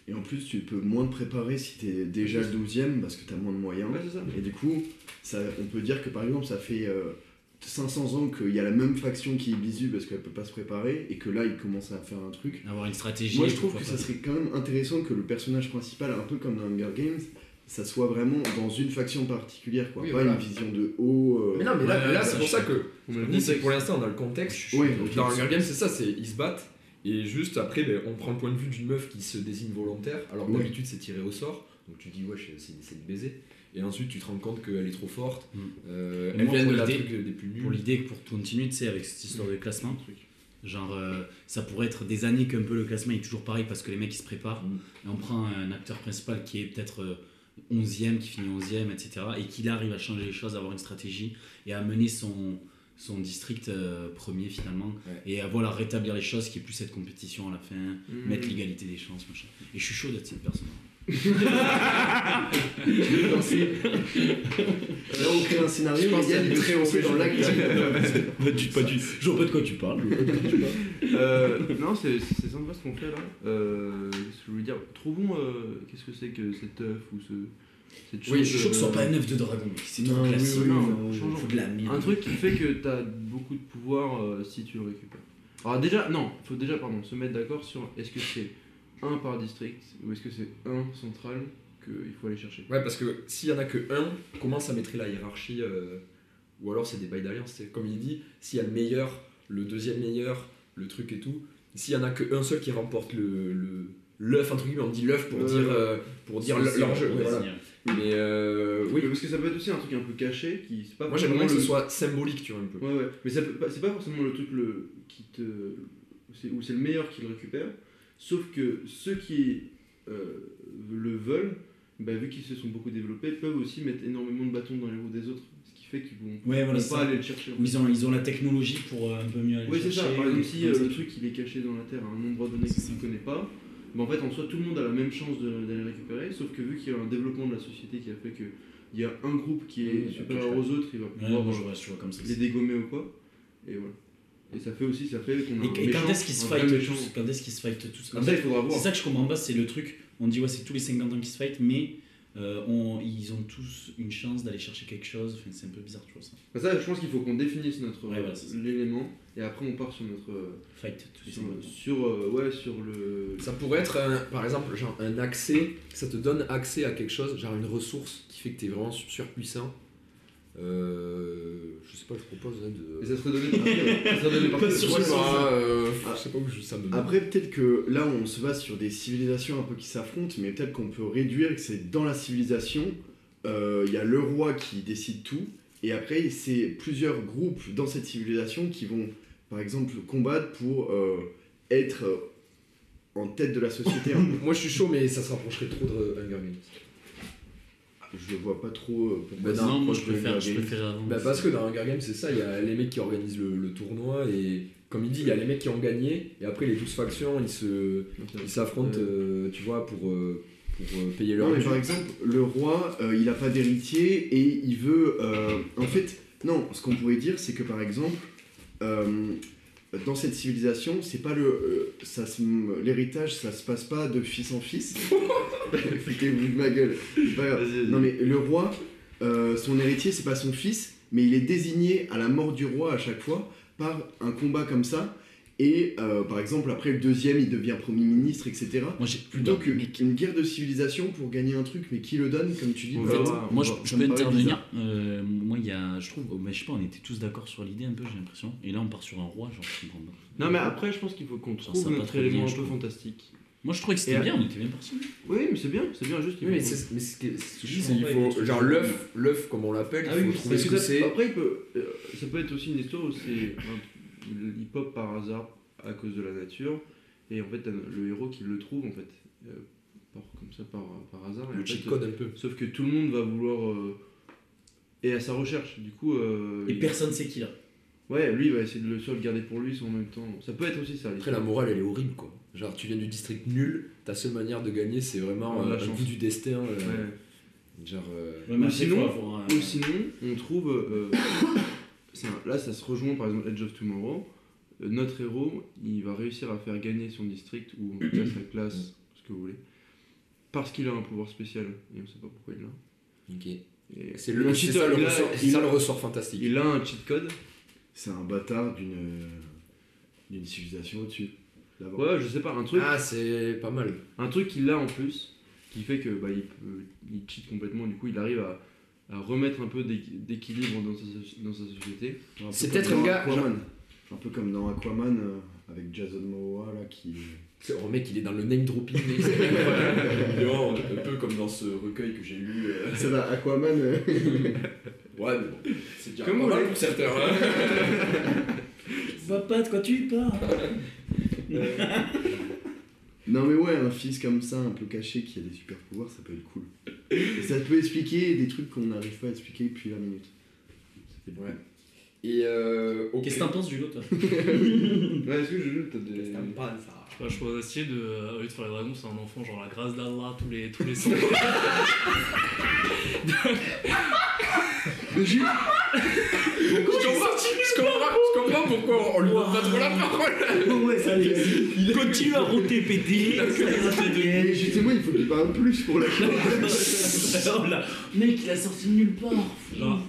S3: Et en plus, tu peux moins te préparer si t'es déjà 12ème parce que t'as moins de moyens.
S4: Ouais, c'est ça.
S3: Et du coup, ça, on peut dire que par exemple, ça fait euh, 500 ans qu'il y a la même faction qui est bisu parce qu'elle peut pas se préparer et que là, il commence à faire un truc.
S6: Avoir une stratégie.
S3: Moi, je trouve que
S6: pourquoi
S3: ça
S6: pas.
S3: serait quand même intéressant que le personnage principal, un peu comme dans Hunger Games, ça soit vraiment dans une faction particulière, quoi.
S5: Oui,
S3: pas
S5: voilà.
S3: une vision de haut. euh,
S5: Mais non, mais là,
S6: Ouais, ouais,
S5: là,
S6: ouais,
S5: c'est
S6: ça,
S5: pour
S6: je
S5: ça
S6: suis
S5: que.
S4: on met le
S5: Nous, c'est
S4: contexte.
S5: pour l'instant, on a le contexte.
S3: Oui,
S5: Donc,
S3: ok.
S5: dans Hunger Games, c'est ça, c'est ils se battent. Et juste après, ben, on prend le point de vue d'une meuf qui se désigne volontaire. Alors que
S3: Oui.
S5: d'habitude, c'est tiré au sort. Donc tu dis, ouais, c'est c'est une baiser. Et ensuite, tu te rends compte qu'elle est trop forte.
S6: Mm.
S5: Euh,
S6: Mais
S5: elle
S6: moi,
S5: vient
S6: pour
S5: de la
S6: l'idée-
S5: truc des plus nuls.
S6: Pour l'idée que pour tout continuer, tu sais, avec cette histoire de classement, genre, euh, ça pourrait être des années qu'un peu le classement est toujours pareil parce que les mecs ils se préparent.
S5: Mm.
S6: Et on prend un acteur principal qui est peut-être euh, 11e, qui finit 11e, etc. Et qui là, arrive à changer les choses, à avoir une stratégie et à mener son, son district euh, premier finalement.
S5: Ouais.
S6: Et à voilà, rétablir les choses, qui est plus cette compétition à la fin,
S4: Mm.
S6: mettre l'égalité des chances, machin. Et je suis chaud d'être cette personne.
S3: Là, on crée un scénario,
S5: Je pense
S3: il y a
S5: qu'il y
S3: des
S5: a
S3: très
S5: des
S3: hauts dans l'acte.
S6: Pas du, pas du. Je vois pas de quoi tu parles.
S4: Euh, non, c'est c'est sympa ce qu'on fait là. Euh, qu'est-ce que je voulais dire Trouvons euh, qu'est-ce que c'est que cet œuf ou ce, cette chose.
S6: Oui, je suis chaud que ce soit
S4: euh,
S6: pas un œuf de dragon, mec. c'est trop
S3: Non, oui,
S6: classique.
S3: oui,
S4: non,
S3: non,
S4: changeons.
S6: Faut de la merde.
S4: Un truc qui fait que t'as beaucoup de pouvoir euh, si tu le récupères. Alors déjà, non, faut déjà pardon, se mettre d'accord sur est-ce que c'est un par district ou est-ce que c'est un central qu'il faut aller chercher.
S5: Ouais, parce que s'il y en a que un, comment ça mettrait la hiérarchie euh, Ou alors c'est des bails d'alliance. c'est- Comme il dit, s'il y a le meilleur, le deuxième meilleur, le truc et tout, s'il y en a que un seul qui remporte le. le- l'œuf entre guillemets on dit l'œuf pour
S4: Euh,
S5: dire euh, pour dire le- leur jeu
S6: Ouais,
S5: voilà.
S6: c'est-
S5: mais euh,
S4: Oui,
S5: oui
S4: parce que ça peut être aussi un truc un peu caché qui. c'est pas
S5: moi
S4: forcément
S5: j'aimerais bien que ce
S4: le-
S5: soit symbolique tu vois un peu
S4: Ouais, ouais. Mais ça peut pas- c'est pas forcément le truc le, qui te. où c'est- Où c'est le meilleur qui le récupère. Sauf que ceux qui euh, le veulent, bah, vu qu'ils se sont beaucoup développés, peuvent aussi mettre énormément de bâtons dans les roues des autres. Ce qui fait qu'ils vont
S7: Ouais, voilà,
S4: pas
S7: c'est ça.
S4: aller le chercher. en
S7: Où Ils ont, ils ont la technologie pour euh, un peu mieux aller
S4: Oui, c'est ça.
S7: chercher,
S4: Par exemple, si
S7: comme
S4: euh,
S7: ça.
S4: le truc il est caché dans la terre à un endroit donné que
S7: C'est
S4: tu
S7: ça.
S4: ne connais pas, bah, en fait, en soi, tout le monde a la même chance de- d'aller récupérer. Sauf que vu qu'il y a un développement de la société qui a fait que il y a un groupe qui est
S6: Oui,
S4: supérieur aux autres, il va
S6: Ouais,
S4: pouvoir
S6: moi, je vois, je vois comme ça.
S4: euh, les dégommer ou quoi. Et voilà. Et ça fait aussi, ça fait qu'on a un
S6: Et, et quand
S4: méchant,
S6: est-ce qu'ils se
S4: un vrai
S6: fight
S4: méchant.
S6: tous Quand est-ce qu'ils se fight tous
S4: Ah, ça, il faudra voir.
S6: C'est ça que je comprends pas, c'est le truc. On dit, ouais, c'est tous les 50 ans qu'ils se fight, mais euh, on- ils ont tous une chance d'aller chercher quelque chose. Enfin, c'est un peu bizarre, je trouve ça.
S4: Bah, ça, je pense qu'il faut qu'on définisse notre
S6: Ouais, voilà, c'est ça.
S4: l'élément et après on part sur notre euh,
S6: Fight tous les
S4: sur,
S6: 50 ans.
S4: sur, euh, ouais sur le
S5: Ça pourrait être, un- par exemple, genre un accès, ça te donne accès à quelque chose, genre une ressource qui fait que t'es vraiment su- surpuissant. Euh, je sais pas, je propose là,
S4: et
S5: de.
S4: ça serait donné par ça serait donné par
S5: Ouais, bah, euh,
S3: Ah.
S5: Je sais pas où je- ça me donne.
S3: Après, peut-être que là, on se base sur des civilisations un peu qui s'affrontent, mais peut-être qu'on peut réduire que c'est dans la civilisation, euh, il y a le roi qui décide tout, et après, c'est plusieurs groupes dans cette civilisation qui vont, par exemple, combattre pour euh, être euh, en tête de la société. un peu.
S5: Moi je suis chaud, mais ça se rapprocherait trop de Hunger Games.
S3: Je vois pas trop euh, pourquoi
S5: Bah,
S3: c'est
S5: non,
S6: moi,
S3: proche
S6: je
S3: de
S6: préfère, je
S3: Hunger Games.
S6: préfère avant.
S5: Bah, parce que dans Hunger Games, c'est ça, il y a les mecs qui organisent le, le tournoi, et comme il dit, il y a les mecs qui ont gagné, et après les 12 factions, ils se- ils s'affrontent, euh, tu vois, pour, euh, pour euh, payer leur
S3: Non, mais
S5: dû.
S3: par exemple, le roi, euh, il n'a pas d'héritier et il veut. euh, en fait, non, ce qu'on pourrait dire, c'est que par exemple, euh, dans cette civilisation, c'est pas le. euh, ça se- l'héritage, ça se passe pas de fils en fils. Foutez-vous de ma gueule. C'est pas grave. Non, mais le roi, euh, son héritier, c'est pas son fils, mais il est désigné à la mort du roi à chaque fois par un combat comme ça. Et euh, par exemple, après le deuxième, il devient premier ministre, etc.
S6: Moi, j'ai plus
S4: Mm.
S3: Plutôt
S6: de.
S4: euh,
S3: que- qu'une guerre de civilisation pour gagner un truc, mais qui le donne, comme tu dis,
S4: En
S3: bah,
S4: fait,
S3: ouais,
S4: moi,
S3: on
S6: Moi,
S3: va-
S6: je, je
S3: ça me
S6: peux
S3: paraît
S6: intervenir.
S3: bizarre.
S6: Euh, moi, il y a, je trouve, oh, mais je sais pas, on était tous d'accord sur l'idée un peu, j'ai l'impression. Et là, on part sur un roi, genre, je comprends pas.
S4: non mais
S5: Euh,
S4: après je pense qu'il faut qu'on
S6: ça
S4: trouve
S6: va pas
S4: notre
S6: très bien,
S4: élément
S6: je
S4: un peu
S6: trouve.
S4: fantastique
S6: Moi, je trouvais que
S4: Et
S6: c'était
S4: à-
S6: bien, on était bien parti.
S4: oui mais c'est bien c'est bien juste il
S5: Oui, mais
S4: faut-
S5: c'est mais ce que- ce que je
S7: Ils
S5: dis,
S7: ont
S5: il
S7: pas été
S5: faut.
S7: tous
S5: Genre
S7: les
S5: l'œuf, l'œuf, comme on l'appelle,
S4: Ah
S5: il faut
S4: oui,
S5: trouver
S4: parce
S5: ce
S4: que
S5: que
S4: ça-
S5: c'est.
S4: Après, il peut- euh, ça peut être aussi une histoire où c'est un- il pop par hasard à cause de la nature, et en fait, t'as le héros qui le trouve, en fait, euh, par- comme ça, par, par hasard. et en
S5: Le
S4: fait,
S5: cheat code un peu.
S4: euh, sauf que tout le monde va vouloir. euh, et à sa recherche, du coup. euh,
S6: Et
S4: il-
S6: personne sait qui là.
S4: Ouais, lui, il va essayer de le sauvegarder pour lui, sans en même temps. Ça peut être aussi ça.
S5: Après, la morale, elle est horrible, quoi. Genre, tu viens du district nul, ta seule manière de gagner, c'est vraiment
S4: Ouais,
S5: euh,
S4: la
S5: un
S4: chance.
S5: coup du destin. euh,
S4: Ouais.
S5: Genre. euh,
S6: Ouais, mais
S4: Ou
S6: après,
S4: sinon-
S6: faut avoir un-
S4: Ou sinon, on trouve. euh, c'est un- là, ça se rejoint par exemple Edge of Tomorrow. Euh, notre héros, il va réussir à faire gagner son district ou en tout cas sa classe, ce que vous voulez, parce qu'il a un pouvoir spécial et on sait pas pourquoi il l'a.
S5: ok.
S4: Et
S5: C'est le, c'est
S4: cheat-
S5: ça, le
S4: il, a,
S5: ressort, c'est
S4: il-
S5: ça le ressort fantastique.
S4: il a un cheat code.
S3: bah, C'est un bâtard d'une euh, d'une civilisation au-dessus. d'abord.
S4: Ouais, je sais pas, un truc,
S5: Ah, c'est pas mal.
S4: un truc qu'il a en plus, qui fait que bah, il, peut- il cheat complètement. Du coup, il arrive à, à remettre un peu d'équ- d'équilibre dans, sa soci- dans sa société.
S3: Un peu
S5: c'est
S3: comme
S5: peut-être un
S3: dans
S5: gars,
S3: Aquaman. Un peu comme dans Aquaman euh, avec Jason Momoa là qui.
S5: C'est- Oh mec, il est dans le name dropping. mais c'est- Il est vraiment un peu comme dans ce recueil que j'ai lu. euh,
S3: Ça va, Aquaman. euh,
S5: Ouais, mais bon, c'est déjà
S4: Comme
S5: pas
S4: vous
S5: mal
S4: voulez.
S5: pour certains. hein.
S7: Je vois pas de quoi tu parles.
S3: Non mais ouais, un fils comme ça, un peu caché, qui a des super pouvoirs, ça peut être cool. Et ça peut expliquer des trucs qu'on n'arrive pas à expliquer depuis la minute. Ça peut être
S5: Ouais. Et euh, ok.
S6: Qu'est-ce que t'en penses, Jugo, toi
S4: Ouais, est-ce que je joue T'as des.
S1: Je sais pas, je suis associé de. euh, Au lieu de faire les dragons, c'est un enfant, genre la grâce d'Allah tous les, tous les cent.
S3: cool. Juste,
S5: Je comprends, je comprends- je comprends pourquoi on lui donne pas trop la parole.
S7: ouais, ça les
S6: Continue à router, péter.
S3: mais justement, il faut qu'il parle plus pour la
S6: Oh là,
S7: Mec, il a sorti de nulle part.
S6: Genre,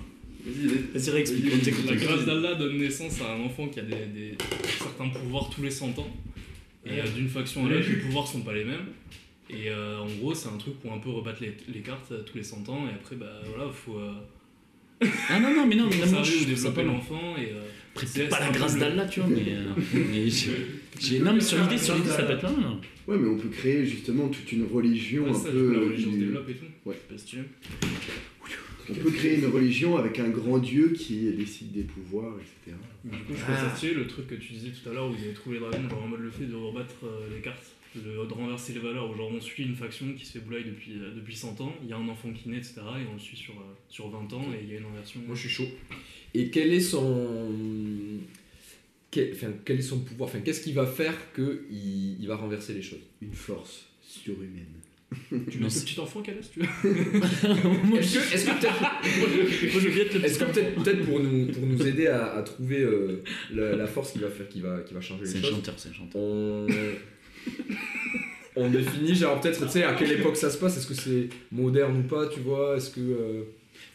S6: Vas-y, réexplique, on t'écoute.
S1: La grâce d'Allah donne naissance à un enfant qui a des, des- certains pouvoirs tous les 100 ans. Et euh, d'une faction à l'autre, les pouvoirs sont pas les mêmes. Et euh, en gros, c'est un truc pour un peu rebattre les, les cartes euh, tous les 100 ans, et après, bah voilà, faut. euh,
S6: Ah non, non, mais
S1: faut
S6: non, mais
S1: conserver
S6: l'amour, je
S1: ou
S6: je sais
S1: développer
S6: pas.
S1: l'enfant, et. euh,
S6: Après,
S1: c'est-
S6: peut-être pas
S1: c'est
S6: la
S1: un peu
S6: grâce
S1: le-
S6: d'Allah, tu vois, mais. euh, mais j'ai- j'ai- Non, mais sur l'idée, sur l'idée, ça peut être pas mal. hein.
S3: Ouais, mais on peut créer justement toute une religion
S1: ouais,
S3: un
S1: ça,
S3: peu.
S6: euh,
S1: la religion se
S3: une-
S1: développe et tout. Je
S3: Ouais.
S1: sais pas si tu aimes.
S3: On peut créer une religion avec un grand dieu qui décide des pouvoirs, etc.
S1: Du coup, je trouve ça stylé le truc que tu disais tout à l'heure où ils avaient trouvé les dragons, genre en mode le fait de rebattre euh, les cartes, de, de renverser les valeurs, où genre on suit une faction qui se fait boulaille depuis, euh, depuis 100 ans, il y a un enfant qui naît, etc., et on le suit sur, euh, sur 20 ans, et il y a une inversion.
S5: Moi, je suis chaud. Et quel est son. Quel, enfin, quel est son pouvoir enfin, Qu'est-ce qui va faire qu'il il va renverser les choses
S3: Une force surhumaine.
S1: tu
S6: Non,
S1: mets ce
S6: c'est-
S1: petit enfant qu'elle a, si tu veux.
S5: Est-ce que, est-ce que peut-être,
S6: Moi, je veux bien être le
S5: est-ce que
S6: petit enfant.
S5: peut-être, peut-être pour, nous, pour nous aider à, à trouver euh, la, la force qui va faire, qui va, qui va changer
S6: C'est
S5: les
S6: un
S5: choses
S6: chanteur, c'est un chanteur.
S5: on, on définit, genre peut-être, tu sais, à quelle époque ça se passe Est-ce que c'est moderne ou pas, tu vois Est-ce que. euh,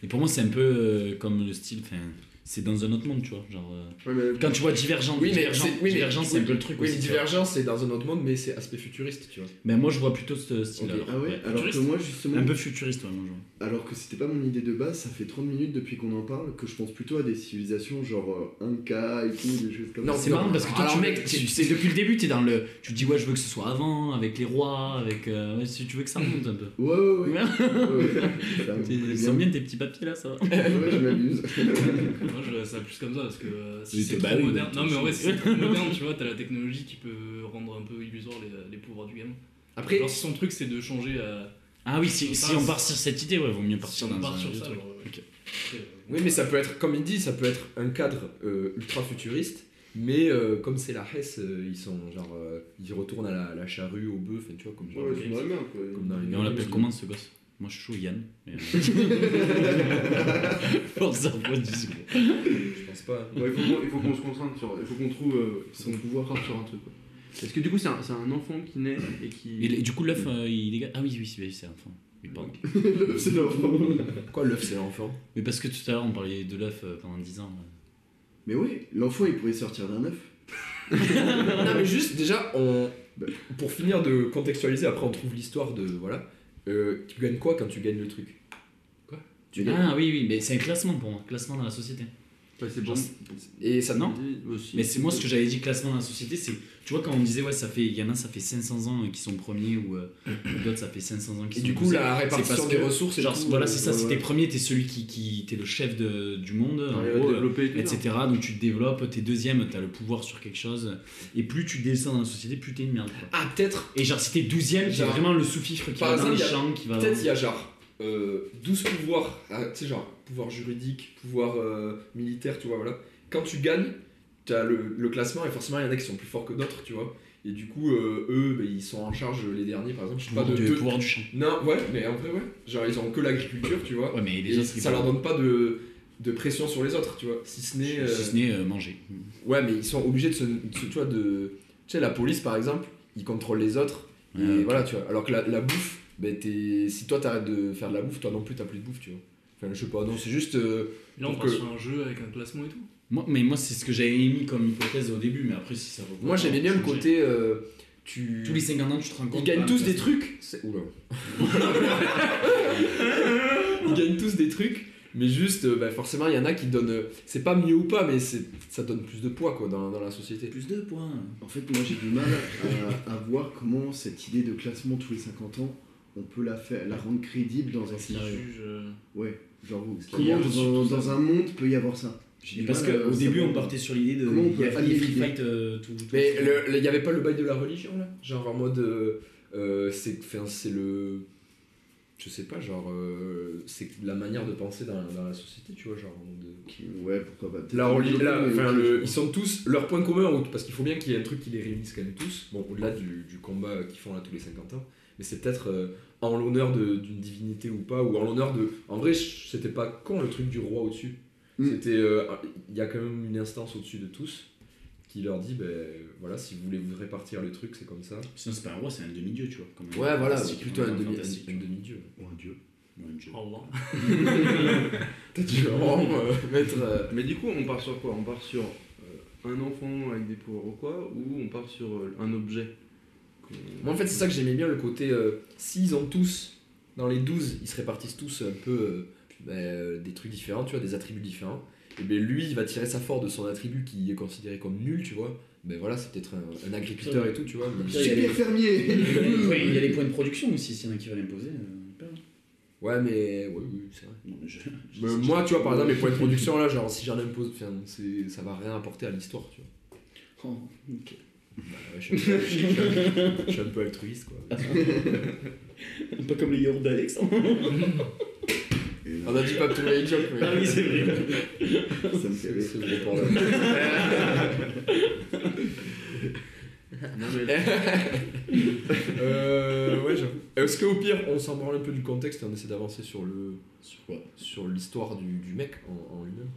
S6: Et pour moi, c'est un peu euh, comme le style. enfin, C'est dans un autre monde, tu vois. Genre, euh, Quand tu vois Divergent, Divergent,
S5: c'est- oui, mais-
S6: Divergent, c'est un peu le truc
S5: Oui, mais
S6: aussi. tu vois.
S5: Divergence, c'est dans un autre monde, mais c'est aspect futuriste, tu vois.
S6: Mais Ben, moi, je vois plutôt ce style.
S5: Ok.
S6: alors.
S3: Ah ouais,
S6: Ouais.
S3: alors que
S6: Futuriste.
S3: moi justement,
S6: Un peu futuriste, ouais, moi, je vois.
S3: alors que c'était pas mon idée de base, ça fait 30 minutes depuis qu'on en parle que je pense plutôt à des civilisations genre euh, Inca et tout, des choses comme
S5: Non,
S3: ça.
S6: C'est marrant parce que toi,
S5: Alors,
S6: tu,
S5: mec,
S6: tu-
S5: tu-
S6: c'est depuis le début, t'es dans le. Tu te dis, ouais, je veux que ce soit avant, avec les rois, avec. euh, ouais, si tu veux que ça remonte un peu.
S3: Ouais, ouais, ouais.
S6: Ouais.
S3: ouais, ouais. Ça me
S6: T'es-
S3: plaît
S6: Ils sont bien tes petits papiers là, ça va.
S3: Ouais, je m'amuse.
S1: Moi, je ça plus comme ça parce que euh, si
S6: Oui,
S1: c'est
S6: t'es-
S1: trop
S6: bah oui,
S1: moderne.
S6: mais
S1: Non, mais en vrai,
S6: t'es-
S1: si c'est trop moderne, tu vois, t'as la technologie qui peut rendre un peu illusoire les, les pouvoirs du gamin.
S5: Après,
S1: Genre, si son truc c'est de changer à.
S6: Ah oui, si,
S1: On
S6: si
S1: part-
S6: on part sur cette idée, ouais, vaut mieux
S1: Si
S6: partir
S1: on
S6: dans
S1: part
S6: un
S1: sur
S6: vieux
S1: ça,
S6: truc.
S1: genre, ouais.
S6: Ok.
S1: Après, euh,
S5: Oui, mais ça peut être, comme il dit, ça peut être un cadre euh, ultra futuriste, mais euh, comme c'est la Hesse, euh, ils sont genre, euh, ils retournent à la, la charrue, au bœuf, enfin, tu vois, comme genre,
S3: Ouais, c'est dans la merde, quoi.
S5: comme dans les
S6: Et on l'appelle
S5: games.
S6: comment ce gosse Moi, je suis chaud, Yann. mais, euh, Force à moi, du coup.
S5: Je pense pas.
S4: Ouais, il faut qu'on- il faut qu'on se concentre sur. Il faut qu'on trouve euh, son pouvoir sur un truc. quoi. Parce que du coup, c'est un, c'est un enfant qui naît et qui.
S6: Et, le- du coup, l'œuf, euh, il dégage. Ah oui, oui, c'est c'est un enfant. Oui, pardon.
S3: Le- C'est l'enfant.
S5: Quoi, l'œuf, c'est l'enfant
S6: Mais parce que tout à l'heure, on parlait de l'œuf euh, pendant 10 ans. euh.
S3: Mais ouais, l'enfant il pourrait sortir d'un œuf.
S5: Non, mais juste, déjà, on,
S3: Bah.
S5: pour finir de contextualiser, après on trouve l'histoire de. Voilà. Euh, tu gagnes quoi quand tu gagnes le truc
S3: Tu gagnes.
S6: Ah oui, oui, mais c'est un classement pour moi, classement dans la société.
S4: Ouais, c'est bon.
S6: Genre,
S5: Et ça
S6: Non.
S4: Aussi. euh,
S6: Mais c'est moi ce que j'avais dit classement dans la société, c'est tu vois quand on disait ouais ça fait il y en a ça fait 500 ans euh, qui sont premiers ou euh, d'autres ça fait 500 ans qui
S5: Et
S6: sont
S5: du coup,
S6: deuxièmes.
S5: la
S6: C'est
S5: Bah, répartition
S6: parce
S5: des
S6: que,
S5: ressources et
S6: genre
S5: tout,
S6: voilà
S5: euh,
S6: c'est ça, si
S5: voilà.
S6: t'es premier t'es celui qui, qui t'es le chef de- du monde en
S4: Ouais,
S6: gros, euh,
S4: développer et tout ça.
S6: etc. Donc tu te développes, t'es deuxième, t'as le pouvoir sur quelque chose et plus tu descends dans la société plus t'es une merde. quoi.
S5: Ah, peut-être,
S6: Et genre si t'es douzième t'es
S5: Genre,
S6: vraiment le sous-fifre qui
S5: par
S6: va dans
S5: exemple, il
S6: les
S5: y a-
S6: champs qui va.
S5: peut-être il y a genre euh, 12 pouvoirs, ah, tu sais, genre pouvoir juridique, pouvoir euh, militaire, tu vois, voilà. Quand tu gagnes, tu as le, le classement et forcément il y en a qui sont plus forts que d'autres, tu vois. Et du coup, euh, eux, ben, ils sont en charge euh, les derniers, par exemple, je sais pas,
S6: pouvoir,
S5: de
S6: du,
S5: deux-
S6: pouvoir du champ.
S5: Non, ouais, mais en vrai, ouais. Genre, ils ont que l'agriculture, tu vois.
S6: Ouais mais
S5: Et
S6: déjà
S5: ça leur donne pas de, de pression sur les autres, tu vois. Si ce n'est. euh,
S6: si ce n'est euh, manger.
S5: Ouais, mais ils sont obligés de se. de se- tu vois, de. Tu sais, la police, par exemple, ils contrôlent les autres. Et
S6: Ouais, ok.
S5: voilà, tu vois. Alors que la, la bouffe, ben, t'es- si toi t'arrêtes de faire de la bouffe, toi non plus t'as plus de bouffe, tu vois. Enfin, je sais pas, non, c'est juste. euh,
S1: Là, on
S5: Donc,
S1: part
S5: euh,
S1: sur un jeu avec un classement et tout.
S6: Moi, mais moi, c'est ce que j'avais émis comme hypothèse au début, mais après, si ça vaut.
S5: moi, j'aimais bien le côté. euh, tu.
S6: Tous les 50 ans, tu te rends compte.
S5: Ils gagnent
S6: bah,
S5: tous des
S6: parce-
S5: trucs. C'est- Oula. Ils gagnent tous des trucs. Mais juste, euh, bah, forcément, il y en a qui donnent. euh, C'est pas mieux ou pas, mais c'est- ça donne plus de poids quoi, dans, dans la société.
S6: Plus de points.
S3: En fait, moi j'ai du mal à, à voir comment cette idée de classement tous les 50 ans, on peut la, faire, la rendre crédible dans un
S1: Parce qu'ils
S3: scénario.
S1: jugent, euh,
S3: Ouais, genre
S6: qu'il y a
S3: comment dans,
S6: surtout
S3: dans
S6: ça.
S3: un monde peut y avoir ça J'ai
S6: Et
S3: du
S6: parce
S3: mal à
S6: qu'au début,
S3: savoir.
S6: on partait sur l'idée de.
S3: Comment on
S6: Il y
S3: peut
S6: a les
S3: allier
S6: free
S3: l'idée
S6: fight euh, tout. tout-
S5: Mais le- le- il n'y avait pas le bail de la religion là Genre en mode. euh, euh, c'est enfin, c'est le. Je sais pas, genre. euh, c'est la manière de penser dans, dans la société, tu vois, genre en mode. euh,
S3: Ok, Ouais, pourquoi pas. Peut-être
S5: La
S3: un
S5: reli-
S3: peu,
S5: la-
S3: mais
S5: enfin,
S3: ok,
S5: le-
S3: je
S5: ils sont tous leur point commun en route, parce qu'il faut bien qu'il y ait un truc qui les réunisse quand même tous, bon, au-delà du, du combat qu'ils font là tous les 50 ans, mais c'est peut-être euh, en l'honneur de- d'une divinité ou pas, ou en l'honneur de. En vrai, je- c'était pas con le truc du roi au-dessus.
S3: Mm.
S5: C'était. euh, Il y a quand même une instance au-dessus de tous qui leur dit, ben voilà, si vous voulez vous répartir le truc, c'est comme ça.
S6: Sinon, c'est pas un roi, c'est un demi-dieu, tu vois. comme un-
S5: Ouais, voilà,
S6: fantastique,
S5: plutôt un
S6: comme
S5: demi-
S6: fantastique,
S5: un-
S6: tu
S5: un
S6: vois.
S5: demi-dieu.
S3: Ou Oh, un dieu.
S6: Ouais, un dieu.
S1: au revoir.
S5: T'as dû vraiment euh, mettre. euh,
S4: Mais du coup, on part sur quoi On part sur euh, un enfant avec des pouvoirs ou quoi Ou on part sur euh, un objet
S5: Moi, en fait, c'est ça que j'aimais bien, le côté. euh, S'ils ont tous, dans les 12, ils se répartissent tous un peu euh, bah, euh, des trucs différents, tu vois, des attributs différents. Et bien, lui, il va tirer sa force de son attribut qui est considéré comme nul, tu vois. Ben voilà, c'est peut-être un, un agriculteur et tout, tu vois. mais-
S7: Il y a
S3: Super
S7: les-
S3: fermier
S7: Il y a les points- il y a les points de production aussi, s'il y en a qui veulent imposer. euh, pas.
S5: Ouais, mais. Ouais, oui, c'est vrai.
S7: Non, mais je-
S5: Mais moi, tu vois, par exemple, les points de production, là, genre, si j'en impose, enfin, c'est- ça va rien apporter à l'histoire, tu vois.
S7: Oh, ok.
S5: Ouais, je, suis un peu, je suis un- je suis un peu altruiste, quoi.
S7: Pas comme les yaourts d'Alex.
S3: Et là,
S5: On a dit pas tous les jokes, mais.
S7: Ah oui, c'est vrai.
S3: ça me fait
S5: C'est
S3: rire.
S5: ce gros problème.
S4: Non, mais-
S5: Eh. Euh, ouais, j'avoue. Est-ce qu'au pire, on s'en branle un peu du contexte et on essaie d'avancer sur le. Sur
S7: quoi
S5: Sur l'histoire du, du mec en, en lui-même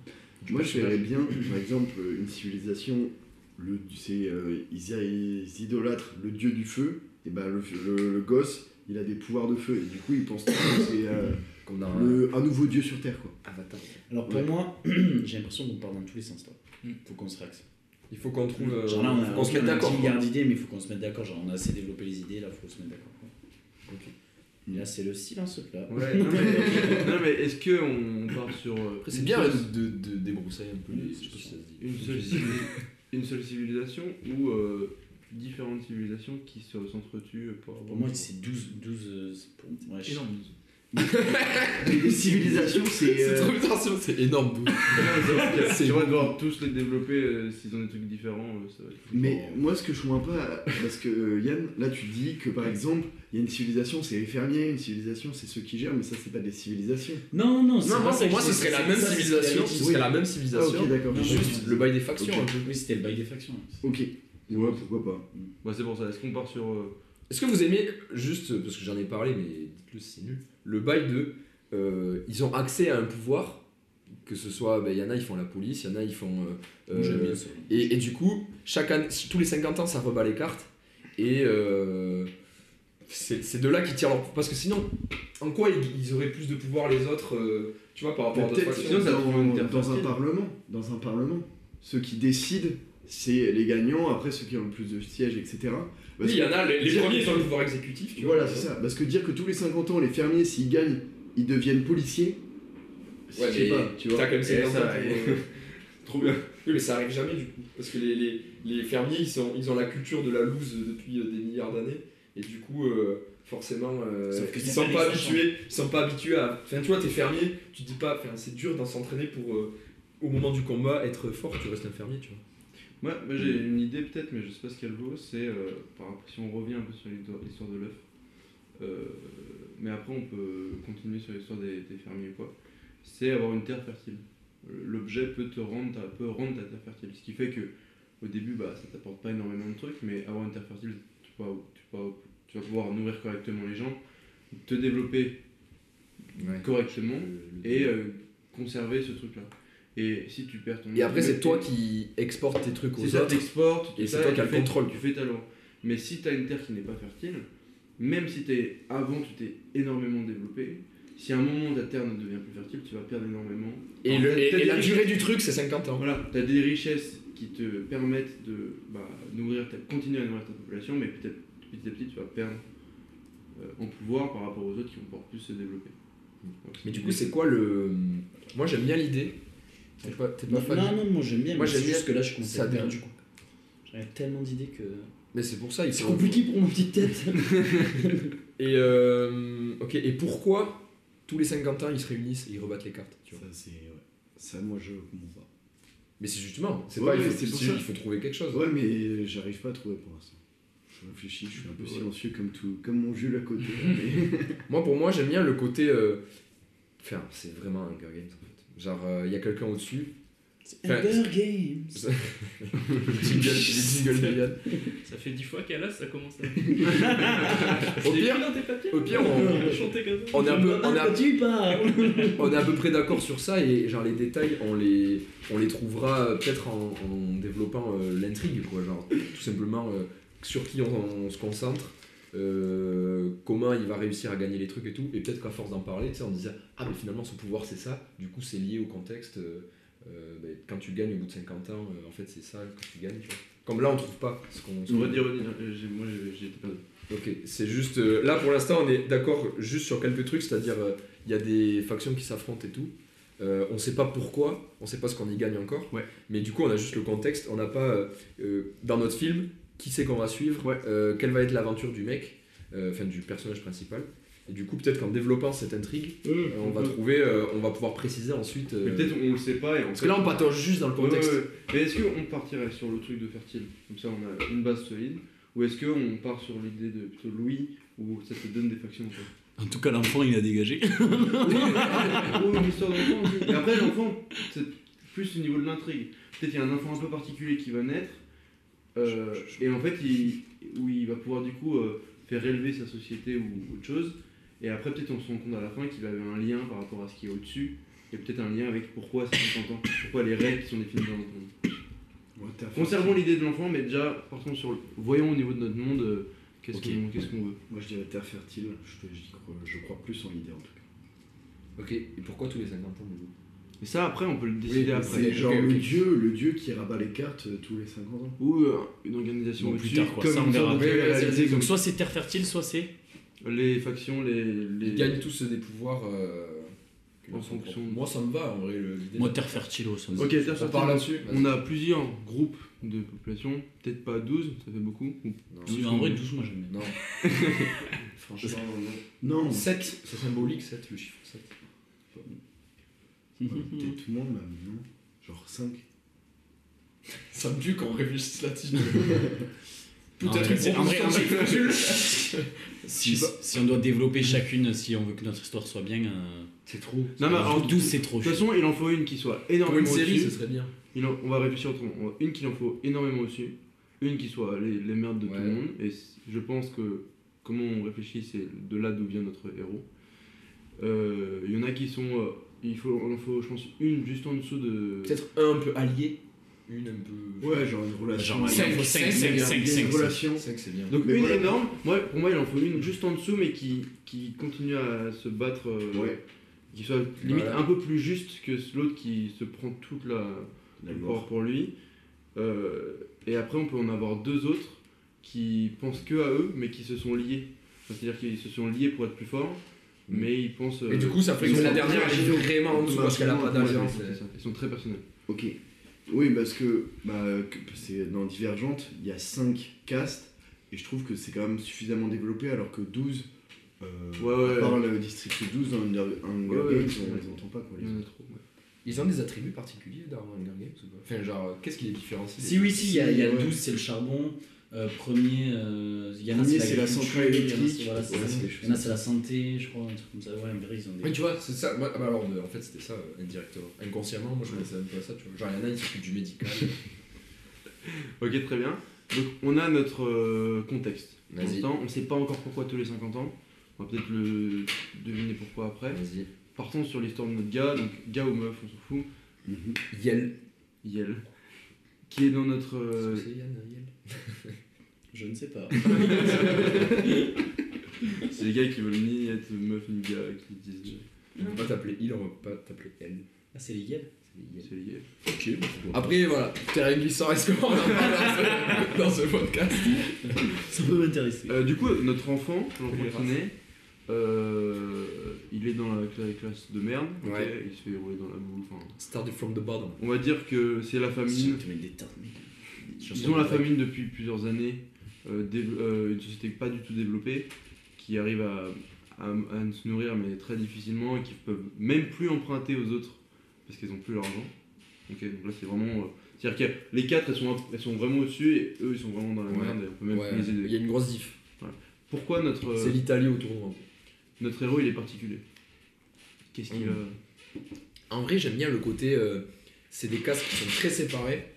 S5: Du
S3: Moi, je
S5: personnage.
S3: verrais bien, par exemple, une civilisation, le, c'est, euh, ils, ils idolâtrent le dieu du feu, et ben le, le- le gosse, il a des pouvoirs de feu, et du coup, il pense que c'est euh,
S5: Comme dans
S3: le- un nouveau dieu sur Terre, quoi.
S5: Avatar.
S7: Alors pour
S3: Ouais.
S7: moi, j'ai l'impression qu'on part dans tous les sens là.
S5: Hmm.
S1: Mm.
S7: Faut qu'on se réaxe.
S5: Il faut qu'on trouve. euh,
S7: Genre là, on a,
S5: faut qu'on se mette
S7: on a
S5: d'accord.
S7: une
S5: quoi.
S7: milliard d'idées, mais faut qu'on se mette d'accord. Genre on a assez développé les idées, là faut se mettre d'accord. quoi.
S5: Ok.
S7: Et Là c'est le silence plat.
S4: Ouais, non, mais, non, mais est-ce qu'on part sur. euh,
S5: Après, c'est
S4: une
S5: bien
S4: seule-
S5: de, de, de débroussailler un peu les. Je sais pas si ça se dit.
S4: une seule, civili- une seule civilisation ou euh, différentes civilisations qui se- s'entretuent pour avoir-
S7: Pour moi c'est 12. 12 euh, c'est pour... ouais, je-
S1: Énorme.
S3: Les civilisations, c'est.
S5: C'est
S3: euh,
S5: trop bizarre, c'est- c'est énorme. d'où-
S4: Tu
S5: C'est
S4: vas devoir tous les développer euh, s'ils ont des trucs différents. euh, ça va être-
S3: Mais moi, ce que je comprends pas, parce que euh, Yann, là, tu dis que par exemple, il y a une civilisation, c'est les fermiers, une civilisation, c'est ceux qui gèrent, mais ça, c'est pas des civilisations.
S7: Non, non, c'est
S5: Non,
S7: pas
S5: moi,
S7: ça
S5: pour
S7: que
S5: moi,
S7: je
S5: ce
S7: dis,
S5: serait la
S7: c'est-
S5: même
S7: ça, c'est
S5: civilisation.
S7: la
S5: Ce
S7: vie.
S5: serait la même
S3: Ah, ok,
S5: civilisation.
S3: d'accord.
S7: Non,
S5: mais Juste le bail des factions hein.
S3: Ok.
S5: un peu.
S7: Oui, c'était le bail des factions. hein. là.
S3: Ok. Ouais, pourquoi pas.
S4: Bah, c'est pour ça, est-ce qu'on part sur. euh,
S5: Est-ce que vous aimez, juste parce que j'en ai parlé, mais dites-le si c'est nul, le bail de. euh, ils ont accès à un pouvoir, que ce soit. Il y en a, ils font la police, il y en a, ils font. euh,
S7: Moi, j'aime
S5: euh,
S7: bien ça.
S5: et, et du coup, chaque année- tous les 50 ans, ça rebat les cartes. Et euh, c'est c'est de là qu'ils tirent leur. Parce que sinon, en quoi ils, ils auraient plus de pouvoir les autres, euh, tu vois, par rapport à d'autres
S3: Peut-être
S5: factions
S4: sinon, ça
S3: dans,
S4: trouve une terre
S3: dans un
S4: fertile.
S3: parlement. Dans un parlement. Ceux qui décident, c'est les gagnants, après ceux qui ont le plus de sièges, etc. Parce
S5: Oui, il y en a, les, les
S3: dire-
S5: premiers, ils ont le pouvoir exécutif, tu
S3: que- voilà,
S5: vois.
S3: c'est ça. Parce que dire que tous les 50 ans, les fermiers, s'ils gagnent, ils deviennent policiers.
S5: Ouais,
S3: je sais
S5: mais
S3: pas, tu vois.
S5: T'as quand même
S4: Eh,
S5: 50 ans,
S4: ça,
S5: tu vois.
S4: Trop bien.
S5: Oui, mais ça arrive jamais du coup. Parce que les, les, les fermiers, ils, sont, ils ont la culture de la loose depuis euh, des milliards d'années. Et du coup, euh, forcément, euh,
S7: Sauf que
S5: ils
S7: c'est
S5: sont
S7: pas
S5: pas
S7: les
S5: habitués. Ils sont pas habitués à. Enfin, tu vois, t'es fermier, tu te dis pas. Enfin, c'est dur d'en s'entraîner pour. euh, au moment du combat, être fort, tu restes un fermier, tu vois.
S4: Moi, moi, j'ai une idée peut-être, mais je sais pas ce qu'elle vaut. C'est euh, par- si on revient un peu sur l'histoire l'histoire de l'œuf. euh, mais après, on peut continuer sur l'histoire des, des fermiers ou quoi. C'est avoir une terre fertile. L'objet peut te rendre, ta- peut rendre ta terre fertile. Ce qui fait que au début, bah, ça t'apporte pas énormément de trucs, mais avoir une terre fertile, tu vas, tu vas- tu vas pouvoir nourrir correctement les gens, te développer correctement et euh, conserver ce truc-là. Et si tu perds ton
S5: Et après, c'est
S4: liberté-
S5: toi qui exportes tes trucs aux
S4: si ça
S5: autres.
S4: t'exporte, tu
S5: et
S4: fais
S5: c'est
S4: ça,
S5: toi
S4: tu
S5: qui as le
S4: fais-
S5: contrôle.
S4: Tu fais ta loi. Mais si t'as une terre qui n'est pas fertile, même si t'es avant tu t'es énormément développé, si à un moment ta terre ne devient plus fertile, tu vas perdre énormément.
S5: Et,
S4: Alors,
S5: le-
S4: t'as-
S5: et-
S4: t'as
S5: et
S4: des
S5: la
S4: riches-
S5: durée du truc, c'est 50 ans.
S4: Voilà, t'as des richesses qui te permettent de bah, nourrir, ta- continuer à nourrir ta population, mais peut-être petit à petit tu vas perdre euh, en pouvoir par rapport aux autres qui vont pouvoir plus se développer. Donc,
S5: Mais du coup, c'est quoi le. Moi, j'aime bien l'idée. T'es pas, t'es pas
S7: Non,
S5: fan
S7: non, non, moi j'aime bien,
S5: Moi,
S7: mais c'est
S5: j'aime bien.
S7: juste que là je commence
S5: Ça
S7: à être
S5: dépend.
S7: perdu. quoi. J'avais tellement d'idées que.
S5: Mais c'est pour ça, il
S7: C'est
S5: faut-
S7: compliqué pour ma petite tête.
S5: Et, euh, ok, et pourquoi tous les 50 ans ils se réunissent et ils rebattent les cartes tu vois
S2: Ça, c'est. Ouais.
S3: Ça, moi, je comprends pas.
S5: Mais c'est justement, c'est
S3: Ouais,
S5: pas, il,
S3: ouais,
S5: faut,
S3: c'est pour
S5: c'est-
S3: ça.
S5: il faut trouver quelque chose.
S3: Ouais, mais j'arrive pas à trouver pour l'instant. Je réfléchis, je suis un peu silencieux comme, tout, comme mon Jules à côté. mais-
S5: Moi pour moi j'aime bien le côté. euh, Enfin, c'est vraiment un girl game en fait. Genre, euh, il y a quelqu'un au-dessus.
S7: C'est
S5: Enfin,
S7: Hunger Games.
S5: Les jingles- les jingles de Yann.
S1: Ça fait 10 fois qu'elle a, ça commence à.
S5: Au pire, au pire, on,
S1: chanter comme ça.
S5: on
S7: Ah,
S5: est un peu, on est à-
S7: tu pas
S5: on est à peu près d'accord sur ça et genre les détails on les, on les trouvera euh, peut-être en, en développant euh, l'intrigue quoi genre tout simplement euh, sur qui on, on se concentre euh, comment il va réussir à gagner les trucs et tout et peut-être qu'à force d'en parler tu sais on disait ah mais finalement son pouvoir c'est ça du coup c'est lié au contexte euh, euh, ben, quand tu gagnes au bout de 50 ans euh, en fait c'est ça quand tu gagnes tu vois. Comme là, on trouve pas ce qu'on. ce
S4: On
S5: qu'on-
S4: va dire, euh, j'ai- moi j'ai j'ai été perdu.
S5: Ok, c'est juste. euh, là pour l'instant, on est d'accord juste sur quelques trucs, c'est-à-dire euh, il y a des factions qui s'affrontent et tout. Euh, on sait pas pourquoi, on sait pas ce qu'on y gagne encore.
S4: Ouais.
S5: Mais du coup, on a juste le contexte. On n'a pas euh, euh, dans notre film qui c'est qu'on va suivre,
S4: Ouais.
S5: euh, quelle va être l'aventure du mec, euh, enfin du personnage principal. Et du coup, peut-être qu'en développant cette intrigue, euh, on va trouver, euh, on va pouvoir préciser ensuite. euh,
S4: Mais peut-être on le sait pas et en
S5: Parce
S4: fait-
S5: que là, on patauge juste dans le
S4: Ouais, ouais,
S5: contexte.
S4: ouais. Mais est-ce qu'on partirait sur le truc de fertile Comme ça, on a une base solide. Ou est-ce qu'on part sur l'idée de plutôt Louis où ça te donne des factions en fait
S6: En tout cas, l'enfant, il a dégagé.
S4: Oui, mais- oui, une histoire d'enfant aussi. Et après, l'enfant, c'est plus au niveau de l'intrigue. Peut-être il y a un enfant un peu particulier qui va naître, euh, et en fait, il, où il va pouvoir du coup euh, faire élever sa société ou autre chose. Et après, peut-être on se rend compte à la fin qu'il avait un lien par rapport à ce qui est au-dessus, et peut-être un lien avec pourquoi c'est 50 ans, pourquoi les règles qui sont définies dans notre monde. Conservons l'idée de l'enfant, mais déjà, partons sur le... Voyons au niveau de notre monde, euh, qu'est-ce
S6: Ok.
S4: qu'on qu'est-ce qu'on veut.
S3: Moi je dirais terre fertile, je, te- j'y crois, je crois plus en l'idée en tout cas.
S5: Ok, et pourquoi tous les 50 ans du coup
S4: Mais ça, après, on peut le décider
S5: mais
S4: après.
S5: ok,
S3: C'est genre
S5: ok.
S3: le dieu, le dieu qui rabat les cartes euh, tous les 50 ans.
S4: Ou euh, une organisation
S6: Bon, plus
S4: au-dessus,
S6: tard, quoi.
S4: comme
S6: Ça, on
S4: une sorte
S6: verra.
S4: de réalité,
S6: Donc,
S4: comme
S6: soit c'est terre fertile, soit c'est.
S4: les factions, les. les...
S5: Ils gagnent tous des pouvoirs. euh, que
S4: En
S5: l'on
S4: fonction
S5: comprend.
S4: de-
S5: Moi, ça me va en vrai. le- l'idée.
S6: Moi, terre fertile au sommet.
S4: Ok,
S5: on
S4: Terre
S5: part
S4: Fertile.
S5: là-dessus.
S4: On a plusieurs groupes de population, peut-être pas 12, ça fait beaucoup. ou-
S5: Non.
S6: Parce que, En vrai, 12, moi, j'aime bien.
S5: Non. Franchement,
S3: Non,
S5: 7, c'est symbolique 7, le chiffre 7.
S3: Ouais, peut-être moins même, non Genre 5.
S5: Ça me tue quand on réfléchit là-dessus.
S6: Non, mais c'est- en vrai, en vrai, Si, si on doit développer chacune, si on veut que notre histoire soit bien. euh,
S5: C'est trop.
S4: Non, mais en
S6: en
S4: tout.
S6: 12,
S4: De
S6: c'est trop.
S4: toute façon, il en faut une qui soit
S5: Pour
S4: énormément
S5: une série, ce
S4: au-dessus.
S5: serait bien.
S4: Il en- On va réfléchir autrement. On va- Une qu'il en faut énormément au-dessus, une qui soit les, les merdes de tout
S5: Ouais.
S4: le monde. Et c- je pense que comment on réfléchit, c'est de là d'où vient notre héros. Euh, Il y en a qui sont. euh, il faut, on en faut, je pense, une juste en dessous de.
S5: Peut-être un un peu allié, une un peu.
S3: Ouais, genre une relation.
S6: Genre, il en faut 5, 5, 5,
S3: une
S6: 5.
S3: relation.
S5: 5, c'est bien.
S4: Donc
S3: Mais
S4: une
S3: voilà.
S4: énorme, ouais, pour moi il en faut une juste en dessous mais qui, qui continue à se battre, euh,
S3: Ouais.
S4: qui soit limite
S5: Voilà.
S4: un peu plus juste que l'autre qui se prend toute la
S3: La
S4: le
S3: loi.
S4: corps pour lui. Euh, et après on peut en avoir deux autres qui pensent que à eux mais qui se sont liés. Enfin, C'est-à-dire qu'ils se sont liés pour être plus forts mais ils pensent... euh,
S5: Et du coup, ça fait
S4: ils
S5: que
S4: sont-
S5: la dernière, elle est vraiment en dessous parce qu'elle a pas d'alliance.
S4: c'est ça, Ils sont très personnels.
S3: Ok. Oui, parce que, bah, que- c'est dans Divergente, il y a 5 castes, et je trouve que c'est quand même suffisamment développé, alors que 12, euh,
S4: Ouais, ouais,
S3: à part le district 12 dans Hunger, Hunger
S4: Ouais, Mm. ouais,
S3: Games,
S4: ouais.
S3: on les entend pas. Quoi,
S4: Il y
S3: les...
S4: en a trop. ouais.
S5: Ils ont des attributs particuliers dans Hunger Games ou pas Enfin, genre, qu'est-ce qui les différencie
S6: Si, oui, si, il y a, il y a
S3: Ouais.
S6: 12, c'est le charbon. Euh, premier, euh, il y en a,
S3: Premier,
S6: c'est
S3: c'est
S6: la
S3: la
S6: culture,
S3: centrale
S6: il y en a,
S3: électrique.
S6: c'est- voilà, c'est
S3: Ouais,
S6: ça.
S3: c'est des
S6: Il y en a, c'est la santé, je crois, un truc comme ça. Ouais, en vrai, ils ont des.
S5: Mais tu vois, c'est ça. Moi, ah bah alors, en fait, c'était ça, euh, indirectement. Inconsciemment, moi, je pensais un peu à ça. Tu vois. Genre, il y en a, ils s'occupent du médical.
S4: Ok très bien. Donc on a notre euh, contexte. Pour
S5: Vas-y.
S4: l'instant, on sait pas encore pourquoi tous les 50 ans. On va peut-être le deviner pourquoi après.
S5: Vas-y.
S4: Partons sur l'histoire de notre gars, donc gars ou meuf, on s'en fout,
S3: Mhm.
S5: Yel.
S4: Yel, qui est dans notre... euh,
S5: C'est Yel, Yel.
S6: Je ne sais pas.
S4: C'est les gars qui veulent ni être meuf ni gars, qui disent...
S5: On va pas t'appeler il, on va pas t'appeler elle.
S6: Ah, c'est les Yel.
S4: C'est les gars.
S5: Après, voilà, terrain glissant, est-ce qu'on en parle dans ce podcast
S6: Ça peut m'intéresser.
S4: Euh, du coup, notre enfant, l'enfant
S5: Les
S4: qui naît, euh, il est dans la cla- classe de merde, ok,
S5: Ouais.
S4: il se fait rouler dans la boue, enfin...
S5: Started from the bottom.
S4: On va dire que c'est la
S6: Si
S4: famine,
S6: on te met des tartes, mec.
S4: Ils ont la famine depuis plusieurs années, euh, dév- euh, une société pas du tout développée, qui arrive à, à- à ne se nourrir mais très difficilement et qui peuvent même plus emprunter aux autres parce qu'elles ont plus l'argent. Ok, donc là c'est vraiment. euh, C'est-à-dire que les quatre elles sont, un- elles sont vraiment au-dessus et eux ils sont vraiment dans la
S5: Ouais.
S4: merde et on peut même
S5: Ouais,
S4: plus les
S5: il y
S4: aider.
S5: a une grosse diff.
S4: Pourquoi notre, euh,
S5: C'est l'Italie au tournoi.
S4: notre héros il est particulier Qu'est-ce qu'il
S5: Mm.
S4: va.
S5: En vrai, j'aime bien le côté. euh, c'est des castes qui sont très séparés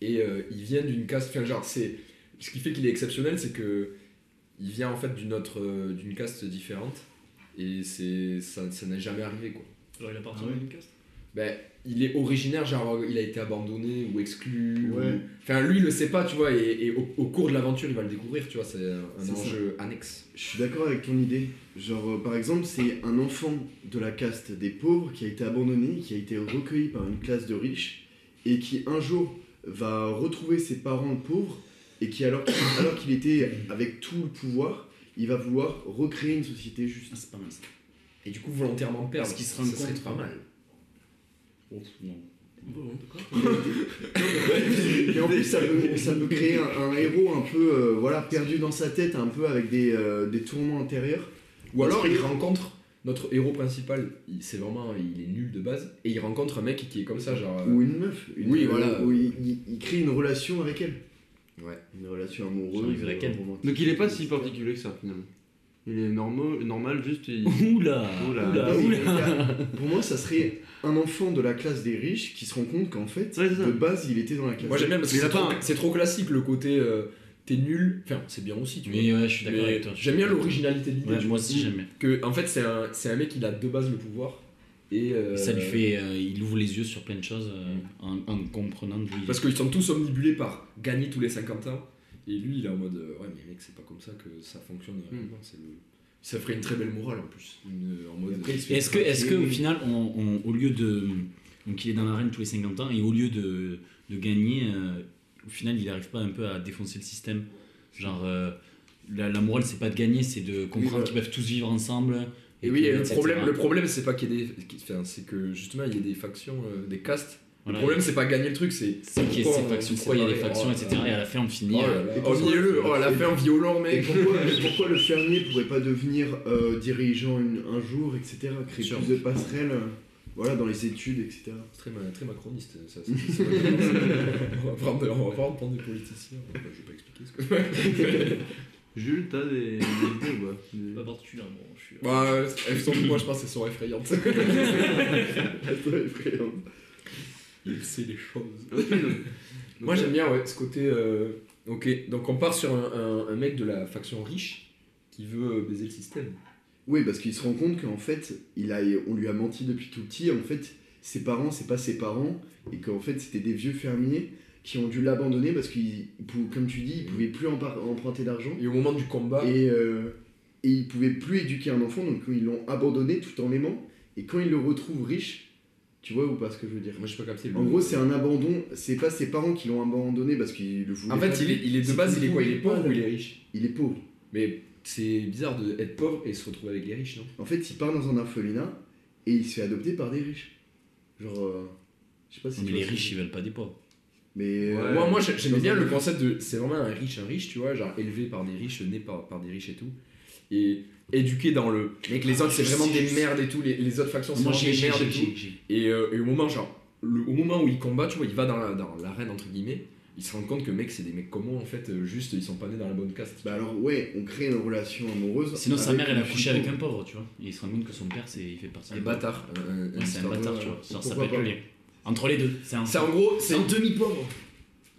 S5: et euh, il vient d'une caste. Enfin, genre, c'est. Ce qui fait qu'il est exceptionnel, c'est que. Il vient en fait d'une autre. euh, d'une caste différente et c'est. ça ça n'est jamais arrivé quoi.
S1: Genre, il
S5: Ah
S1: appartient à une caste
S5: Ben, il est originaire, genre il a été abandonné ou exclu. ou-
S3: Ouais.
S5: Enfin, lui, il le sait pas, tu vois, et, et au, au cours de l'aventure, il va le découvrir, tu vois, c'est un, un
S3: C'est ça.
S5: enjeu annexe.
S3: Je suis d'accord avec ton idée. Genre, euh, par exemple, c'est un enfant de la caste des pauvres qui a été abandonné, qui a été recueilli par une classe de riches, et qui un jour va retrouver ses parents pauvres et qui, alors qu'il alors qu'il était avec tout le pouvoir, il va vouloir recréer une société juste.
S6: Ah, c'est pas mal ça.
S5: Et du coup, volontairement perdre,
S6: Parce qu'il se
S5: ça
S6: rend
S5: serait
S6: compte.
S5: pas mal.
S6: Ouf, non.
S3: Et en plus, ça peut, ça peut créer un, un héros un peu euh, voilà, perdu dans sa tête, un peu avec des, euh, des tourments intérieurs.
S5: Ou alors il rencontre notre héros principal, il- c'est vraiment il est nul de base et il rencontre un mec qui est comme ça genre euh,
S3: Ou une meuf. Une,
S5: Oui, voilà.
S3: Où il, il- il crée une relation avec elle.
S5: Ouais.
S3: Une relation
S6: J'ai
S3: amoureuse. euh,
S6: envie de avec elle.
S3: romantique.
S4: Donc il est pas si particulier que ça finalement. Il est normal, normal juste. il-
S6: Oula
S4: Oula.
S6: Oula
S3: Non, Ah mais
S6: Oula
S3: regarde, Pour moi, ça serait un enfant de la classe des riches qui se rend compte qu'en fait,
S4: Ouais, c'est ça.
S3: de base, il était dans la classe.
S5: Moi j'aime bien parce que
S4: Mais il
S5: c'est
S4: a pas
S5: trop,
S4: un-
S5: c'est trop classique le côté euh, t'es nul, enfin c'est bien aussi tu vois.
S6: Oui, ouais, je suis d'accord
S5: Mais
S6: avec toi.
S5: J'aime bien l'originalité de l'idée.
S6: Ouais,
S5: tu
S6: moi
S5: vois.
S6: aussi, j'aime bien.
S5: Que en fait c'est un c'est un mec il a de base le pouvoir et euh,
S6: Ça lui fait. euh, il ouvre les yeux sur plein de choses euh, en, en comprenant d'où il est.
S5: parce qu'ils sont tous omnibulés par gagner tous les 50 ans et lui il est en mode euh, ouais mais mec c'est pas comme ça que ça
S6: Mm.
S5: fonctionne réellement, c'est le- ça ferait une très belle morale en plus Une- euh, en mode
S6: Et Est-ce que, est-ce que au final, on, on- au lieu de. Donc il est dans l'arène tous les 50 ans, et au lieu de, de gagner, euh, au final, il n'arrive pas un peu à défoncer le système Genre, euh, la, la morale, c'est pas de gagner, c'est de comprendre
S5: voilà.
S6: qu'ils peuvent tous vivre ensemble.
S5: bah. Et oui,
S6: que,
S5: et le
S6: etc.
S5: problème, le problème, c'est pas qu'il y ait des, qu'il- enfin, c'est que justement il y a des factions, euh, des castes.
S6: Voilà.
S5: Le problème, c'est pas gagner le truc, c'est.
S6: c'est qu'il y ait
S5: pourquoi
S6: ces
S5: on-
S6: factions, pourquoi il y a des
S5: séparer,
S6: factions,
S5: oh,
S6: etc. Et à la fin, on
S5: Oh
S6: finit.
S5: là
S6: euh,
S5: là,
S3: Et
S5: oh,
S3: pourquoi-
S5: dis-le, oh, elle a fait un violent
S3: Et
S5: mec.
S3: pourquoi, et pourquoi le fermier pourrait pas devenir euh, dirigeant une- un jour, etc. Créer
S5: Sûr.
S3: plus de passerelles euh, voilà, dans les études, etc.
S5: C'est Très, ma- très macroniste, ça. c'est- c'est- c'est- on va prendre, des- on va pas prendre des politiciens. Bah, je vais pas expliquer ce que.
S4: Jules, t'as des, des idées ou pas Des-
S1: Pas particulièrement, je suis.
S5: bah, euh, elles sont, moi, je pense, qu'elles sont effrayantes.
S3: Attends, effrayant.
S5: Il sait les choses.
S4: Donc,
S5: Moi, j'aime bien, ouais, ce côté. euh, Ok, donc on part sur un, un- un mec de la faction riche qui veut euh, baiser le système.
S3: Oui, parce qu'il se rend compte qu'en fait, il a, on lui a menti depuis tout petit. En fait, ses parents, c'est pas ses parents. Et qu'en fait, c'était des vieux fermiers qui ont dû l'abandonner parce qu'ils, ils pou- comme tu dis, ils pouvaient plus empar- emprunter d'argent.
S5: Et au moment du combat,
S3: Et, euh, et ils pouvaient plus éduquer un enfant. Donc, ils l'ont abandonné tout en l'aimant. Et quand ils le retrouvent riche, tu vois ou pas ce que je veux dire
S5: moi, je peux capter. le-
S3: En gros, c'est un abandon. C'est pas ses parents qui l'ont abandonné parce qu'ils le voulaient.
S5: En
S3: pas.
S5: fait, il est, il est de
S3: C'est
S5: base,
S3: qu'il
S5: il est quoi Il est
S3: pouvait pas,
S5: pauvre ou
S3: là.
S5: il est riche
S3: il est pauvre.
S5: Mais c'est bizarre de être pauvre et se retrouver avec les riches, non
S3: En fait, il part dans un orphelinat et il se fait adopter par des riches. Genre, euh, je sais pas si.
S6: Mais
S3: tu
S6: les
S3: vois ce que
S6: riches,
S3: je
S6: ils veulent pas des pauvres.
S3: Mais euh,
S4: Ouais.
S5: Moi, moi j'ai- j'aimais
S3: Dans
S5: bien
S3: un-
S5: le concept de. C'est vraiment un riche, un riche, tu vois, genre élevé par des riches, né par, par des riches et tout. Et éduqué dans le. Mec, les autres, c'est vraiment des merdes et tout. Les, les autres factions, c'est
S6: Moi,
S5: vraiment
S6: j'ai,
S5: des
S6: j'ai,
S5: merdes
S6: j'ai,
S5: et tout.
S6: j'ai- j'ai-
S5: Et, euh, et au moment, genre, le- au moment où il combat, tu vois, il va dans la dans l'arène, entre guillemets, il se rend compte que, mec, c'est des mecs comme moi, en fait, euh, juste, ils sont pas nés dans la bonne caste.
S3: Bah alors ouais, on crée une relation amoureuse.
S6: Sinon, sa
S3: Bah, avec
S6: mère, elle a
S3: une
S6: couché
S3: fille
S6: avec un pauvre, tu vois. Et il se rend compte que son père, c'est, il fait partie
S5: un
S6: des pauvres.
S5: bâtard. un- un-
S6: Ouais, c'est un
S5: histoire de-
S6: bâtard, tu vois. Ça, ça
S3: Pourquoi
S6: pète le
S3: pas
S6: lien. Entre les deux. C'est un.
S5: C'est en gros, c'est
S6: demi-pauvre.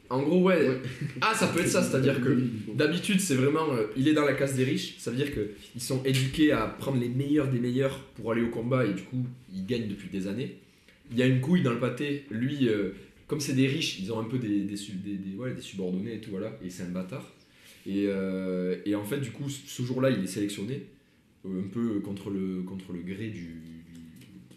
S5: En gros, ouais.
S3: Ouais.
S5: Ah, ça peut être ça, c'est-à-dire que d'habitude, c'est vraiment. euh, il est dans la case des riches, ça veut dire que ils sont éduqués à prendre les meilleurs des meilleurs pour aller au combat et du coup, ils gagnent depuis des années. Il y a une couille dans le pâté, lui, euh, comme c'est des riches, ils ont un peu des, des, sub- des- des- ouais, des subordonnés et tout, voilà, et c'est un bâtard. Et, euh, et en fait, du coup, ce ce jour-là, il est sélectionné, euh, un peu contre le, contre le gré du. du-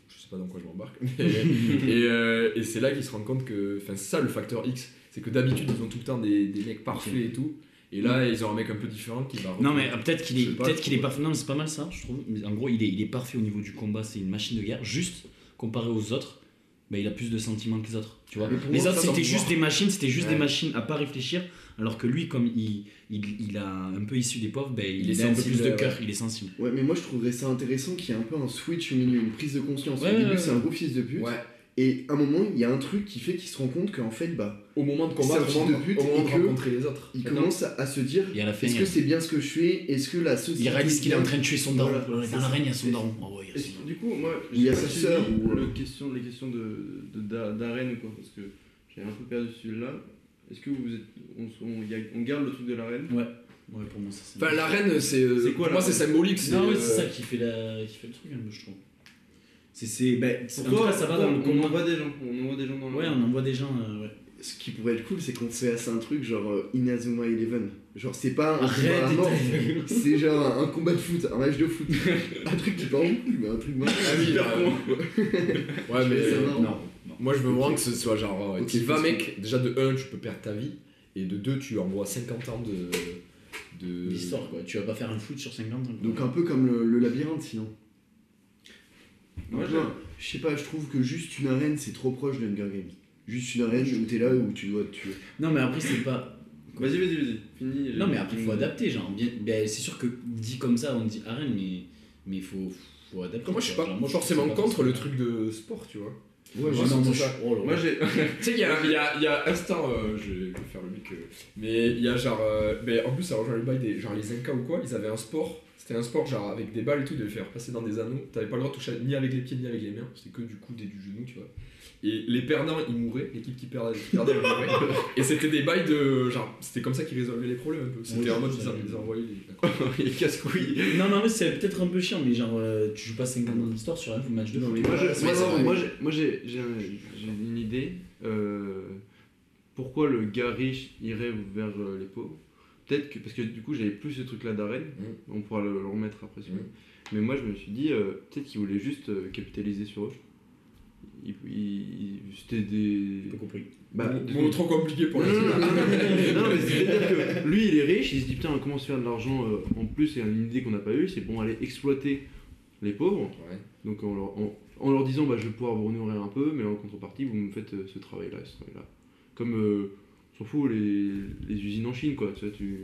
S5: Je sais pas dans quoi je m'embarque. mais- et euh, et c'est là qu'il se rend compte que. Enfin, c'est ça le facteur X. C'est que d'habitude, ils ont tout le temps des, des mecs parfaits et tout. Et là, ils ont un mec un peu différent qui va.
S6: Non mais ah, peut-être qu'il
S5: Je
S6: est,
S5: sais pas,
S6: peut-être
S5: je
S6: qu'il est
S5: trouve.
S6: parfait. Non mais c'est pas mal ça, je trouve. Mais en gros, il est, il est parfait au niveau du combat. C'est une machine de guerre. Juste comparé aux autres, bah, il a plus de sentiments que les autres. Tu vois.
S3: Mais pour
S6: les
S3: moi,
S6: autres
S5: ça, dans
S6: c'était
S5: le
S6: juste
S5: pouvoir.
S6: des machines, c'était juste
S5: Ouais.
S6: des machines à pas réfléchir. Alors que lui, comme il, il, il a un peu issu des pauvres, bah,
S5: Il
S6: il,
S5: est
S6: a un peu
S5: sensible,
S6: plus de
S5: ouais.
S6: cœur, il est sensible.
S3: Ouais, mais moi je trouverais ça intéressant qu'il y ait un peu un switch au milieu, une prise de conscience.
S6: Ouais,
S3: au début,
S6: ouais,
S3: c'est
S6: ouais.
S3: un gros fils de pute.
S5: Ouais.
S3: Et à un moment, il y a un truc qui fait qu'il se rend compte qu'en fait, bah,
S5: Au moment de combattre,
S3: C'est un
S5: au
S3: fils
S5: moment
S3: de pute
S5: au moment
S3: et
S5: de
S3: que-
S5: rencontrer les autres.
S3: il
S6: Ah non.
S3: commence à, à se dire
S6: Et à la fin,
S3: est-ce
S6: il,
S3: que c'est bien ce que je fais Est-ce que la société.
S6: il réalise qu'il est en train de tuer son daron.
S3: Voilà,
S6: Ouais,
S3: c'est
S6: dans
S3: ça.
S6: l'arène, il y a son daron. Oh, ouais, il y a
S4: Est-ce
S6: son
S4: que-
S6: daron.
S4: du coup, moi,
S3: Il y a
S4: pas
S3: sa
S4: suivi
S3: sœur ou- euh,
S4: le question, les questions de, de- d'a- d'arène ou quoi, parce que j'avais un peu perdu celui-là. Est-ce que vous êtes, on, se- on y a- on garde le truc de l'arène
S6: Ouais, pour moi, ça, c'est-
S5: Enfin, la reine, c'est. euh,
S4: C'est quoi,
S5: pour
S4: la
S5: moi, c'est
S4: reine
S5: symbolique. c'est,
S6: Non, ouais,
S5: euh,
S6: c'est ça qui fait, la... qui fait le truc un peu, je trouve. C'est, c'est, bah, c'est- en tout
S4: Pourquoi
S6: cas, ça va dans le
S4: on, on
S6: combat.
S4: envoie des gens, on envoie des gens dans
S6: Ouais,
S4: l'arène.
S6: on envoie des gens. euh, ouais.
S3: Ce qui pourrait être cool, c'est qu'on se fasse un truc genre euh, Inazuma Eleven. Genre, Ah, c'est pas un combat à
S6: Arrête,
S3: mort,
S6: t'es-
S3: c'est genre un, un combat de foot, un match de foot.
S6: Ah
S3: un truc qui parle, mais un truc marrant.
S5: Ah oui, euh, ouais, mais.
S3: ça
S5: euh,
S3: marrant.
S6: Non.
S5: Moi, je veux vraiment que ce soit genre. euh,
S3: Ok,
S5: tu y vas,
S3: parce que-
S5: mec, déjà de 1, tu peux perdre ta vie, et de 2, tu envoies 50 ans de. de...
S6: L'histoire, quoi. Tu vas pas faire un foot sur 50 ans. quoi.
S3: Donc un peu comme le, le labyrinthe sinon.
S4: Moi,
S3: Moi, je sais pas, je trouve que juste une arène c'est trop proche de Hunger Games. Juste une arène où t'es là où tu dois te tuer.
S6: Non, mais après, c'est pas.
S4: Vas-y, vas-y, vas-y. Fini.
S6: Non, mais après, faut adapter. Genre, bien- ben, c'est sûr que dit comme ça, on dit arène, mais mais faut, faut adapter.
S5: Après, moi, je suis
S6: quoi.
S5: pas
S6: Genre, moi, je
S5: forcément
S6: trouve que c'est
S5: contre
S6: pas
S5: le
S6: possible.
S5: truc de sport, tu vois.
S3: Ouais,
S6: Ouais,
S3: juste-
S6: non, moi, je
S5: ça.
S6: oh là là.
S4: Moi, j'ai.
S5: tu sais, il y a, il y, a, il y a instant, euh, je vais faire le mec. euh, mais il y a genre. euh, mais en plus, ça rejoint le bail des. Genre les Incas ou quoi, ils avaient un sport. C'était un sport genre avec des balles et tout, de les faire passer dans des anneaux. T'avais pas le droit de toucher ni avec les pieds ni avec les mains. C'était que du coude et du genou, tu vois. Et les perdants, ils mouraient. L'équipe qui perdait, qui perdait, elle mourait. Et c'était des bails de. Genre, c'était comme ça qu'ils résolvaient les problèmes un peu. C'était
S6: Ouais,
S5: en mode,
S6: ça,
S5: ils en-
S6: ouais.
S5: ils envoyaient les, les casse-couilles.
S6: Non, mais en vrai, c'est peut-être un peu chiant, mais genre, euh, tu joues pas 50 ans d'histoire sur un match de
S4: Non,
S6: foot.
S4: mais moi, je-
S3: c'est
S4: moi,
S3: vrai,
S4: non,
S3: mais-
S4: moi, j'ai- moi, j'ai j'ai un- j'ai une idée. euh, pourquoi le gars riche irait vers euh, les pauvres Peut-être que parce que du coup j'avais plus ce truc là d'arène,
S3: Mm.
S4: on pourra le, le remettre après. celui-là. Mais moi je me suis dit euh, peut-être qu'il voulait juste euh, capitaliser sur eux. Il- il- il- C'était des.
S6: J'ai pas compris.
S4: Bah,
S5: Ils vont trop compliqué pour
S4: non,
S5: les
S4: non, non, non, non, mais c'est-à-dire que lui, il est riche, il se dit putain, comment se faire de l'argent euh, en plus Et une idée qu'on n'a pas eue, c'est bon, aller exploiter les pauvres.
S5: Ouais.
S4: Donc en leur, en, en leur disant, bah, je vais pouvoir vous nourrir un peu, mais en contrepartie, vous me faites euh, ce travail-là, et ce travail-là. Comme, euh, on s'en fout, les, les usines en Chine, quoi. Tu, vois, tu,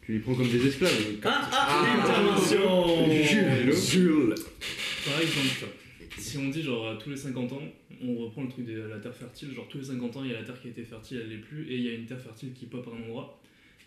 S4: tu les prends comme des esclaves.
S7: Ah, ah, intervention
S5: Jules
S1: Par exemple, si on dit genre à tous les 50 ans, on reprend le truc de la terre fertile, genre tous les 50 ans il y a la terre qui a été fertile, elle l'est plus, et il y a une terre fertile qui pop à un endroit,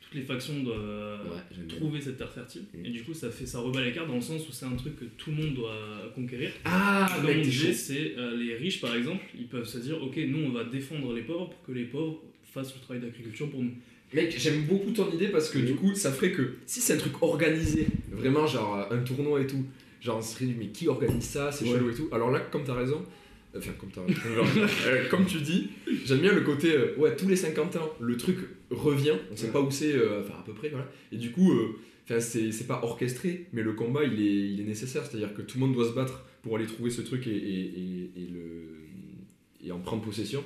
S1: toutes les factions doivent euh,
S6: Ouais, j'aime bien.
S1: trouver cette terre fertile,
S5: Mm.
S1: et du coup ça fait ça rebat les cartes dans le sens où c'est un truc que tout le monde doit conquérir.
S5: Ah,
S1: Comme on
S5: mec, t'es
S1: disait,
S5: chaud.
S1: c'est euh, les riches par exemple, ils peuvent se dire ok, nous on va défendre les pauvres pour que les pauvres fassent le travail d'agriculture pour nous.
S5: Mec, j'aime beaucoup ton idée parce que du coup, ça ferait que si c'est un truc organisé, vraiment genre euh, un tournoi et tout, genre on serait dit mais qui organise ça, c'est
S4: Ouais.
S5: chelou et tout. Alors là, comme t'as raison, euh, enfin comme t'as raison, genre, euh, comme tu dis, j'aime bien le côté, euh, ouais, tous les 50 ans, le truc revient, on sait
S3: Ouais.
S5: pas où c'est, euh, enfin à peu près, voilà. Et du coup, euh, enfin, c'est c'est pas orchestré, mais le combat il est, il est nécessaire, c'est-à-dire que tout le monde doit se battre pour aller trouver ce truc et, et- et- et le, et en prendre possession.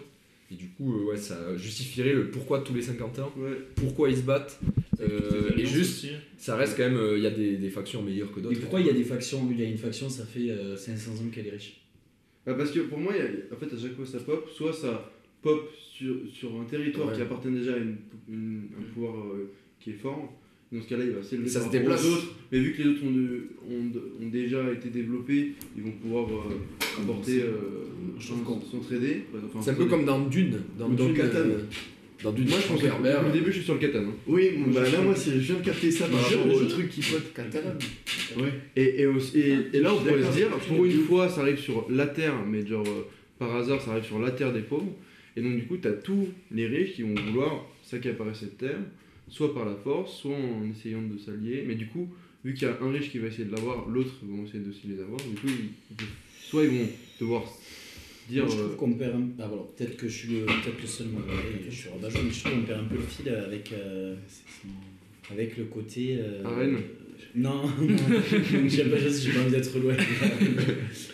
S5: Et du coup, euh, ouais, ça justifierait le pourquoi tous les 50 ans pourquoi ils se battent. euh, et juste,
S1: Aussi. hein.
S5: ça reste quand même, euh, il y a des, des factions meilleures que
S6: Mais
S5: d'autres.
S6: pourquoi il y a des factions Il y a une faction, ça fait euh, 500 ans qu'elle est riche.
S4: Bah, parce que pour moi, il y a- en fait, à chaque fois ça pop, soit ça pop sur, sur un territoire
S5: Ouais.
S4: qui appartient déjà à une- une- un pouvoir euh, qui est fort. Dans ce cas-là, il va s'élever
S5: Ça
S4: par
S5: se
S4: rapport aux
S5: déplace.
S4: autres. Mais vu que les autres ont, de- ont- ont déjà été développés, ils vont pouvoir euh, apporter, euh,
S6: Je trouve qu'on-
S4: s'entraider. Enfin,
S5: C'est un peu
S4: s'entraider.
S5: comme dans Dune, dans,
S4: Ou
S5: dans
S4: Dune,
S5: Catan.
S4: euh,
S5: Dans Dune,
S4: Moi, je pense que
S5: Herbert,
S4: depuis le début, je suis sur le katane.
S3: Oui, bon, bah là moi c'est- je viens de capter ça par
S4: Jure,
S3: rapport au
S4: jure.
S3: truc qui pote. Catalan.
S4: Et, et, aussi-
S6: Ah,
S4: et- et là, on pourrait
S3: D'accord.
S4: se dire, pour une fois, ça arrive sur la terre, mais genre euh, par hasard, ça arrive sur la terre des pauvres. Et donc, du coup, t'as tous les riches qui vont vouloir s'accaparer cette terre, soit par la force, soit en essayant de s'allier. Mais du coup, vu qu'il y a un riche qui va essayer de l'avoir, l'autre va essayer de aussi les avoir. Du coup, ils- soit ils vont devoir dire.
S6: Moi, je trouve
S4: euh,
S6: qu'on perd un Ah, voilà. Peut-être que je suis le, peut-être le seul mauvais, je suis rabat mais je trouve qu'on perd un peu le fil avec, euh, avec le côté. euh,
S4: Arène.
S6: Non, non. j'aime pas ça, j'ai pas envie d'être loin.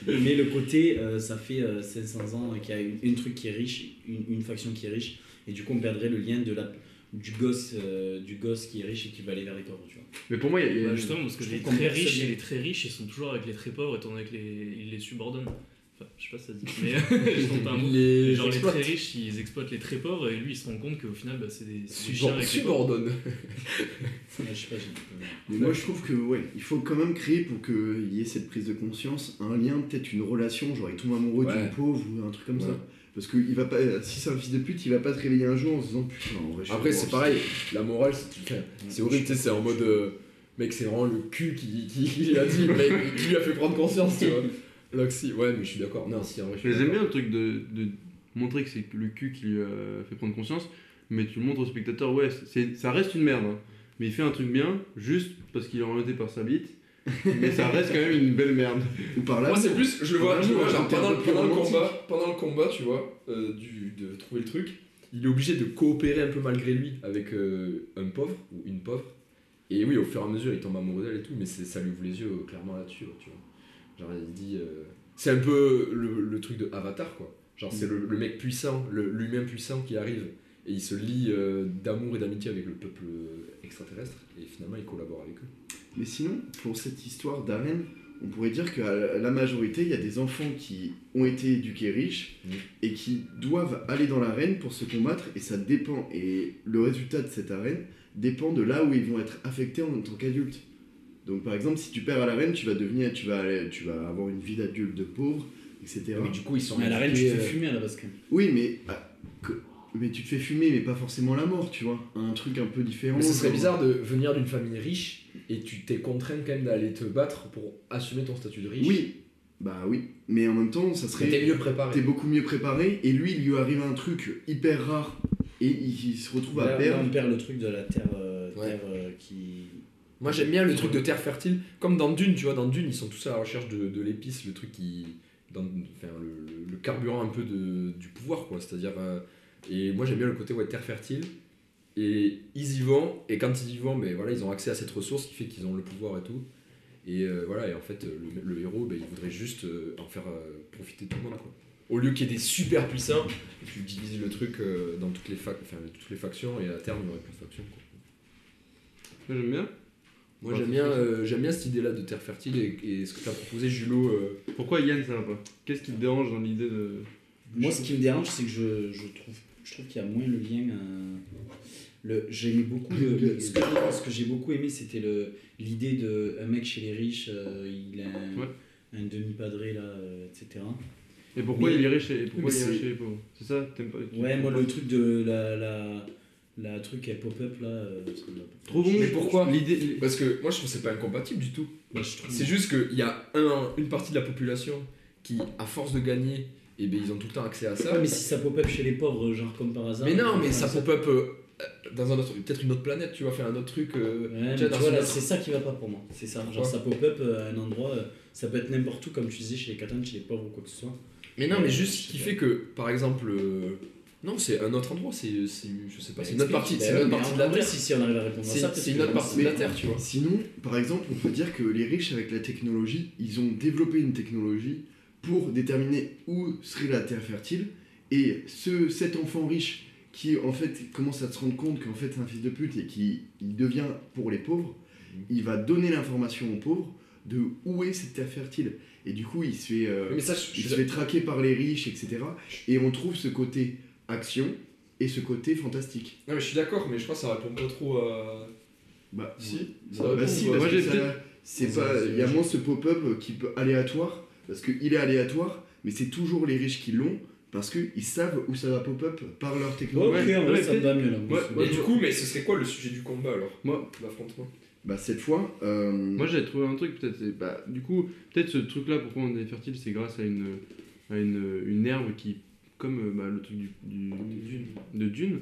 S6: Mais le côté, euh, ça fait euh, 500 ans qu'il y a une, une truc qui est riche, une, une faction qui est riche, et du coup on perdrait le lien de la, du, gosse, euh, du gosse qui est riche et qui va aller vers les pauvres. Tu vois.
S4: Mais pour moi, il y a. il y a-
S1: Bah justement, parce que
S6: Je
S1: les
S6: trouve qu'on
S1: très,
S6: perd
S1: riches,
S6: cette-
S1: les très riches, ils sont toujours avec les très pauvres, étant donné qu'ils les, ils les subordonnent. Enfin, je sais pas si ça se dit, mais ils sont un mot.
S5: les
S1: Genre les
S5: exploitent.
S1: très riches, ils exploitent les très pauvres, et lui, il se rend compte qu'au final, bah, c'est des, c'est des chiens
S5: Subor-
S1: avec les pauvres.
S5: subordonnent.
S6: Ouais, je sais pas, j'ai-
S3: Mais moi je trouve que ouais, il faut quand même créer pour qu'il y ait cette prise de conscience, un lien, peut-être une relation, genre il tombe amoureux
S5: Ouais.
S3: d'une pauvre ou un truc comme
S5: Ouais.
S3: ça. Parce que il va pas, si c'est un fils de pute, il va pas se réveiller un jour en se disant putain, en vrai, je suis
S5: Après, c'est
S3: pauvre.
S5: pareil, la morale, c'est enfin, c'est horrible, tu sais, c'est en mode. euh, mec, c'est vraiment le cul qui, qui, qui l'a dit, mec, qui lui a fait prendre conscience, tu vois. Là que si, ouais, mais je suis d'accord. Non, si, en vrai, je
S4: Je
S5: suis
S4: les aime
S5: d'accord.
S4: bien le truc de, de montrer que c'est le cul qui lui euh, fait prendre conscience, mais tu le montres au spectateur, ouais, c'est, ça reste une merde. hein. Mais il fait un truc bien, juste parce qu'il est orienté par sa bite, mais ça reste quand même une belle merde.
S3: Ou par là.
S5: Moi, c'est plus, je le vois, je le vois genre
S3: C'était un
S5: pendant,
S3: peu plus
S5: pendant le
S3: romantique.
S5: combat, pendant le combat, tu vois, euh, du, de trouver le truc, il est obligé de coopérer un peu malgré lui avec euh, un pauvre ou une pauvre. Et oui, au fur et à mesure, il tombe amoureux d'elle et tout, mais c'est- ça lui ouvre les yeux euh, clairement là-dessus, tu vois. Genre, il dit. euh, C'est un peu le, le truc de Avatar, quoi. Genre, c'est le, le mec puissant, le- l'humain puissant qui arrive. Et il se lie euh, d'amour et d'amitié avec le peuple euh, extraterrestre. Et finalement, il collabore avec eux.
S3: Mais sinon, pour cette histoire d'Aren, on pourrait dire que à la majorité, il y a des enfants qui ont été éduqués riches
S5: Mhm.
S3: et qui doivent aller dans l'arène pour se combattre et ça dépend. Et le résultat de cette arène dépend de là où ils vont être affectés en tant qu'adultes. Donc par exemple, si tu perds à l'arène, tu vas devenir, tu vas, aller- tu vas avoir une vie d'adulte de pauvre, etc.
S5: Mais du coup, ils sont.
S7: Mais à la reine, tu
S5: éduqués,
S7: te fais
S5: euh,
S7: fumer à la base quand même.
S3: Oui, mais ah, que- mais tu te fais fumer, mais pas forcément la mort, tu vois. Un truc un peu différent.
S5: Mais ce serait
S3: genre-
S5: bizarre de venir d'une famille riche et tu t'es contraint quand même d'aller te battre pour assumer ton statut de riche.
S3: Oui, bah oui. Mais en même temps, ça serait.
S5: Mais T'es mieux
S3: T'es
S5: préparé.
S3: beaucoup mieux préparé et lui il lui arrive un truc hyper rare et il, il se retrouve à
S6: Là, là,
S3: perdre.
S6: on perd le truc de la terre, euh,
S5: Ouais.
S6: terre, euh, qui.
S5: Moi j'aime bien le truc de terre fertile. Comme dans Dune, tu vois, dans Dune, ils sont tous à la recherche de, de l'épice, le truc qui. Dans, enfin, le, le- le carburant un peu de, du pouvoir, quoi. C'est-à-dire. euh, et moi j'aime bien le côté ouais, terre fertile. Et ils y vont, et quand ils y vont, ben, voilà, ils ont accès à cette ressource qui fait qu'ils ont le pouvoir et tout. Et euh, voilà, et en fait, euh, le, le héros, ben, il voudrait juste euh, en faire euh, profiter tout le monde, quoi. Au lieu qu'il y ait des super puissants, tu divises le truc euh, dans toutes les, fac- enfin, toutes les factions, et à terme, il n'y aurait plus de factions, quoi.
S4: Moi, j'aime bien.
S5: Moi
S4: Ouais,
S5: j'aime
S4: c'est
S5: bien,
S4: ça.
S5: euh, j'aime bien cette idée-là de terre fertile et, et ce que t'as proposé Julo. euh,
S4: Pourquoi Yann ça va pas Qu'est-ce qui te dérange dans l'idée de.
S6: Moi, ce qui me dérange, c'est que je, je trouve, je trouve qu'il y a moins le lien. euh, le, j'aimais beaucoup le- le- ce que, ce que j'ai beaucoup aimé, c'était le l'idée de un mec chez les riches, euh, il a un,
S4: Ouais.
S6: un demi-padré là, euh, etc.
S4: Et pourquoi
S6: Mais-
S4: il irait chez, et pourquoi
S3: Mais
S4: il irait
S3: c'est-
S4: chez les pauvres C'est ça T'aimes pas
S6: Ouais, moi le truc de la la, la truc elle pop-up là. euh, ça me va pas.
S4: Trop bon
S5: Mais pourquoi
S4: L'idée.
S5: Parce que moi je trouve que c'est pas incompatible du tout.
S6: Bah, je trouve-
S5: C'est juste qu'il y a un- une partie de la population qui, à force de gagner, et ben, ils ont tout le temps accès à ça.
S6: Ouais, mais
S5: mais,
S6: si ça pop-up chez les pauvres, genre comme par hasard.
S5: non, mais
S6: comme
S5: ça
S6: par hasard.
S5: pop-up euh, euh, dans un autre, peut-être une autre planète, tu vas faire un autre truc. euh,
S6: Ouais, mais
S5: déjà
S6: tu
S5: dans
S6: vois,
S5: une
S6: là,
S5: autre-
S6: c'est ça qui va pas pour moi. C'est ça. Genre,
S5: Pourquoi
S6: ça pop-up euh, à un endroit, euh, ça peut être n'importe où, comme tu disais, chez les katanes, chez les pauvres ou quoi que ce soit.
S5: Mais non,
S6: Ouais,
S5: mais juste
S6: je
S5: ce qui
S6: sais
S5: fait que, par exemple. euh, Non, c'est un autre endroit, c'est. c'est- Je sais pas, c'est une autre
S6: Explique,
S5: partie,
S6: bah
S5: c'est
S6: ouais,
S5: une autre
S6: mais
S5: partie
S6: en
S5: de la
S6: vrai,
S5: Terre.
S6: Si, si, on arrive à répondre à ça,
S5: C'est
S6: parce
S5: c'est
S6: que
S5: une autre partie de la
S3: mais-
S5: Terre, tu vois.
S3: Sinon, par exemple, on peut dire que les riches avec la technologie, ils ont développé une technologie pour déterminer où serait la terre fertile et ce, cet enfant riche qui en fait commence à se rendre compte qu'en fait c'est un fils de pute et qui il devient pour les pauvres,
S6: Mhm.
S3: il va donner l'information aux pauvres de où est cette terre fertile et du coup il se fait euh,
S5: Mais ça, je-
S3: il
S5: je
S3: se fait traquer par les riches, etc. Et on trouve ce côté action et ce côté fantastique.
S5: Non mais je suis d'accord, mais je crois que ça répond pas trop à.
S3: Bah,
S5: Si.
S3: bah, bah si, parce
S4: Moi,
S3: que
S4: j'ai
S3: ça-
S4: peut-être-
S3: c'est pas, il y a moins ce pop-up qui peut aléatoire parce qu'il est aléatoire, mais c'est toujours les riches qui l'ont parce qu'ils savent où ça va pop-up par leur
S6: Ouais,
S3: technologie.
S6: ok, en vrai,
S4: ouais,
S6: ça me va mieux là.
S4: Ouais,
S5: Et du coup, mais ce serait quoi le sujet du combat alors
S4: Moi-
S5: L'affrontement.
S3: Bah cette fois, euh,
S4: Moi j'avais trouvé un truc peut-être. c'est- Bah, du coup, peut-être ce truc là, pourquoi on est fertile, c'est grâce à une, à une, une herbe qui, comme euh, bah, le truc du, du- de Dune,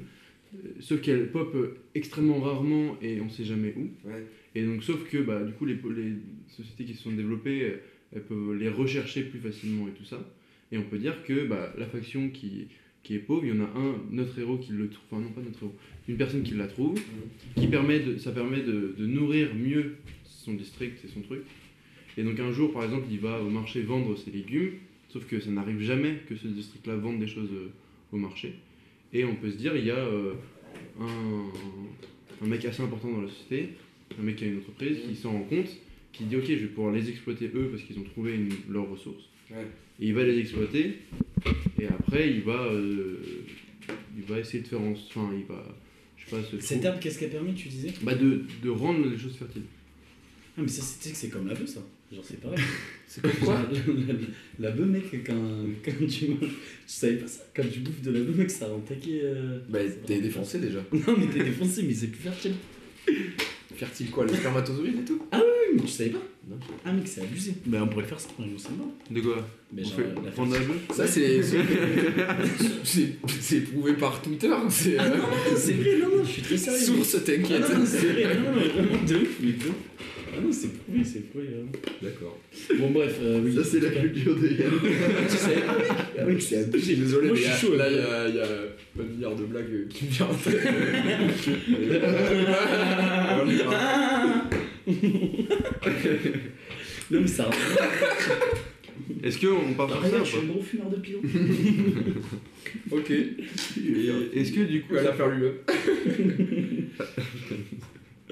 S4: euh, sauf qu'elle pop euh, extrêmement rarement et on sait jamais où.
S5: Ouais.
S4: Et donc, sauf que bah, du coup, les, les sociétés qui se sont développées, euh, elles peuvent les rechercher plus facilement et tout ça. Et on peut dire que bah, la faction qui, qui est pauvre, il y en a un, notre héros qui le trouve, enfin non pas notre héros, une personne qui la trouve, qui permet de, ça permet de, de nourrir mieux son district et son truc. Et donc un jour, par exemple, il va au marché vendre ses légumes, sauf que ça n'arrive jamais que ce district-là vende des choses euh, au marché. Et on peut se dire, il y a euh, un, un mec assez important dans la société, un mec qui a une entreprise, qui s'en rend compte, qui dit, ok, je vais pouvoir les exploiter eux parce qu'ils ont trouvé une- leurs ressources.
S5: Ouais.
S4: Et il va les exploiter, et après, il va, euh, il va essayer de faire en... Enfin, il va... Je sais pas, se
S6: Cette herbe, qu'est-ce qu'elle permet, tu disais
S4: bah de, de rendre les choses fertiles.
S6: Ah, mais ça, c'est tu sais que c'est comme la bœuf, ça. Genre, c'est pareil.
S5: C'est comme quoi
S6: La- la- La bœuf, mec, quand, quand tu manges. Tu savais pas ça Quand tu bouffes de la bœuf, mec, ça rend taquet. euh,
S5: Bah t'es défoncé déjà.
S6: Non, mais t'es défoncé, mais c'est plus fertile.
S5: Fertile quoi, les spermatozoïdes et tout
S6: Ah oui, mais tu savais pas
S5: Non.
S6: Ah, mec, c'est abusé. Bah, on pourrait faire ça pour un jour sympa.
S4: De quoi
S6: Mais
S4: On
S6: genre,
S4: fait
S6: la- la
S4: prendre la bœuf
S5: Ça c'est. c'est- c'est prouvé par Twitter, c'est.
S6: Ah non,
S5: euh,
S6: non, c'est vrai, non, non, je suis très sérieux.
S5: Source
S6: Ah
S5: t'inquiète.
S6: non, non, c'est vrai, non, non, mais vraiment de ouf, mais de ouf. Ah non, c'est prouvé, c'est prouvé. vraiment.
S5: D'accord.
S6: Bon, bref, euh, oui.
S3: ça c'est la culture de Yann.
S5: Tu sais,
S6: Ah oui, c'est abusé.
S5: j'ai désolé,
S6: Moi,
S5: mais
S6: je
S5: là-
S6: suis chaud,
S5: là
S6: là.
S1: euh,
S5: il y a, il y a un milliard de blagues euh, qui me viennent en tête. On y va.
S6: non mais ça.
S4: Est-ce qu'on
S6: Ah,
S4: part sur
S1: Après,
S4: ça
S1: je suis
S4: ou
S1: un gros fumeur de pilon.
S5: Ok.
S4: pas Est-ce que du coup,
S5: euh, à
S4: ça
S5: la faire lui-même.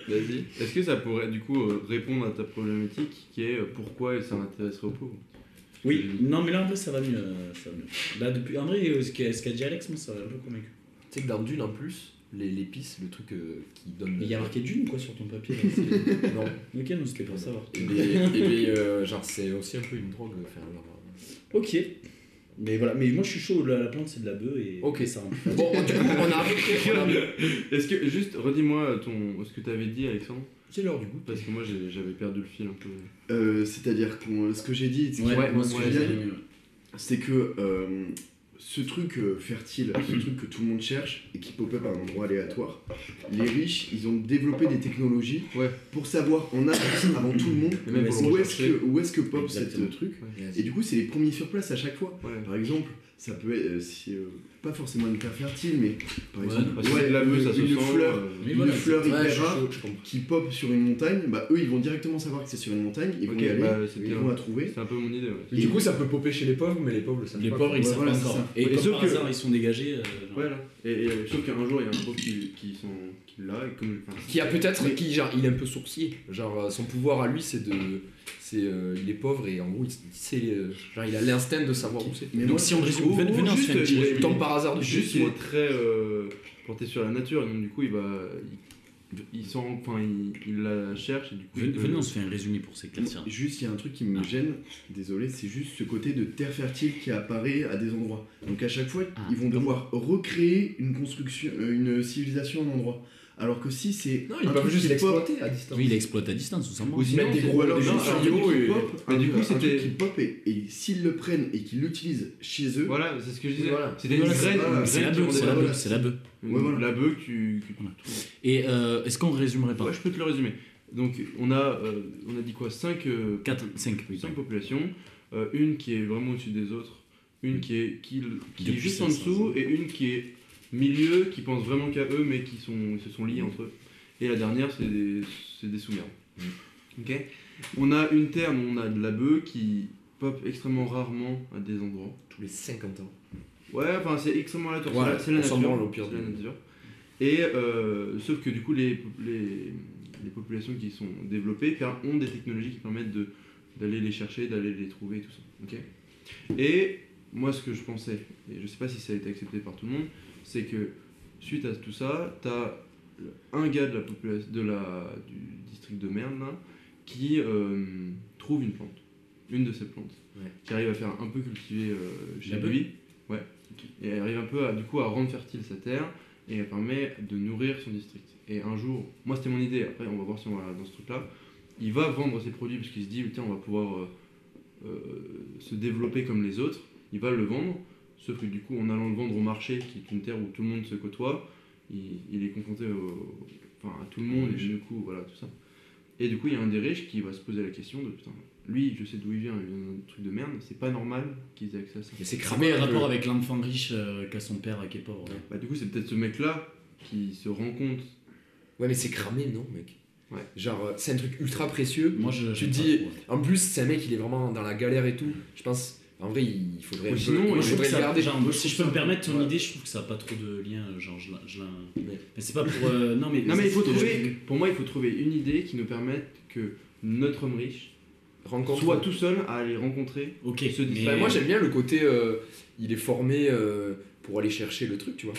S4: Vas-y. Est-ce que ça pourrait du coup euh, répondre à ta problématique qui est euh, pourquoi ça m'intéresserait aux pauvres
S6: Oui, non, mais là, en vrai, ça va mieux. euh, ça va mieux. Là, depuis... En vrai, euh, ce qu'a ce qu'a dit Alex, moi, ça m'a un peu convaincu.
S5: Tu sais que dans Dune en plus, les- l'épice, le truc euh, qui donne.
S7: Mais il y a marqué Dune ou quoi sur ton papier là
S5: Non.
S7: Ok, non, c'était pour savoir.
S5: Et puis, et puis, euh, genre, c'est aussi un peu une drogue. enfin, genre, euh.
S7: Ok. Mais voilà, mais moi je suis chaud, la, la plante c'est de la bœuf et
S5: Ok.
S7: et ça rentre.
S5: Bon, du coup, on a arrêté. on a arrêté.
S4: Est-ce que juste redis-moi ton ce que t'avais dit Alexandre
S5: C'est l'heure du goût.
S4: parce que moi j'ai- j'avais perdu le fil un peu.
S3: Euh, C'est-à-dire que ce que j'ai dit, ce qui-
S7: Ouais,
S4: Ouais,
S7: moi ce que
S4: ouais,
S7: j'ai
S3: ouais.
S7: bien
S6: euh,
S7: aimé, ouais.
S3: c'est que euh, ce truc euh, fertile, ce truc que tout le monde cherche et qui pop-up à un endroit aléatoire, les riches, ils ont développé des technologies
S4: Ouais.
S3: pour savoir en avance, avant tout le monde,
S4: Et même pour le
S3: où est-ce
S4: rechercher.
S3: que, où est-ce que pop cette
S7: Exactement.
S3: euh, truc. Et
S5: Et
S3: du coup, c'est les premiers sur place à chaque fois.
S4: Ouais.
S3: Par exemple, ça peut être, euh, si, euh, pas forcément une terre fertile, mais par exemple,
S4: Parce que c'est de la
S3: une,
S4: meuse, ça se
S3: une
S4: sent,
S3: fleur
S4: euh,
S6: Mais
S3: une
S6: voilà,
S3: fleur
S5: ouais,
S3: hyper
S5: je suis
S3: rare
S5: chaud, je comprends.
S3: qui pop sur une montagne, bah eux ils vont directement savoir que c'est sur une montagne, ils vont
S4: Ok,
S3: y aller,
S4: bah, c'était
S3: ils
S4: un-
S3: vont la trouver.
S4: C'est un peu mon idée. Ouais.
S5: Mais Du coup, ça peut popper chez les pauvres, mais les pauvres le savent
S6: Les
S5: pas.
S6: pauvres, ils
S3: ouais,
S6: savent
S3: voilà,
S6: pas
S3: c'est
S6: encore.
S3: ça.
S6: Et,
S4: Et
S6: comme
S4: sauf
S6: par
S4: que-
S6: hasard, ils sont dégagés. euh, genre.
S4: Voilà. Et, et- sauf qu'un jour il y a un pauvre qui, qui sont qui l'a et comme enfin,
S5: Qui a peut-être, qui genre, il est un peu sourcier. Genre, euh, son pouvoir à lui, c'est de, c'est, euh, il est pauvre et en gros, il, il sait, euh, genre, il a l'instinct de savoir où c'est.
S3: Mais
S6: Donc,
S3: moi,
S6: si on résume,
S4: Oh,
S6: venez,
S4: oh,
S6: venez, on se
S4: juste,
S6: fait un petit
S4: il est-
S6: résumé.
S5: Tombe par hasard dessus.
S4: Juste, il est très euh, porté sur la nature, et donc du coup, il va. Il, il s'en rend- enfin, il, il la cherche, et du coup.
S6: Venez,
S4: il peut-
S6: venez, on se fait un résumé pour s'éclaircir.
S3: Juste, il y a un truc qui me
S6: Ah.
S3: gêne, désolé, c'est juste ce côté de terre fertile qui apparaît à des endroits. Donc à chaque fois,
S6: Ah,
S3: ils vont devoir recréer une construction, euh, une civilisation, un endroit. Alors que si c'est
S5: Non,
S3: un
S5: ils
S3: truc
S5: peuvent juste
S3: qui pop,
S5: l'exploiter à distance.
S6: Oui, il exploite à distance, tout simplement.
S4: Ou sinon,
S5: mettre des
S4: c'est-
S5: gros-
S3: ou alors
S5: des
S3: juste
S5: gros
S3: un truc
S4: tuyaux
S3: qui
S4: et-
S3: pop,
S4: mais
S3: un-
S4: du coup,
S3: un truc
S4: c'était-
S3: qui pop et, et s'ils le prennent et qu'ils l'utilisent chez eux,
S4: Voilà, c'est ce que je disais.
S5: Voilà.
S4: C'était une
S6: Voilà,
S4: graine,
S3: voilà,
S4: une
S6: C'est la
S4: graine qui
S6: bœuf,
S4: rendait
S6: c'est la
S4: la
S6: bœuf, c'est la bœuf.
S3: Ouais, voilà.
S4: La bœuf, tu. que tu
S6: Voilà.
S4: trouves.
S6: Et euh, est-ce qu'on résumerait pas
S4: Ouais, je peux te le résumer. Donc, on a, euh, on a dit quoi euh, 5
S6: 4, 5, oui.
S4: cinq populations. Euh, une qui est vraiment au-dessus des autres, une qui est, qui, qui est
S6: Depuis
S4: juste en
S6: 500
S4: dessous,
S6: ans.
S4: et une qui est milieu, qui pense vraiment qu'à eux, mais qui sont, ils se sont liés entre eux. Et la dernière, c'est des, c'est des sous-merdes.
S5: Mm.
S4: Ok On a une terre où on a de la bœuf qui pop extrêmement rarement à des endroits.
S5: Tous les 50 ans.
S4: Ouais, enfin, c'est extrêmement aléatoire.
S5: Ouais,
S4: c'est la- c'est la
S5: on s'en
S4: nature.
S5: branle au pire.
S4: C'est la nature. Et euh, sauf que du coup, les, les, les populations qui sont développées per- ont des technologies qui permettent de- d'aller les chercher, d'aller les trouver, tout ça. ok et moi, ce que je pensais, et je sais pas si ça a été accepté par tout le monde, c'est que suite à tout ça, t'as le- un gars de la population, de la, du district de merde là, qui euh, trouve une plante, une de ces plantes,
S5: Ouais.
S4: qui arrive à faire un peu cultiver euh, chez
S6: La beuh
S4: lui, ouais, et elle arrive un peu à, du coup à rendre fertile sa terre et elle permet de nourrir son district. Et un jour, moi c'était mon idée, après on va voir si on va dans ce truc là, il va vendre ses produits parce qu'il se dit putain on va pouvoir euh, euh, se développer comme les autres, il va le vendre, sauf que du coup en allant le vendre au marché qui est une terre où tout le monde se côtoie, il, il est confronté au- enfin, à tout le monde et du coup voilà tout ça. Et du coup il y a un des riches qui va se poser la question de putain, lui je sais d'où il vient, il vient d'un truc de merde, c'est pas normal qu'ils aient accès à ça.
S5: Mais c'est
S6: Mais
S5: cramé
S6: le
S5: un
S6: rapport
S5: peu.
S6: avec l'enfant riche euh, qu'a son père et qui est pauvre. ouais.
S4: Bah du coup c'est peut-être ce mec là qui se rend compte
S5: Ouais, mais c'est cramé, non, mec
S4: Ouais.
S5: Genre, euh, c'est un truc ultra précieux.
S6: Moi, je.
S5: Tu
S6: j'aime
S5: dis-
S6: pas trop,
S5: En
S6: ouais.
S5: plus, c'est un mec, il est vraiment dans la galère et tout. Je pense, en vrai, il faudrait.
S4: Ou
S5: un peu-
S4: sinon,
S5: il
S4: moi,
S6: Moi, je trouve
S5: faudrait
S6: que
S5: le
S6: ça,
S5: garder.
S6: genre, si je peux me permettre ton
S5: Ouais.
S6: idée, je trouve que ça n'a pas trop de lien. euh, Genre, je l'in- je l'in-
S5: Ouais.
S6: Mais c'est pas pour. euh, non, mais.
S4: Non mais il faut
S6: c'est-
S4: trouver, pour moi il faut trouver une idée qui nous permette que notre homme riche
S5: Rencontre.
S4: soit tout seul à aller rencontrer.
S6: Ok.
S4: se disent,
S6: mais-
S5: Bah, moi j'aime bien le côté euh, il est formé euh, pour aller chercher le truc, tu vois.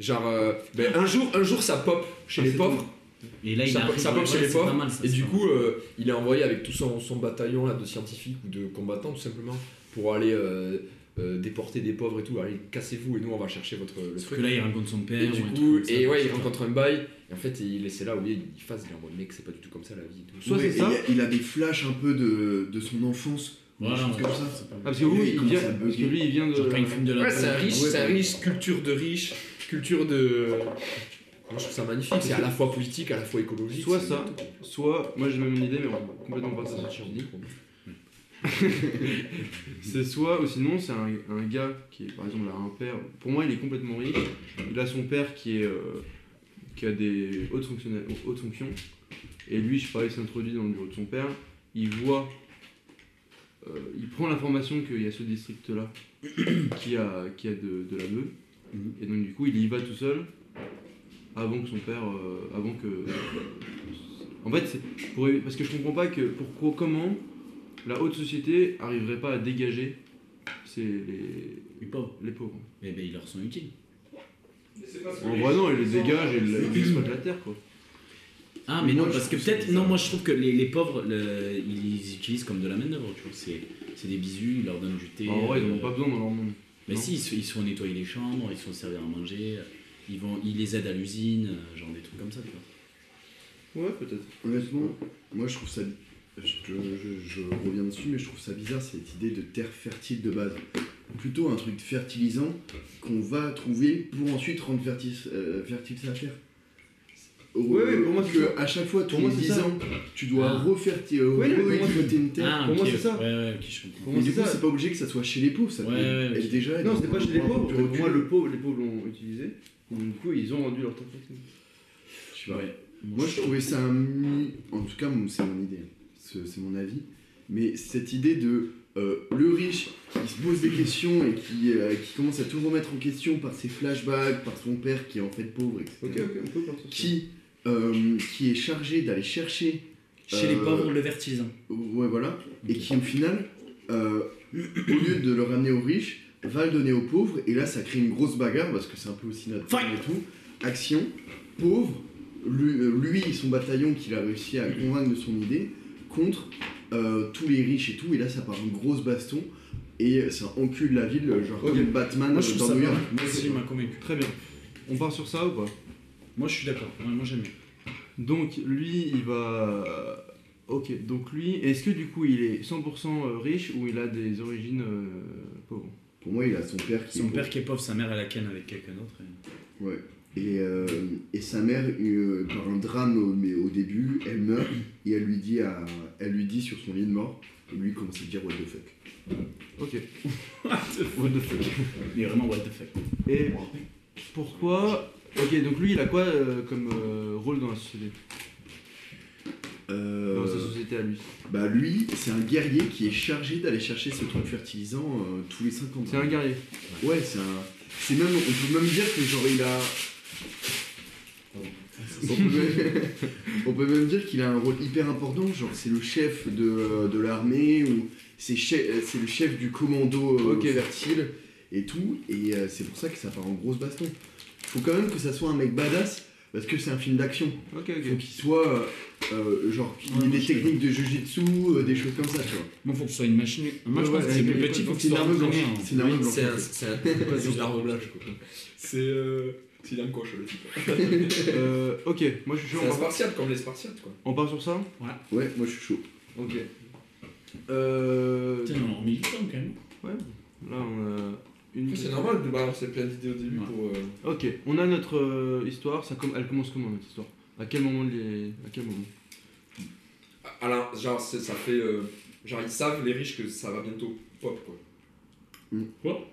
S5: Genre euh, ben, un jour un jour ça pop chez
S4: Ah,
S5: les
S4: c'est
S5: pauvres
S6: Et là, il
S5: Ça
S6: a
S5: pop- ça
S6: ouais,
S5: pop chez les
S6: c'est
S5: pauvres,
S6: pas mal, ça,
S5: et
S6: c'est
S5: du
S6: pas
S5: coup euh, il est envoyé avec tout son, son bataillon là de scientifiques ou de combattants tout simplement pour aller euh, euh, déporter des pauvres et tout. Allez cassez-vous et nous on va chercher votre le
S6: Parce
S5: truc.
S6: que là, il rencontre son père.
S5: et
S6: ou
S5: du
S6: un
S5: coup
S6: truc comme ça,
S5: et ouais il
S6: etc.
S5: rencontre un bail et en fait il c'est là où il il face il est en mode mec c'est pas du tout comme ça la vie. et tout.
S4: Soit
S3: ouais,
S4: c'est
S3: et
S4: ça.
S3: il a- il a des flashs un peu de, de son enfance, des
S6: Voilà,
S3: choses
S6: ouais.
S3: comme ça.
S6: C'est
S4: Ah,
S6: pas mal.
S4: parce que lui
S3: Oui,
S4: il
S3: comment
S4: vient,
S3: ça
S4: parce que
S3: bugger.
S4: lui il vient de.
S6: Genre, quand il fume de la.
S5: euh, Ouais, c'est un riche,
S3: Ouais,
S5: c'est un
S3: ouais.
S5: riche, culture de riche, culture de. Moi, je trouve ça magnifique, Ah, c'est à la fois politique, à la fois écologique.
S4: Soit
S5: c'est-
S4: ça, soit moi j'ai même une idée mais on va complètement pas
S5: Ça,
S4: ça
S5: c'est
S4: sur
S5: un
S4: le dit.
S5: micro.
S4: C'est soit ou sinon c'est un, un gars qui est par exemple a un père. Pour moi il est complètement riche. Il a son père qui est euh, qui a des hautes fonctionnaires, hautes fonctions. Et lui je sais pas il s'introduit dans le bureau de son père. Il voit euh, il prend l'information qu'il y a ce district-là qui a, qui a de, de la bœuf.
S6: Mhm.
S4: Et donc, du coup, il y va tout seul avant que son père. euh, avant que. En fait, c'est pour, parce que je comprends pas que pourquoi, comment la haute société arriverait pas à dégager ces- les,
S6: Les pauvres.
S4: les pauvres.
S6: Mais ben, ils leur sont utiles.
S4: En vrai, non, ils les dégagent et ils exploitent la terre, quoi.
S6: Ah, mais non,
S4: Moi, je
S6: parce que
S4: trouve ça
S6: peut-être. Non, moi je trouve que les, les pauvres, le- ils utilisent comme de la main-d'œuvre, tu vois. C'est c'est des bisous, ils leur donnent du thé.
S4: En vrai, ils en
S6: euh,
S4: ont pas besoin dans leur monde.
S6: Mais
S4: non.
S6: si, ils se, ils se font nettoyer les chambres, ils se font servir à manger, ils, vont, ils les aident à l'usine, euh, genre des trucs comme ça, tu vois.
S4: Ouais, peut-être.
S3: Honnêtement, moi je trouve ça. Je, je- je reviens dessus, mais je trouve ça bizarre cette idée de terre fertile de base. Plutôt un truc fertilisant qu'on va trouver pour ensuite rendre fertis- euh, fertile sa terre.
S4: Ouais, ouais, pour moi, c'est
S3: que à chaque fois, tous
S4: Pour moi,
S3: les
S4: c'est
S3: 10
S4: ça.
S3: ans, tu dois
S6: Ah.
S3: refertiliser
S4: Ouais, mais pour moi,
S3: une terre.
S6: Ah,
S4: pour
S6: ok,
S4: moi, c'est ça.
S6: Ouais, ouais, ok, je comprends.
S3: Mais
S4: Pour moi,
S3: du
S4: c'est
S3: coup,
S4: ça.
S3: c'est pas obligé que ça soit chez les pauvres, ça
S6: Ouais,
S3: peut
S6: ouais,
S3: être
S6: ok.
S3: déjà.
S4: Non,
S3: être
S4: c'était pas
S3: un
S4: chez les
S3: peu
S4: pauvres.
S3: plus
S4: mais Pour moi,
S3: reculé.
S4: le pauvre, les pauvres l'ont utilisé. Donc, du coup, ils ont rendu leur temps.
S3: Je sais pas.
S6: Ouais.
S3: Moi, je trouvais ça un mi- En tout cas, mon- c'est mon idée. C'est c'est mon avis. Mais cette idée de euh, le riche qui se pose des questions et qui, euh, qui commence à tout remettre en question par ses flashbacks, par son père qui est en fait pauvre, etc.
S4: on peut partir.
S3: Qui, euh, qui est chargé d'aller chercher.
S7: Chez les
S3: euh,
S7: pauvres, le
S5: hein.
S7: vertisan.
S3: Ouais, voilà. Et qui, au final, euh, au lieu de le ramener aux riches, va le donner aux pauvres. Et là, ça crée une grosse bagarre parce que c'est un peu aussi notre
S6: Fight
S3: thème et tout. Action, pauvre, lui, euh, lui et son bataillon qu'il a réussi à convaincre de son idée, contre euh, tous les riches et tout. Et là, ça part en grosse baston. Et ça encule la ville, genre
S4: Ok.
S3: comme Batman
S6: Moi,
S3: euh,
S6: je trouve
S3: dans
S6: ça
S3: New
S6: bien.
S3: York.
S6: Moi aussi, il m'a convaincu.
S4: Très bien. On part sur ça ou pas
S6: Moi, je suis d'accord. Ouais, moi, j'aime bien.
S4: Donc, lui, il va. euh, Ok, donc lui, est-ce que du coup il est 100% euh, riche ou il a des origines euh, pauvres
S3: Pour moi, il a son père qui est
S6: Son
S3: pauvre.
S6: père qui est pauvre, sa mère, elle la ken avec quelqu'un d'autre. et-
S3: Ouais. Et, euh, et sa mère, euh, par un drame au, mais au début, elle meurt et elle lui dit, à, elle lui dit sur son lit de mort, et lui commence à dire what the fuck.
S4: Ok. What the fuck
S6: Mais vraiment, what the fuck.
S4: Et pourquoi Ok, donc lui, il a quoi euh, comme euh, rôle dans la société
S3: Euh,
S4: Dans sa société à lui
S3: bah lui, c'est un guerrier qui est chargé d'aller chercher ce truc fertilisant euh, tous les 50 ans.
S4: C'est un guerrier.
S3: Ouais, c'est un... C'est même, on peut même dire que genre il a... On peut, même, on peut même dire qu'il a un rôle hyper important, genre c'est le chef de, de l'armée ou c'est che- c'est le chef du commando euh,
S4: Ok.
S3: fertile et tout, et euh, c'est pour ça que ça part en grosse baston. Faut quand même que ça soit un mec badass parce que c'est un film d'action.
S4: Ok,
S3: Faut
S4: ok.
S3: qu'il soit euh, euh, genre qu'il ait
S6: Ouais, moi,
S3: des
S6: je suis
S3: techniques de jujitsu, euh, des choses comme ça, tu vois.
S6: Moi, faut que ce soit une machine. Moi, je
S3: Ouais,
S6: pense que
S3: ouais,
S6: c'est
S3: mais
S6: plus petit, faut que ce
S3: c'est une
S6: soit
S3: arme blanche.
S6: entraîné. hein.
S3: C'est une arme blanche.
S5: C'est un. C'est un. C'est un reblage, quoi. C'est. euh, C'est une coche, le type.
S4: Euh, ok, moi je suis chaud,
S5: C'est un
S4: on part,
S5: spartiate comme les spartiates, quoi.
S4: on part sur ça
S3: Ouais, moi je suis chaud.
S4: Ok. Euh...
S6: Putain, on a remis du temps quand même.
S4: Là, on a une.
S5: C'est normal de balancer plein d'idées au début
S6: Ouais.
S5: pour. euh,
S4: Ok, on a notre euh, histoire. Ça com- Elle commence comment notre histoire À quel moment les... À quel moment
S5: Alors, genre, c'est- ça fait. euh, genre, ils savent, les riches, que ça va bientôt pop, quoi.
S3: Hmm.
S1: Quoi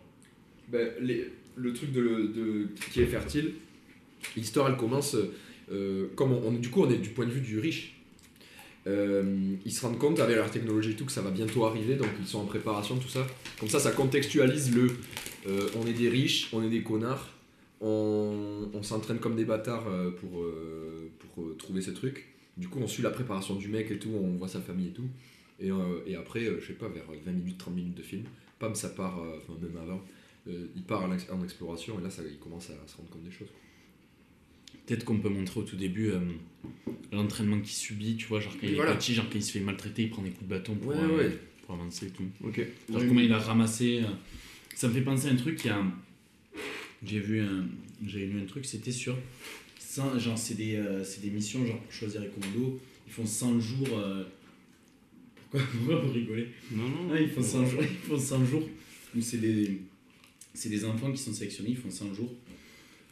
S5: ben, les- Le truc de, de- qui est fertile, l'histoire, elle commence. euh, comme on, on- du coup, on est du point de vue du riche. Euh, ils se rendent compte avec leur technologie et tout que ça va bientôt arriver, donc ils sont en préparation, tout ça. Comme ça, ça contextualise le. euh, on est des riches, on est des connards, on, on s'entraîne comme des bâtards euh, pour, euh, pour euh, trouver ce truc. Du coup, on suit la préparation du mec et tout, on voit sa famille et tout. Et, euh, et après, euh, je sais pas, vers 20 minutes, 30 minutes de film, pam, ça part, euh, enfin même avant, euh, il part à l'ex- en exploration et là, ça, il commence à se rendre compte des choses. quoi.
S6: Peut-être qu'on peut montrer au tout début euh, l'entraînement qu'il subit, tu vois, genre quand
S5: Et
S6: il
S5: voilà.
S6: est petit, genre quand il se fait maltraiter, il prend des coups de bâton pour,
S5: Ouais,
S6: euh,
S5: ouais.
S6: pour avancer et tout.
S4: Ok.
S6: Genre comment il a ramassé. euh, Ça me fait penser à un truc qui a. J'ai vu un. J'ai lu un truc, c'était sur. 100 genre, c'est des, euh, c'est des missions, genre pour choisir les commandos. Ils font 100 jours. euh, Pourquoi, pourquoi vous rigolez
S4: Non, non.
S6: Ah, ils font 100 jours. Ils font 100 jours où c'est des, c'est des enfants qui sont sélectionnés, ils font 100 jours.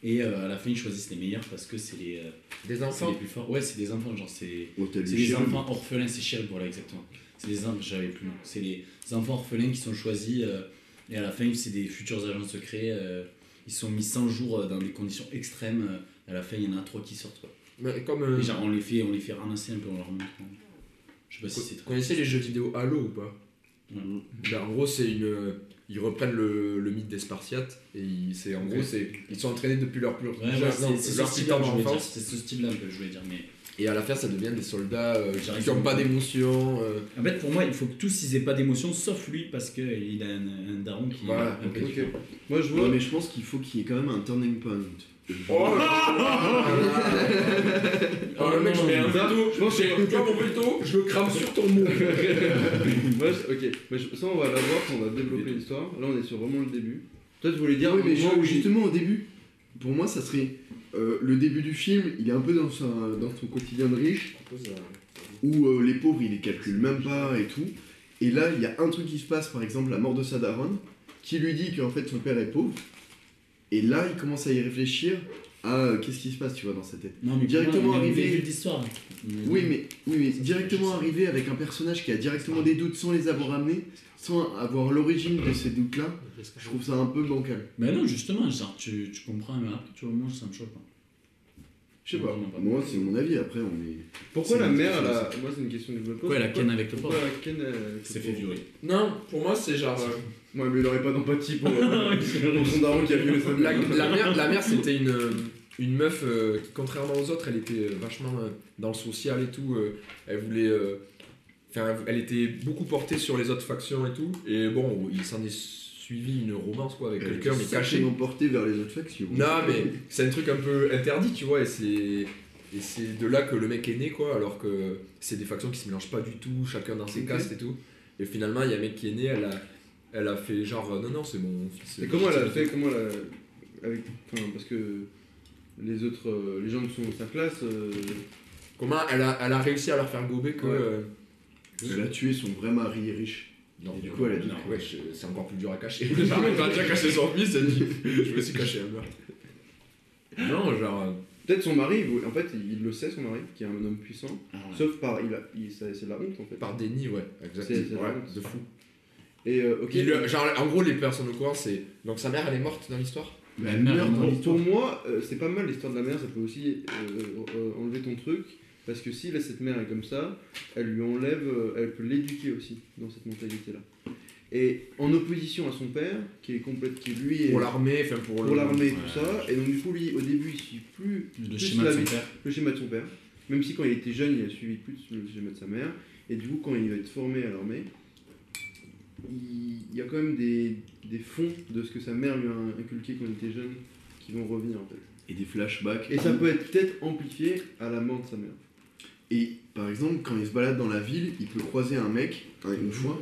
S6: Et euh, à la fin, ils choisissent les meilleurs parce que c'est les, euh,
S5: Des
S6: c'est les plus forts. Ouais, c'est des enfants, genre c'est.
S3: Oh, t'as
S6: C'est
S3: lu
S6: les
S3: Cherub.
S6: enfants orphelins, c'est Cherub, voilà, exactement. C'est les enfants, j'avais plus le nom. C'est les enfants orphelins qui sont choisis euh, et à la fin, c'est des futurs agents secrets. euh, ils sont mis 100 jours euh, dans des conditions extrêmes. euh, à la fin, il y en a 3 qui sortent. Quoi.
S5: Mais comme. euh,
S6: Et genre, on les fait, on les fait ramasser un peu, on leur montre. hein. Je sais pas si
S5: vous
S6: c'est trop.
S5: connaissez les jeux vidéo Halo ou pas Ben, en gros, c'est une. Ils reprennent le, le mythe des Spartiates et ils- c'est en gros, c'est ils sont entraînés depuis leur plus
S6: Ouais,
S5: leur-
S6: voilà, c'est
S5: non,
S6: c'est ce
S5: leur plus
S6: style-là
S5: tendre
S6: que je voulais dire.
S5: enfance.
S6: C'est ce style-là que je voulais dire. Mais
S5: Et à la fin, ça devient des soldats euh,
S6: J'arrive
S5: qui n'ont pas d'émotion. euh,
S6: en fait, pour moi, il faut que tous ils aient pas d'émotion, sauf lui, parce qu'il a un, un daron qui.
S5: Voilà,
S6: un peu
S5: ok.
S6: différent.
S4: Moi, je vois.
S3: Ouais, mais je pense qu'il faut qu'il y ait quand même un turning point.
S5: Oh, le mec, je mets un veto. Je prends mon veto, je le crame sur ton mot.
S4: Moi, je- ok, mais je- ça on va l'avoir quand on va développer l'histoire. Là on est sur vraiment le début. Toi tu voulais dire
S3: oui,
S4: un
S3: mais
S4: moment
S3: je-
S4: où il-
S3: justement au début, pour moi, ça serait euh, le début du film. Il est un peu dans, sa- dans son quotidien de riche, où euh, les pauvres, il les calcule même pas et tout. Et là, il y a un truc qui se passe, par exemple, la mort de sa daronne, qui lui dit qu'en fait son père est pauvre. Et là, il commence à y réfléchir à euh, qu'est-ce qui se passe, tu vois, dans sa tête.
S6: Non, mais
S3: Directement
S6: pour moi, on est au
S3: arrivé-
S6: début de l'histoire.
S3: Oui, mais, oui, mais directement arrivé avec un personnage qui a
S6: Ah.
S3: directement des doutes sans les avoir amenés, sans avoir l'origine de ces doutes-là, je trouve ça un peu bancal.
S6: Mais non, justement, genre, tu, tu comprends, mais après, tu vois, moi, ça me choque pas.
S3: Je sais pas. Moi, c'est mon avis. Après, on est.
S4: Pourquoi
S3: C'est
S4: la
S3: une
S4: mère,
S3: question,
S4: elle a... moi c'est une question que je me pose.
S6: Pourquoi elle a Ken avec le
S4: Pourquoi elle a Ken euh, avec
S6: s'est
S4: le
S6: fait
S4: pauvre
S6: violer.
S5: Non, pour moi, c'est genre. euh,
S4: Ouais, mais il aurait pas d'empathie pour, euh, pour son daron qui a violé sa
S5: La,
S4: mère.
S5: la mère, la mère, c'était une, euh, une meuf euh, qui, contrairement aux autres, elle était euh, vachement euh, dans le social et tout. euh, elle voulait. euh, Enfin, elle était beaucoup portée sur les autres factions et tout. Et bon, il s'en est suivi une romance quoi avec
S3: euh,
S5: quelqu'un, mais caché.
S3: sacrément portée vers les autres factions.
S5: Non, mais c'est un truc un peu interdit, tu vois, et c'est. Et c'est de là que le mec est né, quoi, alors que c'est des factions qui se mélangent pas du tout, chacun dans ses
S4: Ok.
S5: castes et tout. Et finalement, il y a un mec qui est né, elle a, elle a fait genre, euh, non, non, c'est mon fils.
S4: Et comment elle a fait Comment elle a... avec... enfin, parce que les autres, euh, les gens qui sont de sa classe, euh,
S5: Comment elle a, elle a réussi à leur faire gober que.
S4: Ouais.
S5: euh,
S3: Elle a tué son vrai mari riche.
S5: Non,
S3: Et du coup, elle a dit
S5: non,
S3: que-
S5: ouais, je- c'est encore plus dur à cacher. Genre, elle va déjà cacher son fils, elle dit, je me suis caché un meurtre. Non, genre. euh,
S4: peut-être son mari, il- en fait, il il le sait son mari, qui est un homme puissant,
S6: Ah ouais.
S4: sauf par, il a, il- ça- c'est de la honte en fait.
S5: Par déni, ouais,
S4: C'est- c'est
S5: exactement. Ouais,
S4: vraiment-
S5: de fou.
S4: Et euh, ok.
S5: Puis le- genre, en gros, les personnes au courant, c'est. Donc sa mère, elle est morte dans l'histoire
S3: Mais
S6: La
S3: elle
S6: mère,
S3: meurt dans
S6: non.
S4: Pour,
S3: l'histoire.
S4: pour moi, euh, c'est pas mal l'histoire de la mère, ça peut aussi euh, euh, enlever ton truc. Parce que si là, cette mère est comme ça, elle lui enlève, euh, elle peut l'éduquer aussi dans cette mentalité-là. Et en opposition à son père, qui est complète, qui lui est
S6: Oh
S5: Pour l'armée, enfin pour,
S4: pour
S5: le-
S4: l'armée et
S6: Ouais.
S4: tout ça, et donc du coup lui au début il suit plus
S6: Le
S4: Juste
S6: schéma de son
S4: la-
S6: père.
S4: le schéma de son père, même si quand il était jeune il a suivi plus le schéma de sa mère, et du coup quand il va être formé à l'armée, il, il y a quand même des, des fonds de ce que sa mère lui a inculqué quand il était jeune qui vont revenir en fait.
S3: Et des flashbacks.
S4: Et ça peut être peut-être amplifié à la mort de sa mère.
S3: Et par exemple, quand il se balade dans la ville, il peut croiser un mec hein, une fois.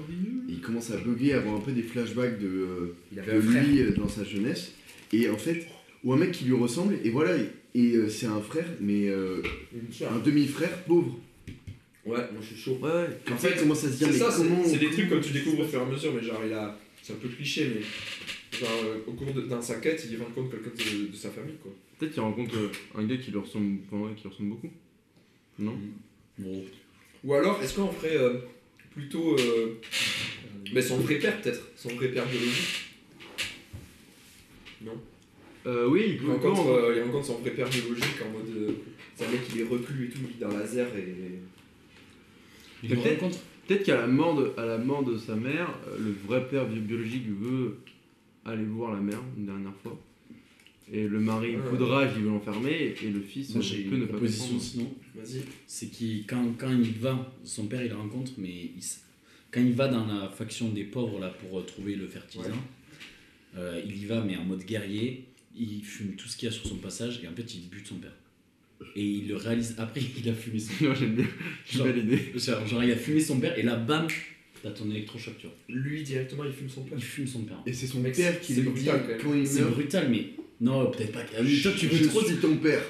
S3: Et il commence à bugger, à avoir un peu des flashbacks de, euh,
S5: Il
S3: de lui euh, dans sa jeunesse. Et en fait, ou un mec qui lui ressemble. Et voilà. Et, et, euh, c'est un frère, mais euh, un demi-frère pauvre.
S5: Ouais, moi je suis chaud.
S3: Ouais. En fait, il commence à se dire
S5: C'est
S3: mais
S5: ça, c'est
S3: comment
S5: c'est des trucs comme tu découvres au fur et à mesure, mais genre il a. C'est un peu cliché, mais. Genre, euh, au cours de dans sa quête, il rencontre quelqu'un de, de sa famille, quoi.
S4: Peut-être qu'il rencontre euh, un gars qui lui ressemble, qui ressemble beaucoup. Non
S6: Bon.
S5: Ou alors, est-ce qu'on ferait euh, plutôt. euh, mais son vrai père, peut-être Son vrai père biologique.
S4: euh, Oui, il
S5: Il
S4: peut
S5: rencontre,
S4: encore.
S5: euh, il rencontre son vrai père biologique en mode. euh, c'est un mec qui est reclus et tout, il vit dans laser et.
S6: Il
S4: Mais
S6: le
S4: peut-être-
S6: rencontre
S4: Peut-être qu'à la mort de, à la mort de sa mère, euh, le vrai père bi- biologique veut aller voir la mère une dernière fois. Et le mari
S5: Ouais.
S4: voudra qu'il veut l'enfermer et le fils
S6: Moi,
S4: euh,
S6: j'ai
S4: peut ne
S6: une
S4: pas
S6: proposition
S4: comprendre.
S6: sinon.
S5: Vas-y.
S6: C'est qu'il, quand, quand il va, son père il le rencontre, mais il s- quand il va dans la faction des pauvres là pour euh, trouver le fertilisant,
S5: Ouais.
S6: euh, il y va mais en mode guerrier, il fume tout ce qu'il y a sur son passage et en fait il bute son père. Et il le réalise après qu'il a fumé son
S4: Non, j'aime bien, j'ai
S6: Genre-
S4: belle idée.
S6: genre, genre, il a fumé son père et là bam, t'as ton électrochoc, tu vois.
S5: Lui directement, il fume son père.
S6: Il fume son père.
S3: Et c'est son
S5: Mec,
S3: père qui
S5: c'est
S3: lui dit
S5: brutal, quand même.
S3: quand il
S6: C'est
S3: meurt.
S6: brutal mais non peut-être pas. Ah oui,
S3: Je
S6: Toi tu veux trop
S3: suis ton père.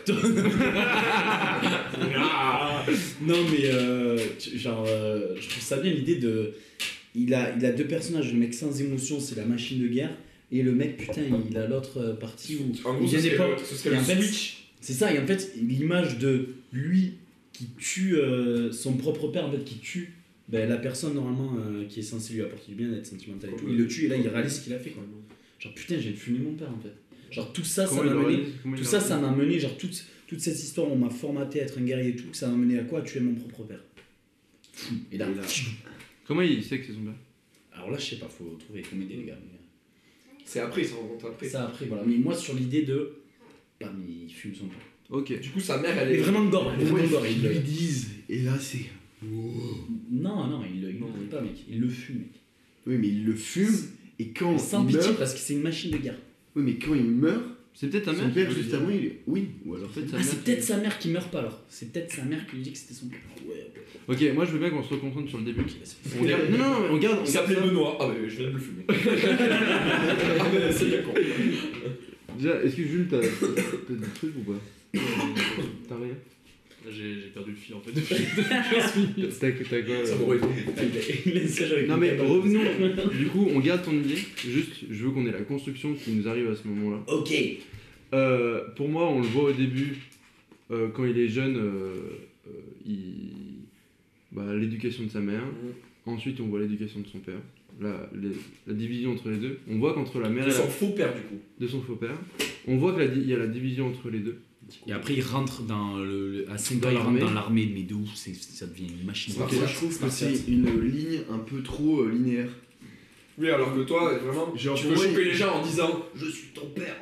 S6: Non, mais euh, tu- genre, euh, je trouve ça bien l'idée de. Il a, il a deux personnages, le mec sans émotion, c'est la machine de guerre, et le mec, putain, il a l'autre euh, partie où.
S5: En gros,
S6: il
S5: ce
S6: vient des
S5: serait le-
S6: pauvres.
S5: ce serait
S6: Et
S5: le
S6: en fait,
S5: switch.
S6: c'est ça, et en fait, l'image de lui qui tue euh, son propre père, en fait, qui tue ben, la personne normalement euh, qui est censée lui apporter du bien, être sentimentale et tout, il le tue, et là, il réalise ce qu'il a fait, quoi. Genre, putain, j'ai fumé mon père, en fait. Genre, tout ça,
S4: Comment
S6: ça
S4: il
S6: m'a
S4: aurait-
S6: mené.
S4: comment il
S6: Tout
S4: aurait-
S6: ça, ça m'a mené, genre toute, toute cette histoire, on m'a formaté à être un guerrier et tout, ça m'a mené à quoi À tuer mon propre père. Fou. Et là,
S4: Comment il sait que c'est son père
S6: Alors là, je sais pas, faut trouver combien des gars. euh,
S7: C'est après, ils se rencontrent après.
S6: Ça après, voilà. Mais moi, sur l'idée de. Bam, il fume son pot.
S4: Ok.
S7: Du coup, sa mère, elle
S6: Mais
S7: est.
S6: vraiment gore,
S3: Au moins,
S6: vraiment gore.
S3: ils
S6: Il
S3: lui
S6: le...
S3: disent, et là c'est.
S6: Non, non, il le il le prend pas, mec. Il le fume, mec.
S3: Oui, mais il le fume, et quand
S6: Sans
S3: il
S6: pitié,
S3: meurt.
S6: parce que c'est une machine de guerre. Ah,
S3: Oui, mais quand il meurt,
S4: C'est peut-être ta mère
S3: son
S4: qui
S3: père
S4: veut le
S3: juste
S4: dire.
S3: avant, il est. Oui, ou alors.
S4: En fait, sa
S6: Ah,
S4: mère
S6: c'est
S4: qui-
S6: peut-être sa mère qui meurt pas alors. C'est peut-être sa mère qui lui dit que c'était son père. Ah Ouais,
S4: Ok, moi je veux bien qu'on se reconcentre sur le début. On
S7: Ok.
S4: garde- Non, non, non, on garde. on
S7: Il
S4: garde
S7: s'appelait
S4: ça.
S7: Benoît. Ah, bah je viens de le fumer. ah, bah c'est bien con.
S4: Déjà, est-ce que Jules, t'as t'as des trucs ou pas T'as rien
S1: J'ai j'ai perdu le fil en fait depuis depuis 15 minutes.
S4: T'as t'as quoi
S7: Ça
S4: euh,
S7: m'aurait été.
S4: Non mais revenons. Du coup, on garde ton idée. Juste, je veux qu'on ait la construction qui nous arrive à ce moment-là.
S6: Ok.
S4: Euh, pour moi, on le voit au début, euh, quand il est jeune, euh, euh, il... bah, l'éducation de sa mère.
S7: Mm.
S4: Ensuite, on voit l'éducation de son père. La, les- la division entre les deux. On voit qu'entre la mère et
S7: Ils
S4: la...
S7: sont faux père, du coup.
S4: de son faux père, on voit qu'il y a la division entre les deux.
S9: Et après, il rentre dans le. le- à 5
S4: Dans
S9: ans, il rentre
S4: l'armée.
S9: dans l'armée, mais de ouf, c'est- ça devient une machine.
S7: C'est
S3: Parfois, je trouve que c'est une ligne un peu trop euh, linéaire.
S7: Oui, alors que toi, vraiment,
S3: Genre,
S7: tu
S3: pour
S7: peux
S3: moi,
S7: choper
S3: il-
S7: les gens en disant Je suis ton père.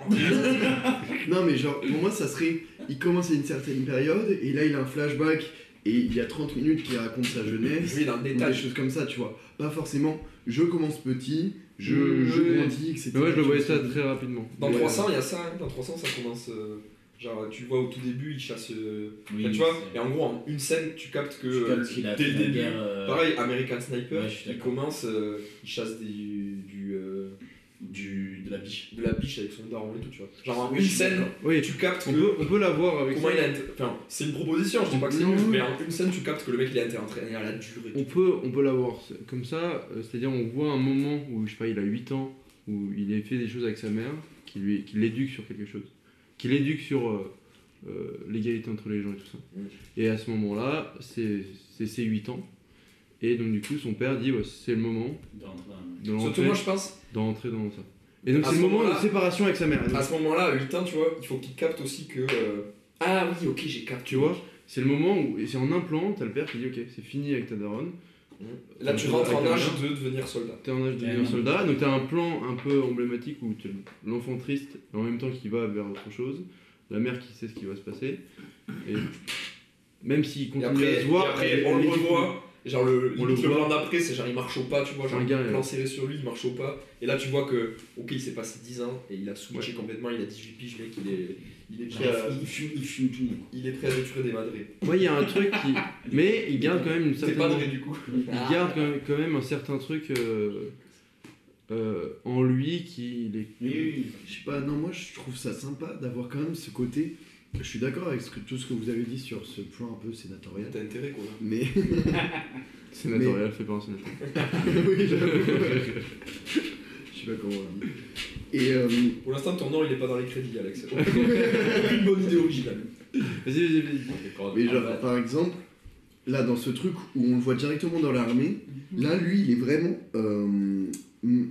S3: Non, mais genre, pour moi, ça serait. Il commence à une certaine période, et là, il a un flashback, et il y a 30 minutes qu'il raconte sa jeunesse.
S7: Oui, dans le
S3: Ou des
S7: détail.
S3: choses comme ça, tu vois. Pas forcément, je commence petit, je,
S4: Mmh,
S3: je
S4: oui.
S3: grandis, etc.
S4: Mais ouais, je le
S3: Tu
S4: voyais
S3: vois,
S4: ça
S3: c'est-
S4: très rapidement.
S7: Dans
S3: Ouais.
S7: 300, il y a ça. hein. Dans 300, ça commence. euh, Genre, tu le vois au tout début, il chasse. euh, enfin, tu vois, et en gros, en une scène, tu captes que. euh, dès le début.
S1: euh,
S7: Bah, Pareil, American Sniper,
S6: Ouais, je suis
S7: il
S6: d'accord.
S7: commence, euh, il chasse des, du, euh,
S6: du, de la biche.
S7: de la biche avec son daron et tout, tu vois. Genre en
S3: Oui,
S7: une
S3: je suis
S7: scène,
S4: euh, Oui,
S7: tu captes
S4: on
S7: que-
S4: peut, on peut la voir avec
S7: comment
S4: ça.
S7: il a... int- Enfin, c'est une proposition, je dis pas que c'est
S4: Non,
S7: nul,
S4: oui.
S7: mais en une scène, tu captes que le mec, il a été entraîné à la durée.
S4: On peut, on peut la voir c'est- comme ça, euh, c'est-à-dire on voit un moment où, je sais pas, il a 8 ans, où il a fait des choses avec sa mère, qui lui- qui l'éduque sur quelque chose, qui l'éduque sur euh, euh, l'égalité entre les gens et tout ça.
S7: Oui.
S4: Et à ce moment-là, c'est c'est ses 8 ans, et donc du coup son père dit ouais, c'est le moment
S6: De rentrer dans la-
S4: de
S7: Surtout
S4: rentrer,
S7: moi, je pense,
S4: de rentrer dans ça. Et donc
S7: À
S4: c'est le
S7: ce
S4: moment de
S7: moment-là- Ah.
S4: séparation avec sa mère. Et donc,
S7: à ce moment-là, à 8 ans, tu vois, il faut qu'il capte aussi que... euh, Ah oui, ok, j'ai capté.
S4: Tu vois, c'est le moment où, et c'est en un plan, t'as le père qui dit ok, c'est fini avec ta daronne,
S7: Là, tu rentres en âge de devenir soldat.
S4: t'es en âge de devenir soldat, donc t'as un plan un peu emblématique où t'as l'enfant triste, et en même temps qui va vers autre chose, la mère qui sait ce qui va se passer, et même s'il
S7: Et
S4: continue
S7: après,
S4: à se voir,
S7: et après,
S4: elle-
S7: on
S4: elle
S7: le
S4: est-
S7: revoit. et Genre le,
S4: On
S7: le,
S4: le voit.
S7: plan d'après, c'est genre il marche au pas, tu vois,
S4: C'est
S7: genre
S4: un gars, euh.
S7: le plan
S4: ouais.
S7: serré sur lui, il marche au pas. Et là tu vois que, ok, il s'est passé 10 ans et il a switché complètement, il a 18 piges, mec, il est, il euh, est, prêt, à,
S6: Genre, il, fume, il fume tout le monde.
S7: il est prêt à détruire des madrés.
S4: Ouais, il y a un truc qui. Mais il garde quand même une
S7: C'est
S4: certaine.
S7: pas dré du coup.
S4: Il garde quand même, quand même un certain truc euh, euh, en lui qui. Il est...
S3: Je sais pas, non, moi je trouve ça sympa d'avoir quand même ce côté. Je suis d'accord avec ce que, tout ce que vous avez dit sur ce plan un peu sénatorial.
S7: T'as intérêt quoi.
S3: Mais.
S4: Sénatorial, fait pas un sénateur.
S3: oui, j'avoue. Je sais pas comment on dit. Et. euh,
S7: Pour l'instant, ton nom il est pas dans les crédits, Alex. Aucune bonne idée originale.
S4: Vas-y, vas-y, vas-y.
S3: Mais genre, par exemple, là, dans ce truc où on le voit directement dans l'armée,
S7: Mhm.
S3: là, lui, il est vraiment euh, mm,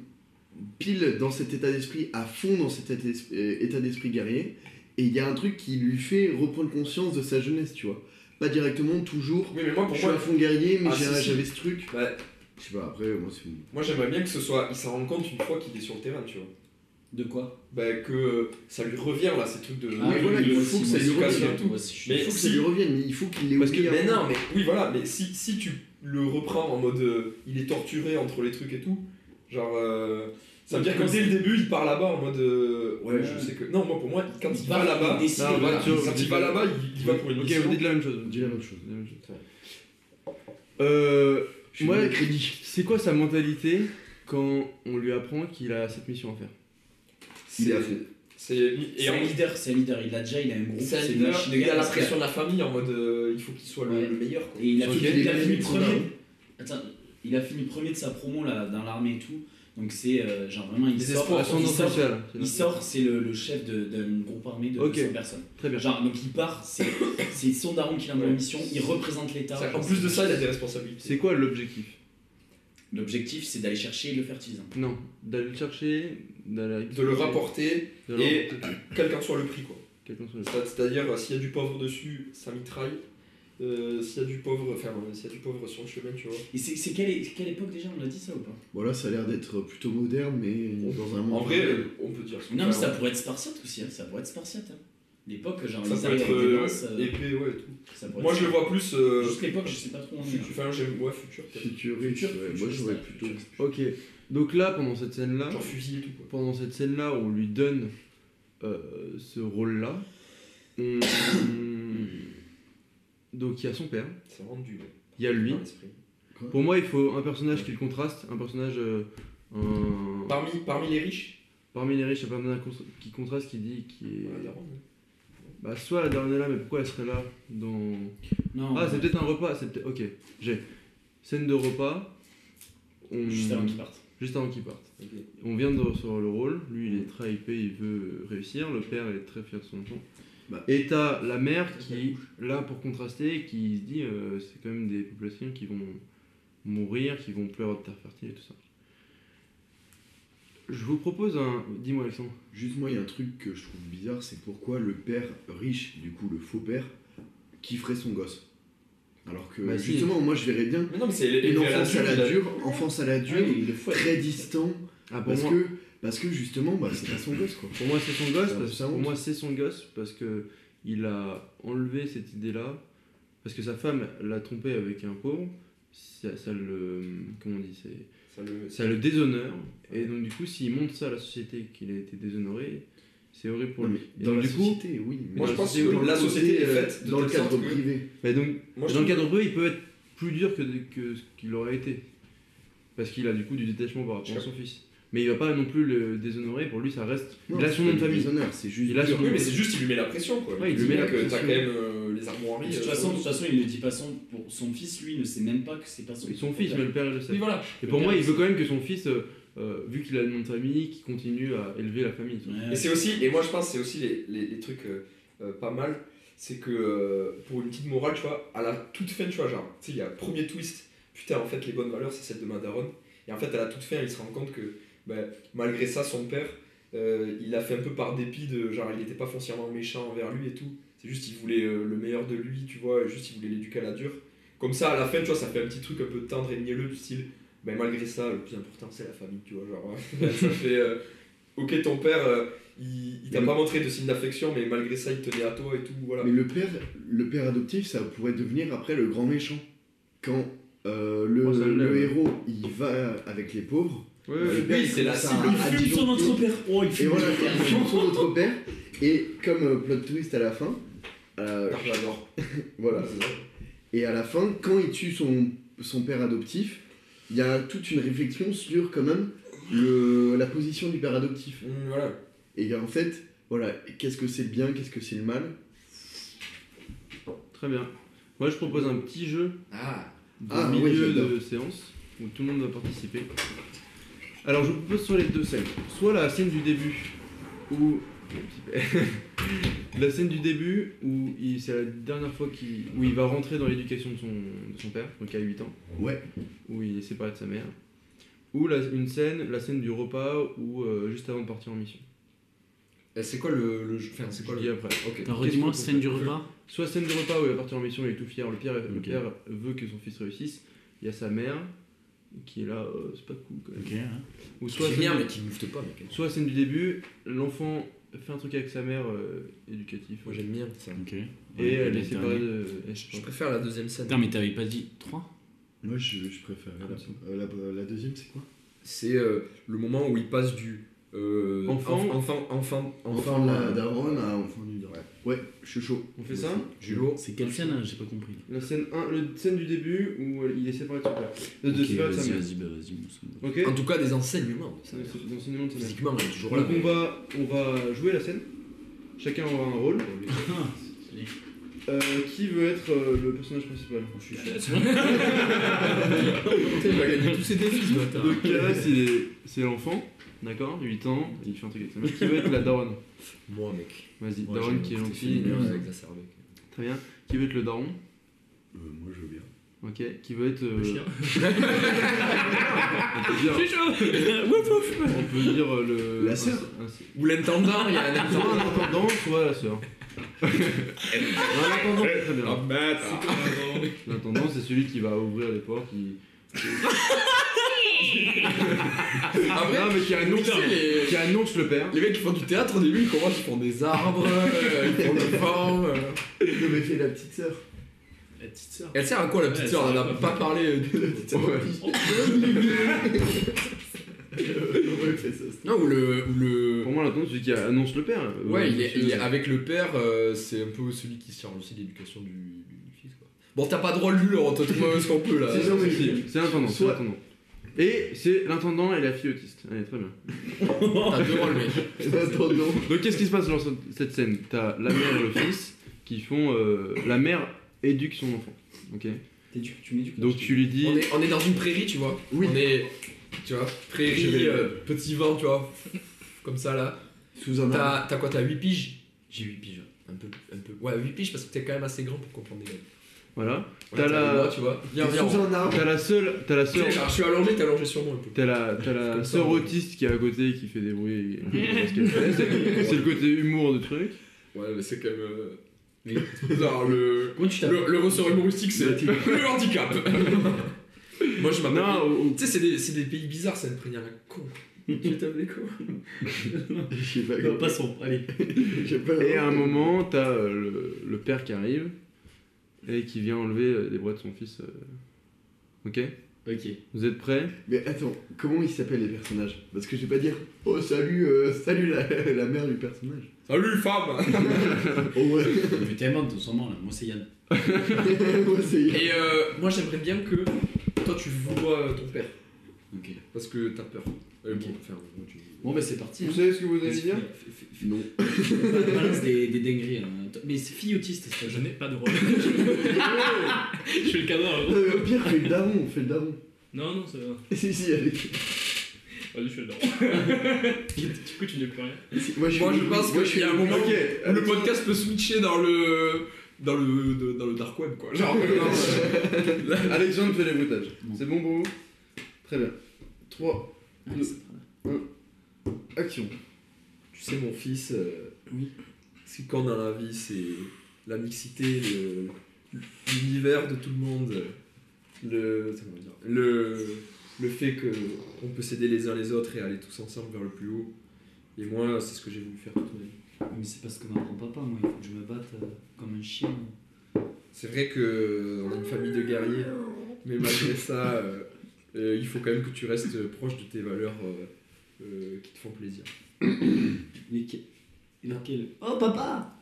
S3: pile dans cet état d'esprit, à fond dans cet état d'es- euh, état d'esprit guerrier. Et il y a un truc qui lui fait reprendre conscience de sa jeunesse, tu vois. Pas directement, toujours.
S7: Oui, mais moi
S3: Je
S7: pour
S3: suis
S7: moi,
S3: à fond guerrier, mais
S7: Ah,
S3: j'ai-
S7: si, si.
S3: j'avais ce truc.
S7: bah,
S3: Je sais pas, après, moi, c'est.
S7: moi j'aimerais bien que ce soit, il s'en rend compte une fois qu'il est sur le terrain, tu vois.
S6: De quoi
S7: Bah que euh, ça lui revient là, ces trucs de.
S6: Ah,
S3: oui, voilà,
S6: oui,
S3: il
S6: moi
S3: faut que
S6: aussi,
S3: ça
S6: moi
S3: lui
S6: aussi,
S7: revienne.
S6: moi aussi, je suis-
S7: Mais
S3: Il faut que
S7: si-
S3: ça lui revienne, mais il faut qu'il l'ait
S7: Parce que
S3: oublié.
S7: mais non, mais oui voilà, mais si, si tu le reprends en mode euh, il est torturé entre les trucs et tout, genre euh, ça veut dire que dès le début il part là-bas en mode euh, ouais,
S6: Ouais.
S7: je sais que non moi pour moi quand il,
S6: Il
S7: va
S6: part,
S7: là-bas,
S6: il décide,
S7: non, voilà,
S4: tu vois,
S7: quand
S4: vous
S7: il
S4: dites-
S7: va là-bas il, il va pour une
S4: Ok,
S7: mission.
S4: vous dites la même chose.
S3: Dis la même chose.
S4: la même chose. Euh.
S3: Je suis
S4: Moi,
S3: mal-
S4: C'est quoi sa mentalité quand on lui apprend qu'il a cette mission à faire
S3: Il est
S7: C'est-
S3: à fond.
S7: c'est
S6: C'est
S7: et en-
S6: un leader, c'est un leader. Il a déjà, il a un groupe,
S7: c'est un
S6: c'est une
S7: leader,
S6: machine de
S7: il a
S6: guerre,
S7: la
S6: parce qu'il
S7: pression de la famille en mode euh, il faut qu'il soit le,
S6: Ouais.
S7: le meilleur quoi.
S6: Et il a,
S4: Ok.
S6: fini, il a
S3: Il est
S6: fini
S3: venu
S6: premier.
S3: premier.
S6: Attends, il a fini premier de sa promo là, dans l'armée et tout. Donc c'est euh, genre vraiment il
S7: Des
S6: sort,
S7: espoirs,
S6: il
S4: Ascendant
S6: sort-
S4: social.
S6: il sort, c'est le, le chef de- d'un groupe armé de
S4: Ok.
S6: 200 personnes.
S4: Très bien.
S6: Genre, donc il part, c'est c'est son daron qui l'a mis en
S7: Ouais.
S6: mission, il représente l'État.
S7: C'est- En plus de ça il a des responsabilités.
S4: C'est quoi l'objectif
S6: l'objectif c'est d'aller chercher le fertilisant.
S4: Non, d'aller le chercher, d'aller.
S7: De le rapporter,
S4: de le
S7: et-
S4: rapporter.
S7: quel qu'en soit le prix quoi.
S4: Quelqu'un sur le-
S7: C'est- C'est-à-dire euh, s'il y a du pauvre dessus, ça mitraille.
S5: euh, s'il y a du pauvre, enfin, euh, s'il y a du pauvre sur le chemin, tu vois.
S7: Et c'est c'est quelle, quelle époque déjà on a dit ça ou pas
S3: Bon, là, ça a l'air d'être plutôt moderne, mais dans un monde.
S5: En vrai, euh, on peut dire. ce qu'on
S7: Non, mais
S5: veut,
S7: ça
S5: hein.
S7: pourrait être Spartiate aussi, hein, ça pourrait être Spartiate. Hein. L'époque, genre,
S5: Ça
S7: les
S5: peut
S7: armes
S5: être
S7: avec des
S5: euh,
S7: lances, euh,
S5: épée, ouais, et tout.
S7: ça pourrait
S5: Moi,
S7: être-
S5: je le vois plus. euh,
S7: Juste l'époque, je sais pas trop où on est.
S6: hein.
S5: futur- Enfin, j'aime. Ouais, futur. peut-être.
S3: futuriste.
S7: Futur-
S3: ouais, moi,
S7: futuriste,
S3: j'aurais
S7: ouais,
S3: plutôt.
S7: futuriste.
S4: Ok, donc là, pendant cette scène-là,
S5: Genre fusil et tout, quoi.
S4: pendant cette scène-là, on lui donne euh, ce rôle-là. On- donc il y a son père,
S5: C'est vraiment du.
S4: il y a lui.
S5: dans l'esprit.
S4: Pour moi, il faut un personnage qui le contraste, un personnage. euh, un-
S5: Parmi, parmi les riches
S4: Parmi les riches, un personnage cons- qui contraste, qui dit. Qui est...
S5: Ouais, daron, ouais.
S4: Bah, soit la dernière est là, mais pourquoi elle serait là dans...
S7: Non,
S4: Ah, c'est peut-être un repas, c'est peut-être. Ok, j'ai. Scène de repas. On-
S7: juste avant qu'ils partent.
S4: Juste avant qu'il parte.
S5: Ok.
S4: On vient de recevoir le rôle, lui il est très hypé, il veut euh, réussir, le père est très fier de son enfant.
S3: Bah.
S4: Et t'as la mère qui, là pour contraster, qui se dit euh, c'est quand même des populations qui vont mourir, qui vont plus avoir de terre fertile et tout ça. Je vous propose un. Dis-moi Alexandre.
S3: Juste moi, il y a un truc que je trouve bizarre, c'est pourquoi le père riche, du coup le faux père, kifferait son gosse. Alors que
S4: Bah, si.
S3: justement, moi je verrais bien
S5: Mais non, mais c'est les
S3: une
S5: les
S3: enfance à
S5: adulte,
S3: la
S5: là.
S3: dure, enfance à la dure,
S7: il le fouette.
S3: très distant,
S4: Ah, pour
S3: parce
S4: moi,
S3: que parce que justement, bah, c'est pas son gosse quoi.
S4: pour moi c'est son gosse,
S3: Ça-
S4: parce,
S3: ça
S4: pour
S3: honte.
S4: moi c'est son gosse, parce que il a enlevé cette idée-là, parce que sa femme l'a trompé avec un pauvre, ça, ça le. Comment on dit c'est-
S5: Ça le-
S4: ça le déshonore et donc du coup s'il montre ça à la société qu'il a été déshonoré c'est horrible pour
S3: Non,
S4: lui
S3: mais
S4: Et
S3: dans
S4: donc,
S3: la
S4: du coup
S3: société, oui. mais
S5: Moi,
S3: dans
S5: je
S3: la
S5: pense
S3: société,
S5: que
S3: dans le
S5: la
S3: côté,
S5: société est
S3: euh,
S5: faite de
S3: dans le
S5: telle sorte
S3: cadre
S5: que-
S3: privé.
S4: bah, donc
S5: Moi, je
S4: dans le
S5: trouve-
S4: cadre bleu il peut être plus dur que, que ce qu'il aurait été parce qu'il a du coup du détachement par rapport à son fils mais il va pas non plus le déshonorer pour lui ça reste
S3: Non,
S4: il a
S3: c'est
S4: son
S3: pas
S4: nom de
S3: du
S4: famille
S3: déshonneur, c'est juste.
S4: il a son
S5: Oui, mais c'est juste, il lui met la pression, quoi.
S4: Ouais,
S5: il lui met la pression. T'as quand même euh, les armoiries.
S7: De toute
S5: euh,
S7: façon, de toute façon, il ne dit pas son pour son fils, lui, ne sait même pas que c'est pas son
S4: Et son fils mais le père il le sait
S7: Oui, voilà.
S4: et pour moi il veut quand même que son fils euh, euh, vu qu'il a le nom de famille qu'il continue à élever la famille tu vois.
S5: Et c'est aussi, et moi je pense que c'est aussi les, les, les trucs euh, euh, pas mal, c'est que euh, pour une petite morale, tu vois, à la toute fin, tu vois, genre, tu sais, il y a premier twist, putain, en fait, les bonnes valeurs, c'est celle de Madaron. Et en fait, à la toute fin, il se rend compte que ben, malgré ça, son père, euh, il a fait un peu par dépit de genre, il n'était pas foncièrement méchant envers lui et tout. C'est juste, il voulait euh, le meilleur de lui, tu vois, et juste, il voulait l'éduquer à la dure. Comme ça, à la fin, tu vois, ça fait un petit truc un peu tendre et mielleux du style. Ben, malgré ça, le plus important, c'est la famille, tu vois, genre, ça fait. euh, ok, ton père. euh, il, il t'a
S3: Mais-
S5: pas montré de signe d'affection, mais malgré ça, il tenait à toi et tout. Voilà.
S3: Mais le père, le père adoptif, ça pourrait devenir après le grand méchant. Quand euh, le,
S4: Oh, ça
S3: le
S4: l'est, ouais.
S3: héros, il va avec les pauvres.
S4: Ouais,
S3: Le
S4: ouais.
S3: père,
S5: Oui, c'est la
S3: ça
S5: cible.
S3: a
S7: Il fume son
S3: adjuré.
S7: autre père. Oh, il
S3: Et
S7: fume
S3: voilà,
S7: son
S3: il
S7: père.
S3: fume son autre père. Et comme euh, plot twist à la fin, euh,
S5: Ah, J'adore.
S3: voilà. Et à la fin, quand il tue son, son père adoptif, il y a toute une réflexion sur quand même le, la position du père adoptif.
S5: Hum, voilà.
S3: Et il y a, en fait, voilà, qu'est-ce que c'est le bien, qu'est-ce que c'est le mal.
S4: très bien moi je propose un petit jeu
S5: Ah.
S4: de
S3: Ah, ouais,
S4: milieu
S3: j'adore.
S4: de séance où tout le monde va participer. Alors je vous propose soit les deux scènes, soit la scène du début où la scène du début où il- c'est la dernière fois qu'il où il va rentrer dans l'éducation de son, de son père donc à 8 ans
S3: Ouais.
S4: où il est séparé de sa mère ou la, une scène la scène du repas ou juste avant de partir en mission.
S5: Eh, C'est quoi le, le jeu Enfin, c'est
S4: Je
S5: quoi
S4: dis
S5: le.
S4: après.
S5: Ok.
S6: Alors, Redis-moi,
S4: Qu'est-ce qu'on
S6: scène du
S4: fait
S6: repas
S4: Soit scène de repas où il va partir en mission, il est tout fier, le père, le
S6: Ok.
S4: père veut que son fils réussisse, il y a sa mère qui est là, euh, c'est pas cool quand même.
S6: Ok, hein.
S4: Ou soit
S5: C'est
S4: scène,
S5: bien, mais qui moufte pas, mec.
S4: soit scène du début, l'enfant fait un truc avec sa mère euh, éducatif.
S5: Moi, j'aime bien ça.
S6: ok.
S4: Et
S1: euh,
S4: elle est
S6: les
S4: séparée
S6: derniers.
S4: de. eh, elle se
S5: Je
S4: sépare.
S5: préfère la deuxième scène.
S6: Putain, mais t'avais pas dit 3
S3: Moi, je, je préfère la, euh, la- la deuxième, c'est quoi
S5: C'est euh, le moment où il passe du. euh,
S4: Enfant.
S5: enf- enfant. Enfant.
S3: Enfant de la
S5: euh,
S3: daronne à enfant du daron. Ouais, je suis chaud.
S4: On fait ça
S5: Julo.
S6: C'est quelle scène hein J'ai pas compris.
S4: La scène, 1, le, scène du début où elle- il est séparé de son père. De, de
S6: Ok,
S4: séparé de sa
S6: vas-y,
S4: mère.
S6: vas-y, bah, vas-y. on s'en va.
S4: Ok
S5: En tout cas, des enseignements. ça.
S4: C'est l'enseignement de sa mère.
S5: Physiquement, on est toujours là.
S4: Donc on va, on va jouer la scène. Chacun aura un rôle. Euh, qui veut être euh, le personnage principal
S5: Putain, il va gagner tous ses défis, ce bâtard.
S4: Donc là, c'est c'est l'enfant, d'accord 8 ans, il fait un truc avec sa mère. Qui veut être la daronne
S5: Moi, mec.
S4: Vas-y,
S5: Moi,
S4: daronne
S5: j'aime
S4: qui est
S5: beaucoup
S4: gentille.
S5: Stéphanie Meyer,
S4: euh,
S5: exacerbée.
S4: Très bien. Qui veut être le daron
S3: Euh, moi, je veux bien.
S4: Ok, qui veut être. euh,
S1: Le chien.
S4: on peut dire, on peut dire, euh, le.
S3: La sœur.
S4: un- un-
S5: Ou l'intendant, il y a un
S4: Soit
S5: intendant.
S4: l'intendant, soit la sœur. l'intendant, c'est très
S5: Ah.
S4: bien.
S5: bâtard
S4: L'intendant, c'est celui qui va ouvrir les portes. Qui...
S5: Ah ouais
S4: Non, mais qui annonce,
S5: Tu sais, les-
S4: qui annonce le père.
S5: Les mecs qui font du théâtre au début, ils commencent, ils font des arbres, euh, ils font des formes. euh.
S3: Non, mais fais la petite sœur.
S1: La petite sœur.
S5: Elle sert à quoi la
S1: Ouais,
S5: petite sœur
S1: ça
S5: On n'a
S1: va pas.
S5: pas parlé euh, de la petite sœur.
S3: ouais, fais ça.
S5: Non, ou le. Ou le...
S4: Pour moi, l'intendant, c'est celui qui annonce le père. Euh,
S5: Ouais, il est,
S4: monsieur-
S5: il est avec le père, euh, c'est un peu celui qui se charge aussi de l'éducation du, du fils. Quoi. Bon, t'as pas droit de hein, lui, on te trouve ce qu'on peut là.
S4: C'est
S3: non, mais-
S4: Euh, c'est l'intendant, c'est
S3: Soit-
S4: l'intendant. Et c'est l'intendant et la fille autiste. Allez, très bien.
S5: T'as deux rôles, mec.
S3: Attends, non.
S4: Donc qu'est-ce qui se passe dans ce- cette scène T'as la mère et le fils qui font... euh, la mère éduque son enfant, ok
S7: T'éduques- Tu m'éduques
S4: Donc tu lui dis...
S5: On est, on est dans une prairie, tu vois.
S3: Oui.
S5: On est. Tu vois,
S3: Je
S5: prairie,
S3: vais-
S5: euh, petit vent, tu vois. Comme ça là.
S3: Sous un arbre.
S5: T'as t'as quoi T'as 8 piges J'ai 8 piges. hein. Un peu, un peu. Ouais, 8 piges parce que t'es quand même assez grand pour comprendre les gars.
S4: Voilà.
S5: Ouais,
S4: T'as la-
S5: le droit, tu vois. Viens,
S3: T'es
S5: viens.
S3: Sous un arbre.
S4: T'as la seule... T'as la
S5: Tu
S4: sœur...
S5: sais, genre, je suis allongé, t'es allongé sur moi un peu.
S4: T'as la, t'as la
S5: Comme ça,
S4: sœur
S5: ouais.
S4: autiste qui est à côté et qui fait des bruits. et- et on voit ce qu'elle fait. C'est c'est le côté humour du truc.
S5: Ouais, mais c'est quand même. euh,
S7: Oui.
S5: Genre, le.
S7: Comment tu t'appelles
S5: Le, le ressort humoristique, c'est le handicap. Moi, je
S4: Non,
S5: m'appelle.
S4: ou- ou-
S5: Tu sais, c'est des, c'est des pays bizarres, ça me prévient la con. Tu t'appelles quoi
S3: Je sais pas.
S1: Non, passons, allez.
S3: J'ai pas
S4: et à un moment, t'as euh, le, le père qui arrive et qui vient enlever euh, des bras de son fils. euh. Ok
S1: Ok.
S4: Vous êtes prêts
S3: Mais attends, comment ils s'appellent les personnages Parce que je vais pas dire Oh salut, euh, salut la, la mère du personnage.
S5: Salut, femme
S3: Oh ouais,
S7: Mais tellement de son nom là, moi c'est Yann.
S3: ouais c'est
S5: Et euh, moi, j'aimerais bien que toi, tu
S1: euh,
S5: vois ton père.
S7: Ok.
S5: Parce que t'as peur. Euh,
S7: Ok.
S5: bon, enfin, bon, tu-
S7: Bon bah c'est parti. hein.
S4: savez ce que vous
S7: Vas-y,
S3: Non.
S7: Balance des, des dingueries. hein. Mais c'est fille autiste, c'est
S1: Je
S7: jeune.
S1: n'ai pas de rôle. je suis le cadavre. gros.
S3: Euh, Pierre, fais le daron, fais le daron.
S1: Non, non, ça va.
S3: Si, si, allez.
S1: Vas-y, je suis le daron. du coup, tu n'es plus rien.
S3: Si, Moi,
S5: Moi, je pense
S3: moi,
S5: que qu'il y a un moment où le podcast peut switcher dans le. Dans le, de- dans le dark web quoi. Genre, euh, non, euh,
S4: Alexandre fait les bruitages. C'est bon pour vous Très bien. 3,
S7: Ouais, c'est-
S4: action.
S5: tu sais, mon fils, euh,
S7: Oui.
S5: ce qu'on a dans la vie, c'est la mixité, le- l'univers de tout le monde, le, ça veut dire, le, le fait qu'on peut s'aider les uns les autres et aller tous ensemble vers le plus haut. Et moi, c'est ce que j'ai voulu faire toute ma vie.
S7: Mais c'est parce que m'apprend papa, moi, il faut que je me batte euh, comme un chien.
S5: C'est vrai que on est une famille de guerriers, mais malgré ça, euh, euh, il faut quand même que tu restes proche de tes valeurs euh, euh, qui te font plaisir.
S7: Mais que- lequel Oh papa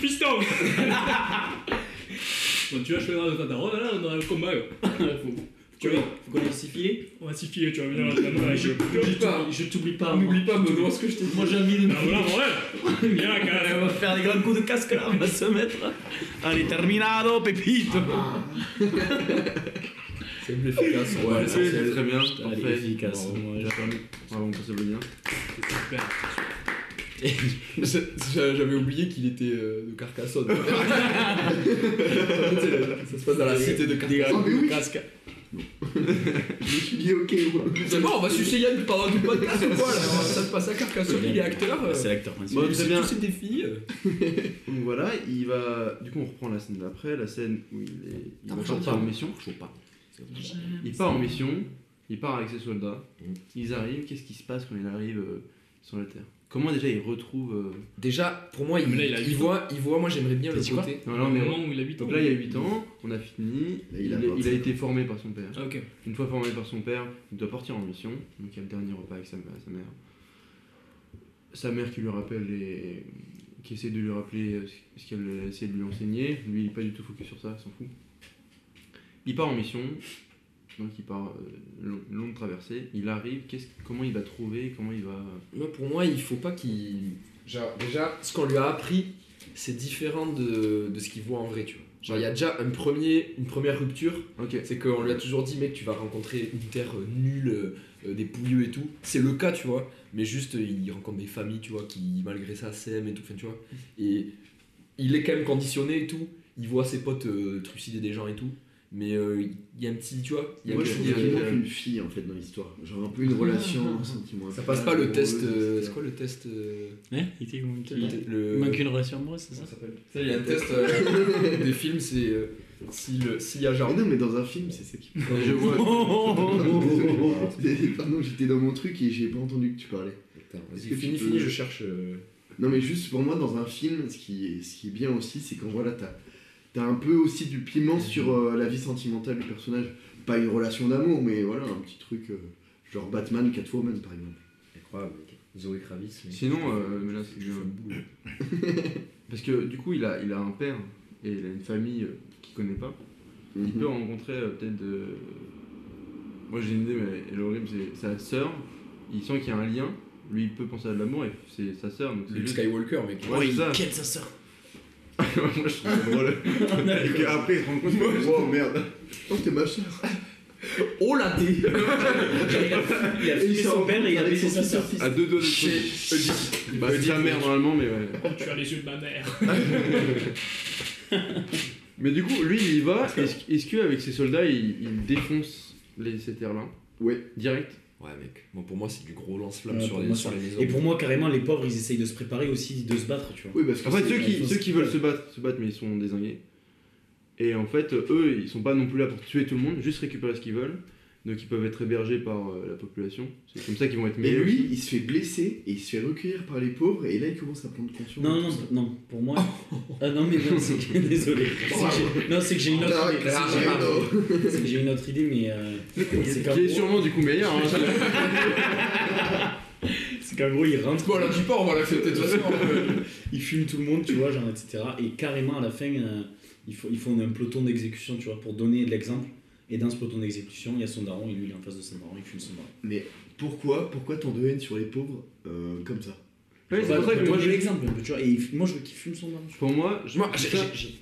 S1: Piston Bon, tu vas choisir de ta daronne, là, on a le combat. euh. Là.
S7: Tu vois, faut qu'on aille s'y filer.
S1: On va s'y filer, tu vas venir dans la main. Je
S5: N'oublie pas,
S7: Je t'oublie pas. moi.
S5: n'oublie pas, Benoît, ce que je t'ai dit.
S7: Moi j'ai envie de
S1: Ah, voilà, ouais Viens,
S7: On
S1: carrément.
S7: va faire des grands coups de casque là, on va se mettre. Allez, terminado, pépite
S5: C'est plus efficace.
S4: Ouais,
S5: Ouais,
S4: c'est
S5: l'essentiel.
S4: très bien.
S6: Elle est
S4: parfait.
S6: efficace.
S4: Bravo.
S6: moi, je-
S4: Bravo, Ah, on peut s'applaudir.
S5: J'a- J'avais oublié qu'il était euh, de Carcassonne. ça se passe dans la cité de
S3: Ah,
S5: Carcassonne.
S3: mais oui,
S7: Casque.
S3: je me suis dit ok. moi.
S5: C'est bon, on va sucer Yann pendant tout le podcast ou quoi là Ça se passe à Carcassonne, il est acteur. euh,
S6: C'est l'acteur
S4: Bon,
S6: principal.
S5: il
S4: très
S5: sait
S4: bien.
S5: tous des filles. euh.
S4: Donc voilà, il va. Du coup, on reprend la scène d'après, la scène où il est. Il
S5: T'as
S4: va
S5: pas
S4: partir
S5: entendu.
S4: en mission. Il part en mission, il part avec ses soldats.
S5: Mhm.
S4: Ils arrivent. Qu'est-ce qui se passe quand il arrive euh, sur la Terre Comment déjà il retrouve. euh,
S5: Déjà, pour moi,
S1: Mais
S5: il,
S1: là, il a
S5: il
S1: huit ans.
S5: voit, il voit, moi j'aimerais bien
S1: T'as
S5: le
S1: dit quoi
S5: côté.
S4: Non,
S1: Au
S4: non, mais-
S1: moment où il a 8 ans.
S4: Donc là, il y a 8 ans, on a fini.
S3: Là, il
S4: il,
S3: a
S4: a, il a
S3: 25.
S4: été formé par son père.
S1: Ah, ok.
S4: Une fois formé par son père, il doit partir en mission. Donc il y a le dernier repas avec sa, sa mère. Sa mère qui lui rappelle les. qui essaie de lui rappeler euh, ce- ce qu'elle a essayé de lui enseigner. Lui, il est pas du tout focus sur ça, il s'en fout. Il part en mission. Donc il part euh, long- une longue traversée. Il arrive, qu'est-ce- comment il va trouver, comment il va.
S5: Moi, pour moi, il faut pas qu'il. Genre, déjà, ce qu'on lui a appris, c'est différent de, de ce qu'il voit en vrai, tu vois. Genre, il y a déjà un premier, une première rupture
S4: Ok.
S5: C'est qu'on lui a toujours dit, mec, tu vas rencontrer une terre euh, nulle, euh, euh, des pouilleux et tout. C'est le cas, tu vois. Mais juste, euh, il rencontre des familles, tu vois, qui malgré ça s'aiment et tout. Enfin, tu vois. Et il est quand même conditionné et tout. Il voit ses potes euh, trucider des gens et tout. Mais euh, il y a un petit, tu vois, il y a
S3: Moi,
S5: un
S3: je
S5: petit- euh,
S3: trouve
S5: il y a-
S3: qu'il manque une fille en fait dans l'histoire. Genre un peu une relation, un sentiment.
S5: ça passe pas le test. euh, c'est quoi le test euh,
S1: Hein Il dit qu'il manque-
S5: le-
S1: il
S5: le-
S1: manque une relation amoureuse, c'est ça
S5: Tu sais, Il y a un test euh, des films, c'est euh, si le- s'il y a
S3: Ah
S5: genre.
S3: non, mais dans un film, c'est ça qui.
S4: Et je vois.
S3: Désolé. Pardon, j'étais dans mon truc et j'ai pas entendu que tu parlais.
S5: Vas-y,
S3: que tu
S5: fini,
S3: peux-
S5: fini, je cherche. euh,
S3: Non, mais juste pour moi, dans un film, ce qui est, ce qui est bien aussi, c'est qu'en voilà, t'as as un peu aussi du piment sur euh, la vie sentimentale du personnage. Pas une relation d'amour, mais voilà, un petit truc euh, genre Batman, Catwoman par exemple.
S5: Incroyable, mec. Zoé Kravitz. mais-
S4: Sinon, euh, mais là, c'est
S5: Je
S4: que-
S5: fais une boule.
S4: Parce que du coup, il a, il a un père et il a une famille euh, qu'il connaît pas. Il peut rencontrer euh, peut-être de. Moi j'ai une idée, mais elle est horrible, c'est sa sœur. Il sent qu'il y a un lien. Lui il peut penser à de l'amour et c'est sa sœur. Donc Mmh. c'est
S5: Luke
S4: juste-
S5: Skywalker, mec.
S4: Ouais, c'est ça.
S1: Quelle sa sœur
S4: Moi je trouve ça drôle.
S3: Et après, il se rend compte que, oh merde, oh t'es ma soeur.
S5: Oh la thé
S6: Il a
S3: il
S6: filmé
S3: s'en
S6: son
S3: rend
S6: père
S3: compte
S6: et il a
S3: avec
S6: baisé
S3: son
S6: sa
S3: fils,
S6: sœur.
S3: son fils.
S4: À deux doigts de
S5: Chez Oedipe.
S4: Bah, c'est sa mère normalement, mais ouais.
S10: Tu as les yeux de ma mère.
S4: Mais du coup, lui il y va. Est-ce est-ce qu'avec ses soldats il, il défonce les, ces terres-là
S3: Ouais.
S4: Direct
S5: Ouais, mec. Moi, pour moi, c'est du gros lance-flamme
S6: Ouais,
S5: sur,
S6: pour
S5: les,
S6: moi,
S5: sur
S6: ça-
S5: les maisons.
S6: Et pour moi, carrément, les pauvres, ils essayent de se préparer aussi, de se battre, tu vois.
S3: Oui, parce que
S4: En fait,
S3: c'est-
S4: ceux
S6: ouais,
S4: qui, ceux
S6: c'est-
S4: qui veulent se battre, se battent, mais ils sont désingués. Et en fait, euh, eux, ils sont pas non plus là pour tuer tout le monde, juste récupérer ce qu'ils veulent. Donc ils peuvent être hébergés par euh, la population. C'est comme ça qu'ils vont être
S3: Mais
S4: meilleurs.
S3: lui, il se fait blesser et il se fait recueillir par les pauvres et là il commence à prendre conscience.
S6: Non,
S3: de
S6: non,
S3: tout ça.
S6: non, pour moi. ah non, mais non, c'est que. Désolé. C'est que j'ai- Non, c'est que j'ai une autre idée.
S3: Ah,
S6: C'est que j'ai-
S3: non.
S6: C'est que j'ai une autre idée, mais. euh, C'est qu'en
S4: Qui est
S6: gros-
S4: sûrement du coup meilleur. hein.
S6: c'est qu'en gros, il rentre.
S5: Bon, alors, dis pas, on va l'accepter de toute façon. hein.
S6: il fume tout le monde, tu vois, genre, etc. Et carrément, à la fin, euh, ils, font, ils font un peloton d'exécution, tu vois, pour donner de l'exemple. Et dans ce peloton d'exécution, il y a son daron, et lui, il est en face de son daron, il fume son daron.
S3: Mais pourquoi, pourquoi tant de haine sur les pauvres euh, comme ça
S4: Ouais, c'est pour ça que
S6: Pour
S4: moi,
S6: donner
S4: je-
S6: l'exemple, un peu, tu vois. Et il- moi, je veux qu'il fume son daron. tu
S4: pour moi, je-
S5: Moi, j'ai- j'ai-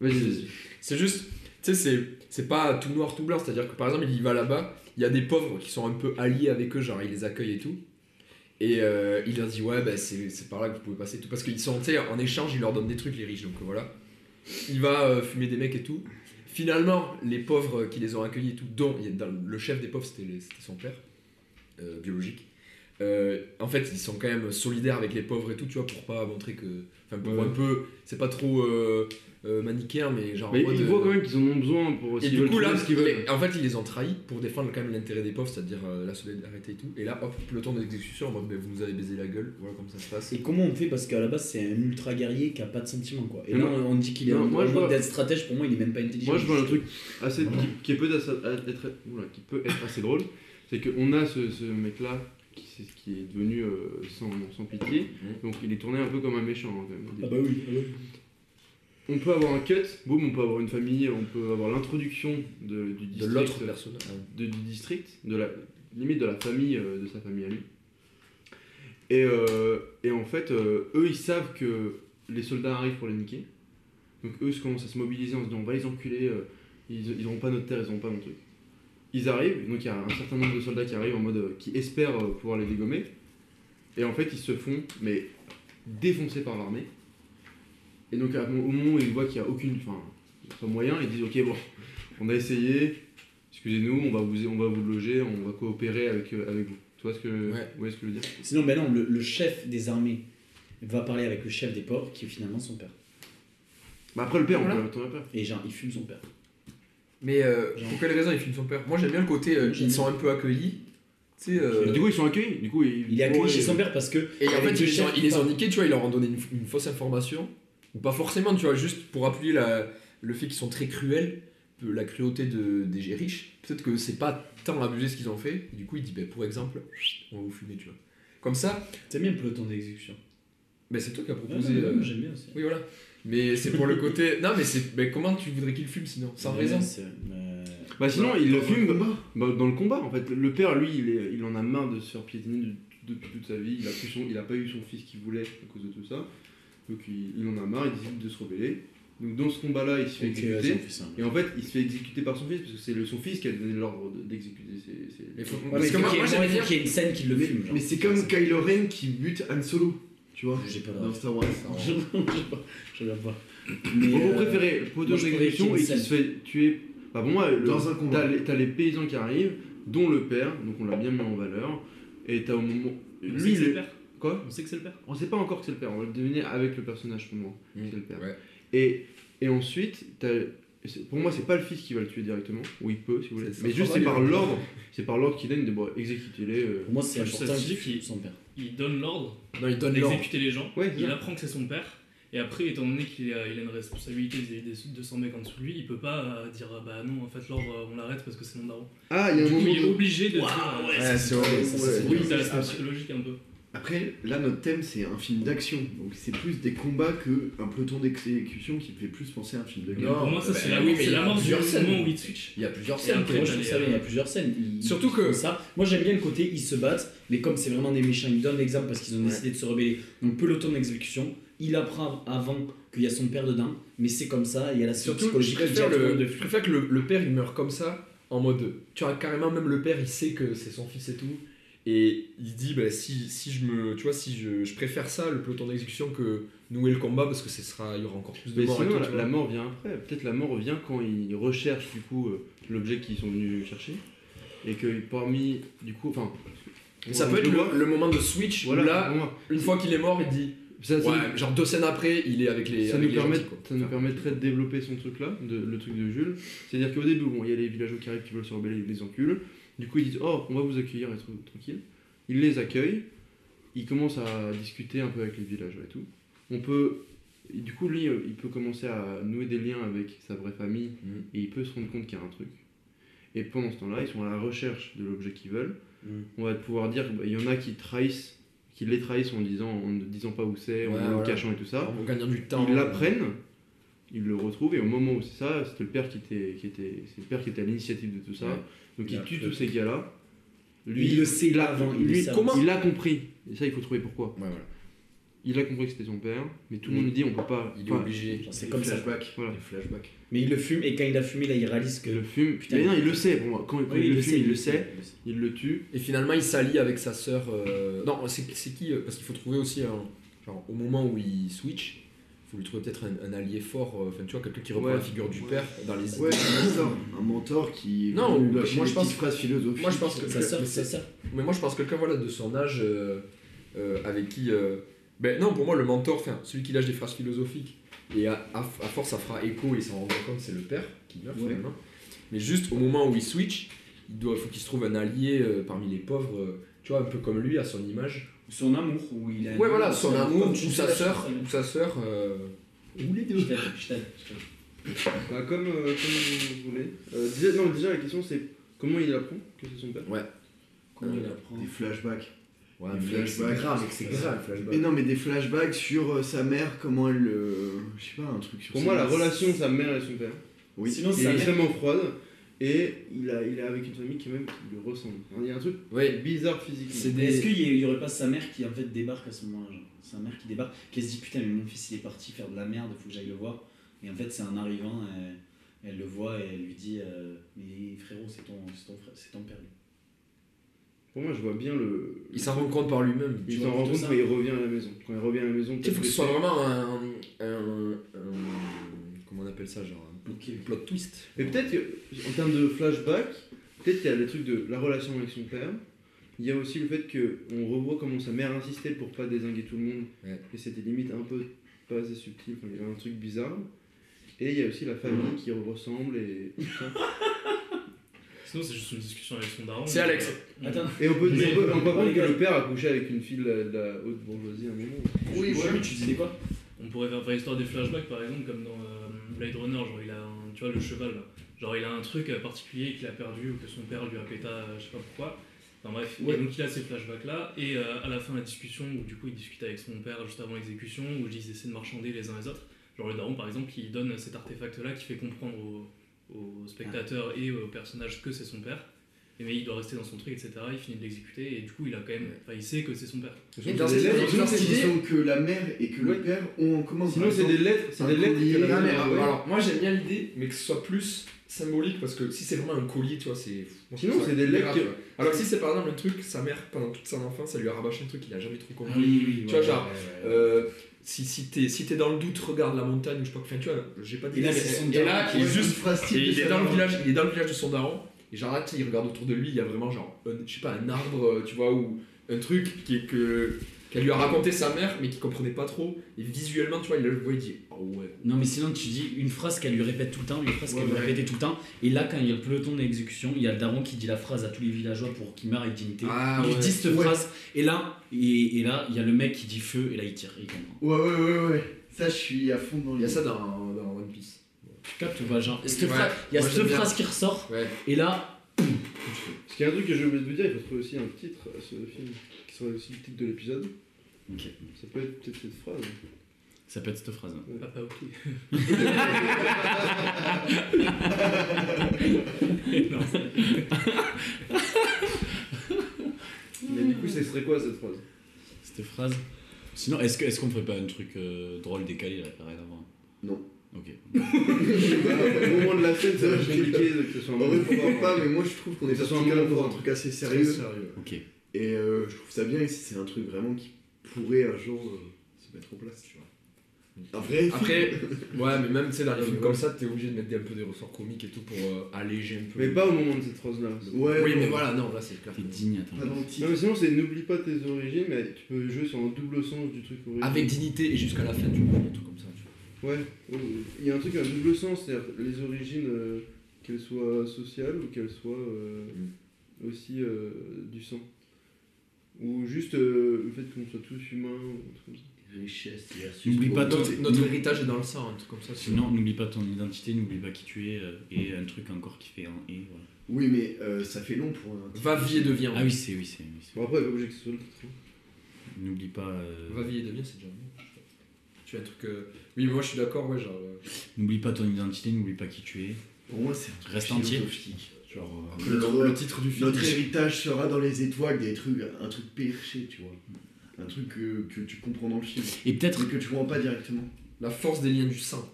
S4: Vas-y, vas-y.
S5: C'est juste, tu sais, c'est, c'est pas tout noir, tout blanc. C'est-à-dire que par exemple, il y va là-bas, il y a des pauvres qui sont un peu alliés avec eux, genre ils les accueillent et tout. Et euh, il leur dit, ouais, bah, c'est, c'est par là que vous pouvez passer et tout. Parce qu'ils sont, tu sais, en échange, ils leur donnent des trucs, les riches, donc voilà. Il va euh, fumer des mecs et tout. Finalement, les pauvres qui les ont accueillis et tout, dont il y a- dans- le chef des pauvres, c'était, les- c'était son père, euh, biologique. Euh, en fait, ils sont quand même solidaires avec les pauvres et tout, tu vois, pour pas montrer que. Enfin, pour
S4: Ouais.
S5: un peu. C'est pas trop euh, euh, manichéen, mais genre.
S4: Mais
S5: en
S4: ils
S5: mode,
S4: voient
S5: euh,
S4: quand même qu'ils en ont besoin pour
S5: et
S4: s'ils
S5: du
S4: veulent
S5: coup, là,
S4: trouver ce qu'ils veulent.
S5: les- en fait, ils les ont trahis pour défendre quand même l'intérêt des pauvres, c'est-à-dire euh, la solidarité et tout. Et là, hop, le temps de l'exécution, en mode, mais vous nous avez baisé la gueule, voilà comment ça se passe.
S6: Et comment on fait Parce qu'à la base, c'est un ultra guerrier qui a pas de sentiments, quoi. Et
S4: Mais
S6: là,
S4: moi-
S6: on dit qu'il est
S4: Non,
S6: en
S4: moi, je
S6: mode
S4: vois-
S6: d'être stratège, pour moi, il est même pas intelligent.
S4: Moi, je vois un truc assez qui, qui est peut être, assez- être- oula, qui peut être assez drôle, c'est qu'on a ce, ce mec-là qui, s'est- qui est devenu euh, sans, sans pitié, donc il est tourné un peu comme un méchant hein, quand même. au début.
S6: Ah bah oui, ah oui.
S4: On peut avoir un cut, boum, on peut avoir une famille, on peut avoir l'introduction de, du
S5: De
S4: district, euh,
S5: l'autre personne. Ah,
S4: de- du district, de la limite de la famille, euh, de sa famille à lui. Et, euh, et en fait, euh, eux, ils savent que les soldats arrivent pour les niquer. Donc eux, ils commencent à se mobiliser en se disant, on va les enculer, euh, ils n'auront pas notre terre, ils n'auront pas mon truc. Ils arrivent, donc il y a un certain nombre de soldats qui arrivent en mode, euh, qui espèrent euh, pouvoir les dégommer. Et en fait, ils se font, mais défoncés par l'armée. Et donc à- au moment où ils voient qu'il n'y a aucune, enfin, pas moyen, ils disent, ok, bon, on a essayé, excusez-nous, on va vous, on va vous loger, on va coopérer avec, euh, avec vous. Tu vois ce que,
S5: Ouais.
S4: vous voyez ce que je veux dire
S6: Sinon, ben non, le, le chef des armées va parler avec le chef des pauvres, qui est finalement son père.
S4: Bah après le père,
S5: Voilà.
S4: on peut retourner après.
S6: Et genre, il fume son père.
S5: Mais euh,
S6: Genre.
S5: pour quelle raison ils filment son père Moi, j'aime bien le côté, euh, ils sont un peu accueillis. Tu sais, euh,
S4: Mais Du coup ils sont accueillis, du coup ils...
S6: Il est accueilli
S4: Ouais,
S6: chez
S4: ouais.
S6: son père parce que.
S5: et en
S6: avec
S5: fait,
S6: deux
S5: ils les, ont,
S6: chefs,
S5: ils les ont
S6: pas.
S5: niqués, tu vois, ils leur ont donné une, une fausse information. Ou pas forcément, tu vois, juste pour appuyer la- le fait qu'ils sont très cruels, peu- la cruauté de, des riches. Peut-être que c'est pas tant abusé ce qu'ils ont fait. Et du coup, il dit, ben, pour exemple, on va vous fumer, tu vois. Comme ça,
S6: T'aimes bien le peloton d'exécution
S5: Ben c'est toi qui as
S7: Ah,
S5: proposé.
S6: Proposé,
S5: euh,
S6: euh, J'aime bien aussi.
S5: Oui, voilà. Mais c'est pour le côté. Non, mais c'est. Mais comment tu voudrais qu'il fume sinon Sans
S6: Ouais,
S5: raison
S6: c'est- euh,
S4: Bah sinon il le fume
S3: pas.
S4: bah, dans le combat en fait. Le père lui il, est- il en a marre de se faire piétiner de- depuis toute sa vie, il a, plus son- il a pas eu son fils qu'il voulait à cause de tout ça. Donc il, il en a marre, il décide de se rebeller. Donc dans ce combat là il se fait
S6: ok, vas-y, on
S4: exécuter.
S6: fait ça.
S4: Et en fait il se fait exécuter par son fils parce que c'est le- son fils qui a donné l'ordre de- d'exécuter ses... ses-
S5: Mais faut-
S6: Ouais,
S5: Parce
S6: mais
S5: que
S6: faut
S5: moi, moi
S6: qu'il y ait- moi,
S5: j'allais
S6: il
S5: dire.
S6: faut qu'il y ait une scène qui le
S3: Mais,
S6: fume. genre.
S3: mais c'est comme Kylo Ren qui bute Han Solo, tu vois,
S6: J'ai pas la
S3: dans Star Wars.
S6: Je je sais pas, je regarde pas.
S4: Mon
S6: Mais,
S4: mot
S6: euh,
S4: préféré, le poteau
S6: moi, je préférais
S4: d'exécution et
S6: Kim
S4: qui se fait tuer. Bah, pour moi, le-
S3: Dans un combat.
S4: t'as les, t'as les paysans qui arrivent, dont le père, donc on l'a bien mis en valeur, et t'as au moment.
S1: On sait
S4: Lui,
S1: que c'est
S4: il
S1: le
S4: est-
S1: père.
S4: Quoi
S1: On sait que c'est le père.
S4: On sait pas encore que c'est le père, on va le deviner avec le personnage pour moi. que
S5: Mm.
S4: C'est le père.
S5: Ouais.
S4: Et, et ensuite, t'as- c'est- pour moi, c'est pas le fils qui va le tuer directement, ou il peut si vous voulez,
S5: C'est-
S4: mais
S5: c'est
S4: juste
S5: pas
S4: c'est
S5: mal,
S4: par
S5: hein.
S4: l'ordre, c'est par l'ordre qu'il donne de bon, exécutez-les. euh.
S7: Pour moi, c'est
S1: Je sais
S7: important
S1: ce
S7: qu'il
S1: qu'il
S7: tue
S1: dit.
S7: son père.
S1: Il donne l'ordre
S5: Non, il donne l'ordre.
S1: d'exécuter les gens.
S4: Ouais, c'est
S1: Il
S4: ça.
S1: apprend que c'est son père. Et après, étant donné qu'il a, il a une responsabilité vis-à-vis des 200 mecs en dessous de lui, il peut pas euh, dire ah bah non, en fait, l'ordre, euh, on l'arrête parce que c'est mon daron.
S3: Ah, il y a
S1: Du
S3: un
S1: coup,
S3: moment.
S1: il est
S3: de-
S1: obligé de.
S7: Waouh,
S1: dire, euh,
S7: ouais,
S5: Ouais, Ah, c'est vrai. ça,
S3: Ouais,
S5: c'est
S3: oui,
S5: bien.
S1: c'est
S3: ça,
S1: la
S3: après-
S1: psychologique un peu.
S3: Après, là, notre thème, c'est un film d'action. Donc, c'est plus des combats qu'un peloton d'exécution qui me fait plus penser à un film de guerre.
S5: Non,
S1: pour moi, ça,
S5: bah
S1: c'est la,
S5: oui, mais
S1: c'est
S5: il y
S1: la
S5: a
S1: mort du
S5: plusieurs scènes.
S1: moment où il switch.
S5: Il y a plusieurs
S1: Et
S5: scènes.
S1: après,
S7: Moi, je trouve ça bien, il y a plusieurs scènes. Ils-
S5: Surtout
S7: ils
S5: que-
S7: font Ça. Moi, j'aime bien le côté ils se battent, mais comme c'est vraiment des méchants, ils donnent l'exemple parce qu'ils ont décidé de se rebeller. Donc, peloton d'exécution, il apprend avant qu'il y a son père dedans, mais c'est comme ça, il y a la suite
S5: Surtout, je
S7: psychologique qui
S5: préfère,
S7: gère tout le monde
S5: le,
S7: de
S5: je
S7: fou.
S5: préfère que le, le père il meurt comme ça, en mode. Tu vois, carrément, même le père il sait que c'est son fils et tout. Et il dit, bah, si, si je me. Tu vois, si je, je préfère ça, le peloton d'exécution, que nouer le combat, parce que ce sera, il y aura encore plus de
S4: Mais
S5: morts. et
S4: sinon,
S5: tout,
S4: la,
S5: tu vois.
S4: la mort vient après. Peut-être la mort vient quand ils recherchent du coup euh, l'objet qu'ils sont venus chercher. Et que parmi, du coup, enfin.
S5: Mais ça
S4: on
S5: peut être
S4: voir.
S5: le, le moment de switch où
S4: Voilà,
S5: là,
S4: pour moi.
S5: une fois qu'il est mort, il dit.
S4: Ça, ça-
S5: Ouais, genre deux scènes après, il est avec les.
S4: ça
S5: avec
S4: nous,
S5: les
S4: permet,
S5: gentils, quoi.
S4: ça nous permettrait de développer son truc là, de- le truc de Jules. C'est-à-dire qu'au début, bon, il y a les villageois qui arrivent qui veulent se rebeller, ils les enculent. Du coup, ils disent Oh, on va vous accueillir et tout, tranquille. Ils les accueillent. Ils commencent à discuter un peu avec les villageois et tout. On peut. et du coup, lui, euh, il peut commencer à nouer des liens avec sa vraie famille
S5: Mhm.
S4: et il peut se rendre compte qu'il y a un truc. Et pendant ce temps-là, ils sont à la recherche de l'objet qu'ils veulent.
S7: Mhm.
S4: On va pouvoir dire qu'il y en a qui trahissent, qui les trahissent en, disant, en ne disant pas où c'est,
S5: Ouais,
S4: en le
S5: voilà.
S4: cachant et tout ça.
S5: En gagnant du temps.
S4: Ils l'apprennent, ils le retrouvent, et au moment où c'est ça, c'était le père qui était, qui était, c'est le père qui était à l'initiative de tout ça.
S5: Ouais.
S4: Donc
S7: Il
S4: il,
S7: a
S4: tue
S7: peur.
S4: tous ces gars-là. Lui,
S7: Lui, il le sait là avant. il le
S4: lui,
S7: sait avant.
S4: comment il l'a compris. Et ça, il faut trouver pourquoi.
S5: Ouais, voilà.
S4: Il a compris que c'était son père, mais tout le monde lui dit on peut pas.
S5: Il est
S4: enfin,
S5: obligé.
S7: Genre, C'est comme ça.
S3: flashbacks.
S4: Voilà.
S3: Les flashbacks.
S7: Mais il le fume, et quand il a fumé, là, il réalise que.
S4: il le fume.
S7: Putain,
S4: mais non,
S7: il-
S4: il le sait. Pour moi. Quand, quand
S7: Oui,
S4: il le fume, il le
S7: il
S4: sait. Il le tue.
S5: Et finalement, il s'allie avec sa sœur. euh, Non, c'est c'est qui euh, Parce qu'il faut trouver aussi un. Genre, au moment où il switch, il faut lui trouver peut-être un, un allié fort. euh, Enfin, tu vois, quelqu'un qui reprend
S4: Ouais.
S5: la figure du
S3: Ouais.
S5: père dans les
S3: Ouais, un mentor. Un mentor qui.
S5: Non,
S3: lui lâche
S5: moi,
S3: des
S5: je pense-
S3: petites phrases philosophiques.
S5: Moi, je pense que
S7: Sa sœur, sa sœur.
S5: Mais moi, je pense que quelqu'un voilà, de son âge euh, euh, avec qui. euh, ben non, pour moi, le mentor, enfin, celui qui lâche des phrases philosophiques, et à, à- à force, ça fera écho et il s'en rendra compte, c'est le père qui meurt
S3: Ouais.
S5: finalement. Mais juste au moment où il switch, il doit, faut qu'il se trouve un allié euh, parmi les pauvres, euh, tu vois, un peu comme lui, à son image.
S7: Son amour, où il a.
S5: Ouais, voilà, son amour, ou
S7: tu
S5: sa
S7: sais,
S5: sœur,
S7: je sais.
S5: ou sa sœur. euh, ou les deux.
S7: Je t'aide, je t'aide.
S4: Bah, comme, euh, comme vous voulez. Euh, déjà, non, déjà, la question c'est comment il apprend que c'est son père.
S7: Comment il apprend
S3: Des flashbacks.
S5: Ouais,
S3: Des
S5: Ah, mais c'est
S3: flashbacks.
S5: grave, c'est grave, flashback.
S3: Mais non, mais des flashbacks sur euh, sa mère, comment elle. euh, je sais pas, un truc sur
S4: Pour
S3: sa
S4: moi, la
S3: mère.
S4: relation sa mère et son père.
S3: Oui.
S7: Sinon,
S4: Il est
S7: sa mère.
S4: extrêmement froide et il, a, il est avec une famille qui même qui lui ressemble. Il y a un truc
S5: Ouais,
S4: bizarre physiquement.
S5: c'est
S7: Mais Est-ce
S5: des.
S7: qu'il y, a- il y aurait pas sa mère qui en fait débarque à ce moment-là genre Sa mère qui débarque, qui se dit putain mais mon fils il est parti faire de la merde, faut que j'aille le voir. Et en fait c'est un arrivant, elle, elle le voit et elle lui dit euh, mais frérot c'est ton, c'est ton frère, c'est ton père. lui.
S4: Pour moi, je vois bien le.
S5: Il s'en rend compte par lui-même.
S4: Il
S7: tu
S4: s'en
S7: vois
S4: rend
S7: plutôt
S4: compte,
S7: ça.
S4: mais il revient à la maison. Quand il revient à la maison,
S5: Tu sais,
S4: peut-être
S5: faut que ce
S4: que-
S5: soit vraiment un, un- un- Comment on appelle ça Genre un
S7: Ok.
S5: plot twist.
S4: Mais peut-être que, en termes de flashback, peut-être qu'il y a le truc de la relation avec son père. Il y a aussi le fait qu'on revoit comment sa mère insistait pour pas désinguer tout le monde.
S5: Ouais.
S4: Et c'était limite un peu pas assez subtil. Enfin, il y avait un truc bizarre. Et il y a aussi la famille qui ressemble et.
S1: Sinon, c'est juste une discussion avec son daron.
S5: C'est Alex.
S1: Euh,
S7: Attends,
S4: Et on peut,
S1: Mais-
S4: on peut, on peut
S7: Oh,
S4: voir
S7: les
S4: que
S7: gars.
S4: le père a couché avec une fille de la- de la haute bourgeoisie à un moment.
S7: oui, mais tu disais quoi
S1: On pourrait faire, faire l'histoire des flashbacks par exemple, comme dans euh, Blade Runner, genre il a un- tu vois, le cheval là. Genre il a un truc euh, particulier qu'il a perdu ou que son père lui a pété, euh, je sais pas pourquoi. Enfin bref, et donc il a ces flashbacks là. Et euh, à la fin, la discussion où du coup il discute avec son père juste avant l'exécution, où ils essaient de marchander les uns les autres. Genre le daron par exemple, il donne cet artefact là qui fait comprendre aux, aux spectateurs et aux personnages que c'est son père. Et mais il doit rester dans son truc, etc. Il finit de l'exécuter et du coup il a quand même. Enfin, il sait que c'est son père.
S5: Et
S3: Dans
S5: dans
S3: ces
S5: cette-
S3: lettres,
S5: dans cette idée-
S3: disons que la mère et que
S4: Ouais.
S3: le père ont en commun.
S4: Sinon,
S3: Par
S4: c'est des
S3: exemple,
S4: lettres. C'est
S3: un
S4: des lettres.
S3: collier,
S4: qu'elle a
S3: un
S4: mis
S3: air,
S4: dans-
S3: ouais.
S5: Alors, moi j'aime bien l'idée, mais que ce soit plus symbolique parce que si c'est vraiment un collier, tu vois, c'est. moi, je
S4: Sinon,
S5: trouve ça
S4: c'est des
S5: grave,
S4: legs
S5: tu vois. Alors, que si c'est par exemple Ah, un truc, sa mère pendant toute son enfance, elle lui a rabâché un truc qu'il a jamais trop compris.
S7: Ah oui,
S5: Tu vois, genre, Euh, si, si t'es si t'es dans le doute, regarde la montagne, ou je sais pas, enfin, tu vois, j'ai pas dit.
S7: Et là,
S5: mais-
S7: c'est son
S5: et là,
S7: daron qui
S5: il est
S7: voit
S5: juste
S3: phrase
S5: et
S3: type de
S5: il est
S3: ça.
S5: dans le village, il est dans le village de son daron, et genre là, tu sais, il regarde autour de lui, il y a vraiment genre, un- je sais pas, un arbre, euh, tu vois, ou un truc qui est que qu'elle lui a raconté sa mère, mais qu'il comprenait pas trop. Et visuellement, tu vois, il le voit, il dit, ah ouais.
S6: Non, mais sinon, tu dis une phrase qu'elle lui répète tout le temps, une phrase qu'elle lui répétait tout le temps. Et là, quand il y a le peloton d'exécution, il y a le daron qui dit la phrase à tous les villageois pour qu'ils meurent avec dignité.
S5: Ah
S6: il
S5: ouais.
S6: dit cette
S3: Ouais.
S6: phrase. Et là, et, et là, il y a le mec qui dit feu, et là, il tire. Il comprend.
S3: Ouais, ouais, ouais, ouais. Ça, je suis à fond dans
S5: Il y a ça dans, dans One Piece.
S6: Tu captes ou pas, genre cette
S5: Ouais.
S6: phrase- Il y a
S5: Moi,
S6: cette
S5: j'aime bien.
S6: phrase qui ressort,
S5: Ouais.
S6: et là,
S4: Parce qu'il y a un truc que j'ai oublié de vous dire, il faut trouver aussi un titre à ce film, qui serait aussi le titre de l'épisode.
S6: Ok.
S4: Ça peut être peut-être cette phrase.
S6: ça peut être cette phrase. hein.
S1: Papa, ok. non,
S4: Mais du coup, ce serait quoi cette phrase
S6: Cette phrase. Sinon, est-ce que- est-ce qu'on ferait pas un truc euh, drôle décalé là, qui a rien à voir
S3: Non.
S6: Ok.
S4: Au moment de la scène,
S3: euh,
S4: ça va être compliqué que ce soit un
S3: En
S4: moment
S3: vrai, pourquoi
S4: fort.
S3: pas, mais moi je trouve qu'on est
S4: Ça
S3: parti
S4: soit un
S3: quand même
S4: moment
S3: dans un
S4: fort.
S3: truc assez sérieux.
S6: Ok.
S3: Et euh, je trouve ça bien, et c'est un truc vraiment qui pourrait un jour euh, se mettre en place, tu vois. Un vrai
S5: Après, ouais, mais même tu sais, dans les
S4: Ouais,
S5: films
S4: ouais.
S5: comme ça, t'es obligé de mettre des- un peu des ressorts comiques et tout pour euh, alléger un peu.
S4: Mais pas au moment de cette phrase-là.
S3: Ouais,
S5: Oui, mais
S3: non,
S5: voilà, non, là c'est clair.
S6: T'es digne, attends.
S3: Pas dans le
S4: Non,
S3: titre.
S4: mais sinon, c'est n'oublie pas tes origines, mais tu peux jouer sur un double sens du truc original.
S5: Avec dignité et jusqu'à la fin, tu vois, un truc comme ça. tu vois.
S4: Ouais, ouais, il y a un truc, un double sens, c'est-à-dire les origines, euh, qu'elles soient sociales ou qu'elles soient euh,
S5: Mm.
S4: aussi euh, du sang. Ou juste euh, le fait qu'on soit tous humains, ou un truc comme ça.
S7: Richesse versus.
S6: N'oublie pas ton.
S5: Notre, notre héritage est dans le sang, un truc comme ça. tu vois.
S6: Sinon, n'oublie pas ton identité, n'oublie pas qui tu es, euh, et un truc encore qui fait un et. Voilà.
S3: Oui, mais euh, ça fait long pour un titre.
S5: Va vie et deviens.
S6: Ah oui, c'est, oui, c'est. oui, c'est-
S4: Bon, après, il n'est pas obligé que ce soit le titre. hein.
S6: N'oublie pas. euh,
S5: Va vie et deviens, c'est déjà mieux. Tu as un truc. euh, Oui, moi je suis d'accord, ouais, genre. euh,
S6: N'oublie pas ton identité, n'oublie pas qui tu es.
S3: Pour moi, c'est un truc
S6: Reste entier.
S3: philosophique.
S6: Genre. euh,
S5: Le,
S3: Notre-
S5: le titre du film.
S3: Notre héritage sera dans les étoiles, des trucs, un truc perché, tu vois. Un truc que, que tu comprends dans le film,
S6: Et peut-être.
S3: mais que tu comprends pas directement.
S5: La force des liens du sang.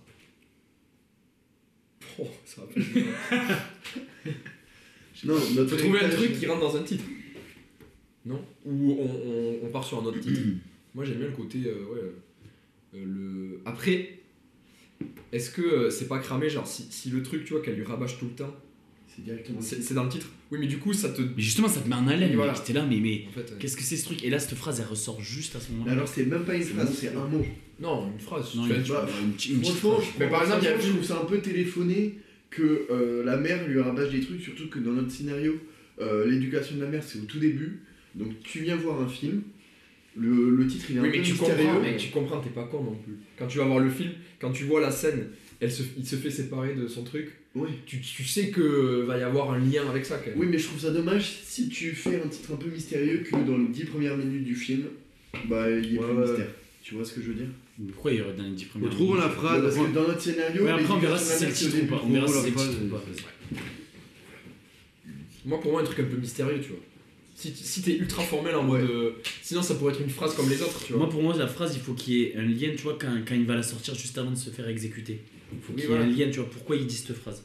S5: Oh, ça va pas.
S3: Non, notre
S5: Faut trouver un
S3: héritage- euh,
S5: truc qui rentre dans un titre. Non Ou on, on- on part sur un autre titre. Moi j'aime bien le côté. euh, ouais, euh, le... Après, est-ce que euh, c'est pas cramé Genre, si, si le truc, tu vois, qu'elle lui rabâche tout le temps,
S3: C'est directement.
S5: c'est c'est dans le titre Oui, mais du coup, ça te.
S6: Mais justement, ça te met en
S5: Et
S6: haleine.
S5: voilà.
S6: mec, T'es là, mais, mais
S5: En fait, euh,
S6: qu'est-ce que c'est ce truc Et là, cette phrase, elle ressort juste à ce
S3: Mais
S5: Bah,
S6: moment-là.
S3: alors, c'est même pas une
S6: C'est
S3: phrase,
S6: bon.
S3: c'est un mot.
S5: non, une phrase.
S6: Non,
S5: tu vois,
S6: une-
S5: tu-
S3: Bah,
S6: une petite- une petite
S3: Franchement,
S6: phrase.
S5: Mais par exemple, il y a-
S3: franchement, je trouve ça un peu téléphoné que euh, la mère lui rabâche des trucs, surtout que dans notre scénario, euh, l'éducation de la mère, c'est au tout début. Donc tu viens voir un film, le, le titre il est
S5: Oui,
S3: un peu
S5: mais tu
S3: mystérieux.
S5: comprends, mec, tu comprends, t'es pas con non plus. Quand tu vas voir le film, quand tu vois la scène, elle se, il se fait séparer de son truc,
S3: Oui.
S5: tu, tu sais que va y avoir un lien avec ça quand même.
S3: Oui, mais je trouve ça dommage si tu fais un titre un peu mystérieux que dans les 10 premières minutes du film, bah il y a
S5: Ouais,
S3: plus de
S5: ouais.
S3: mystère. Tu vois ce que je veux dire
S6: Pourquoi il y aurait dans les 10 premières
S4: Retrouvons la
S6: minutes
S3: Parce
S4: phrase.
S3: que dans notre scénario,
S6: Ouais, après, on verra si c'est
S3: l'éducation de
S6: le
S3: la
S6: titre ou
S3: mère,
S6: pas.
S3: c'est au
S4: Retrouvons
S6: On verra si c'est
S4: la
S6: le titre ou pas.
S4: phrase.
S5: Moi pour moi un truc un peu mystérieux tu vois. Si, t- si t'es ultra formel en mode. euh, sinon ça pourrait être une phrase comme les autres tu vois.
S6: Moi, pour moi, la phrase, il faut qu'il y ait un lien, tu vois, quand, quand il va la sortir juste avant de se faire exécuter. Il faut
S5: Oui,
S6: qu'il
S5: voilà.
S6: y ait un lien, tu vois, pourquoi il dit cette phrase.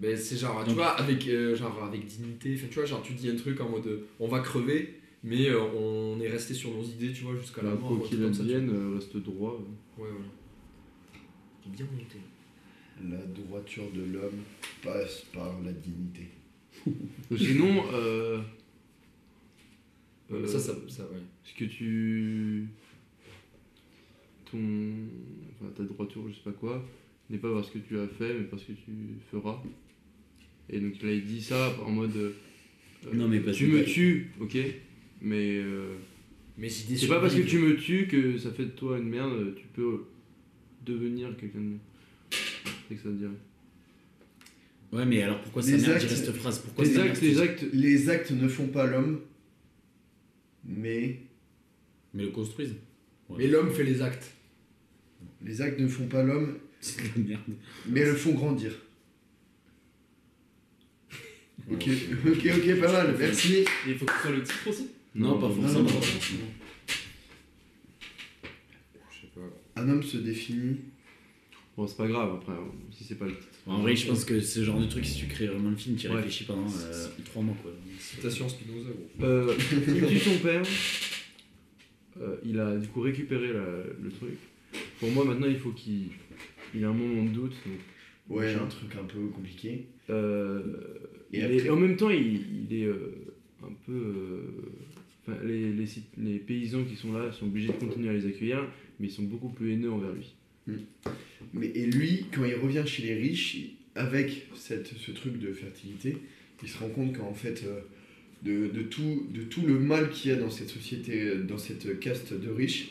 S5: Mais c'est genre tu
S6: Donc-
S5: vois avec euh, genre avec dignité, enfin, tu vois genre tu dis un truc en mode euh, on va crever mais euh, on est resté sur nos idées tu vois jusqu'à la mort. ou un truc comme ça, tu vois.
S4: reste droit.
S5: Ouais voilà. C'est Bien monté.
S3: La droiture de l'homme passe par la dignité.
S4: Sinon, euh,
S5: Euh, ça ça, ça ouais.
S4: ce que tu. Ton. Enfin, ta droiture, je sais pas quoi, n'est pas parce que tu as fait, mais parce que tu feras. Et donc, là, il dit ça en mode. euh,
S6: Non, mais parce
S4: Tu
S6: que- bah,
S4: me tues, ok, mais. euh,
S5: Mais j'ai des
S4: C'est pas parce que tu me tues que ça fait de toi une merde, tu peux devenir quelqu'un de mieux. C'est que ça te dirait.
S6: Ouais, mais alors pourquoi sa
S3: Les
S6: mère
S3: actes-
S6: dirait cette phrase Pourquoi
S4: Les
S6: sa mère
S4: actes,
S6: dit-
S4: les actes.
S3: Les actes ne font pas l'homme, mais
S6: Mais le construisent.
S5: Mais l'homme fait les actes.
S3: les actes ne font pas l'homme,
S6: C'est de la merde.
S3: mais le font grandir. Ok, ok, ok, pas mal, merci.
S1: il faut que ce soit le titre aussi.
S6: Non, pas
S3: non,
S6: forcément.
S3: non, non.
S5: Je sais pas.
S3: Un homme se définit.
S4: Bon, c'est pas grave après, hein, si c'est pas le titre.
S6: En vrai, je pense que ce genre de truc, si tu crées vraiment le film, tu y
S4: Ouais.
S6: réfléchis pendant 3 mois, quoi.
S5: Citation Spinoza gros.
S4: Euh, il tue son père. Euh, il a du coup récupéré la- le truc. Pour moi, maintenant, il faut qu'il il ait un moment de doute. donc,
S3: Ouais, hein. un truc un peu compliqué.
S4: euh,
S3: Et
S4: il
S3: après-
S4: est- en même temps, il, il est euh, un peu. euh, enfin, les, les cit- les paysans qui sont là sont obligés de continuer à les accueillir, mais ils sont beaucoup plus haineux envers lui.
S3: Mais, et lui, quand il revient chez les riches, il- avec cette, ce truc de fertilité, il se rend compte qu'en fait, euh, de, de tout, de tout le mal qu'il y a dans cette société, euh, dans cette caste de riches,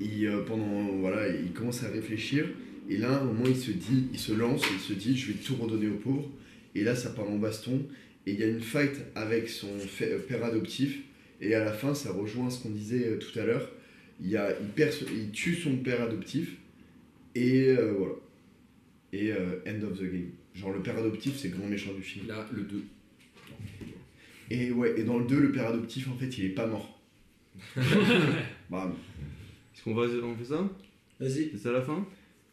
S3: il, euh, pendant, voilà, il commence à réfléchir. Et là, à un moment, il se dit, il se lance, il se dit, je vais tout redonner aux pauvres. Et là, ça part en baston. Et il y a une fight avec son fa- euh, père adoptif. Et à la fin, ça rejoint ce qu'on disait euh, tout à l'heure. Il, y a- il, perd ce- il tue son père adoptif. Et euh, voilà. Et euh, end of the game. Genre le père adoptif, c'est le grand méchant du film.
S5: Là, le 2.
S3: Et ouais, et dans le 2, le père adoptif, en fait, il est pas mort. Bah, Bam.
S4: Est-ce qu'on va on fait ça
S7: Vas-y.
S4: C'est ça la fin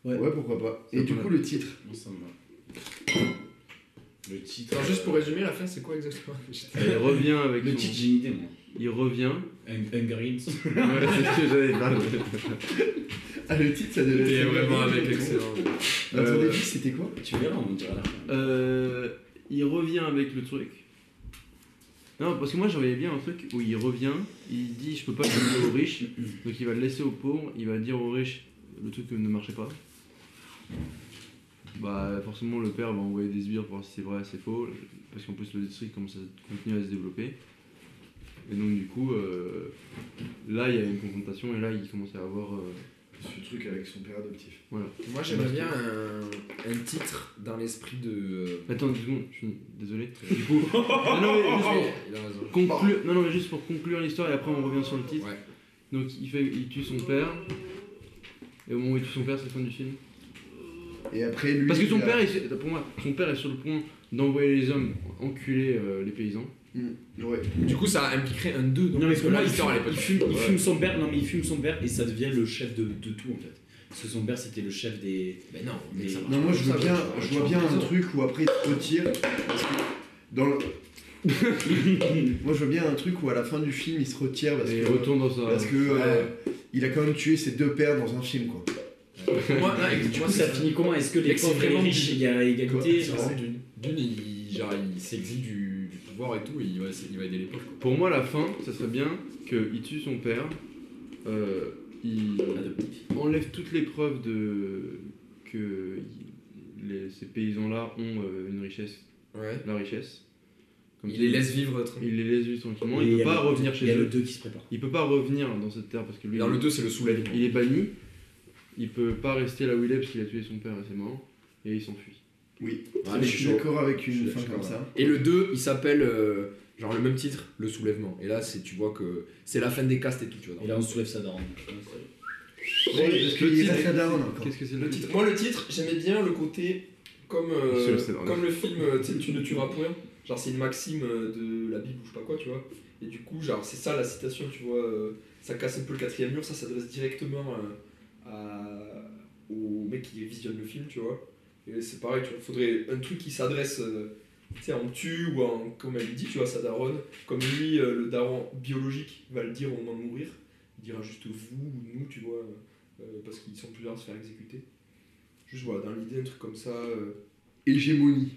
S7: Ouais.
S3: Ouais, pourquoi pas.
S4: Ça
S3: Et du
S4: peut
S3: coup, le titre.
S7: Non, ça me va.
S6: Le titre.
S5: Attends, juste pour résumer, la fin, c'est quoi exactement
S4: Il revient avec
S7: Le
S4: son-
S7: titre, j'ai une idée, moi.
S4: Il revient.
S6: Hung- Hunger Games.
S4: Ouais, c'est ce que j'avais pas.
S3: Ah, le titre, ça devait
S2: Et
S3: être.
S2: vraiment avec l'excellent.
S3: Dans ton
S4: Euh,
S3: avis, c'était quoi
S7: Tu verras, on dira la fin.
S4: Euh, il revient avec le truc. Non, parce que moi j'avais bien un truc où il revient, il dit je peux pas le donner aux riches, donc il va le laisser aux pauvres, il va dire aux riches le truc ne marchait pas. Bah forcément le père va envoyer des sbires pour voir si c'est vrai, c'est faux, parce qu'en plus le district commence à continuer à se développer. Et donc du coup, euh, là il y a une confrontation et là il commence à avoir... euh,
S3: Ce truc avec son père adoptif.
S5: Moi, j'aimerais bien un, un titre dans l'esprit de.
S4: Attends deux secondes, je suis désolé. Du coup... Ah non, mais juste pour-
S5: Il a raison.
S4: Conclu- Non, non, mais juste pour conclure l'histoire et après on revient sur le titre.
S5: Ouais.
S4: Donc il, fait... il tue son père. Et au moment où il tue son père, c'est la fin du film.
S3: Et après, lui.
S4: Parce que son
S3: il a-
S4: père, est... pour moi, son père est sur le point d'envoyer les hommes enculer euh, les paysans.
S3: Ouais.
S5: Du coup, ça impliquerait un 2.
S7: Non, mais parce que
S5: là,
S7: moi, il fume,
S5: l'histoire, elle est pas
S7: il fume- il
S5: Ouais.
S7: fume son père, non, mais il fume son père et ça devient le chef de, de tout en fait. Parce que son père c'était le chef des.
S5: Mais non,
S7: mais ça marche
S3: Non, moi, je vois bien, je vois bien un truc où après, il se retire. Parce que dans le- moi, je vois bien un truc où à la fin du film, il se retire parce
S4: et
S3: que.
S4: retourne dans sa.
S3: Parce que. euh, Il a quand même tué ses deux pères dans un film, quoi.
S5: Moi, là, et
S7: Du
S5: tu
S7: coup,
S5: vois,
S7: ça
S5: ça
S7: finit comment Est-ce que les
S5: Mec, c'est
S7: pauvres et les
S5: vraiment
S7: riches,
S5: du-
S7: il y a égalité
S5: Quoi,
S7: genre
S5: c'est Dune, Dune, il, genre, il s'exile du, du pouvoir et tout, et il va, essayer- il va aider les pauvres. quoi.
S4: Pour moi, la fin, ça serait bien qu'il tue son père. euh, il enlève toutes les preuves de... que il- les- ces paysans-là ont euh, une richesse,
S5: Ouais.
S4: la richesse. Comme
S5: Il
S4: ça,
S5: les laisse vivre tranquille.
S4: Il les laisse vivre tranquillement,
S7: Et
S4: il
S7: y
S4: peut
S7: a
S4: pas
S7: le-
S4: revenir
S7: Il y
S4: chez
S7: a le
S4: eux.
S7: 2 qui se prépare.
S4: Il peut pas revenir dans cette terre parce que lui,
S5: Dans le 2, c'est le soulèvement.
S4: il est banni. Il peut pas rester là où il est parce qu'il a tué son père et c'est mort. Et il s'enfuit.
S5: Ouais,
S3: je
S5: Ah, mais
S3: suis
S5: chaud.
S3: d'accord avec
S5: Je
S3: une
S5: suis
S3: fin
S5: d'accord,
S3: comme ça.
S5: Et le 2, il s'appelle, euh, genre le même titre, Le Soulèvement. Et là, c'est tu vois que c'est la fin des castes et tout, tu vois.
S7: Et là on soulève sa daronne.
S3: Ouais, parce qu'il reste la daronne encore.
S4: Qu'est-ce que c'est
S5: Le titre. Moi, le titre, j'aimais bien le côté comme, euh,
S4: Monsieur le Cédron.
S5: comme le film euh, tu sais, Tu ne tueras point. Genre, c'est une maxime euh, de la Bible ou je sais pas quoi, tu vois. Et du coup, genre, c'est ça la citation, tu vois. euh, ça casse un peu le quatrième mur, ça s'adresse directement euh, à- au mec qui visionne le film, tu vois. Et c'est pareil, tu vois. Faudrait un truc qui s'adresse. euh, tu sais, en tu ou en, comme elle dit, tu vois, sa daronne, comme lui, euh, le daron biologique va le dire au moment de mourir, il dira juste vous ou nous, tu vois, euh, euh, parce qu'ils sont plusieurs à se faire exécuter. Juste voilà, dans l'idée, un truc comme ça. euh,
S3: Hégémonie.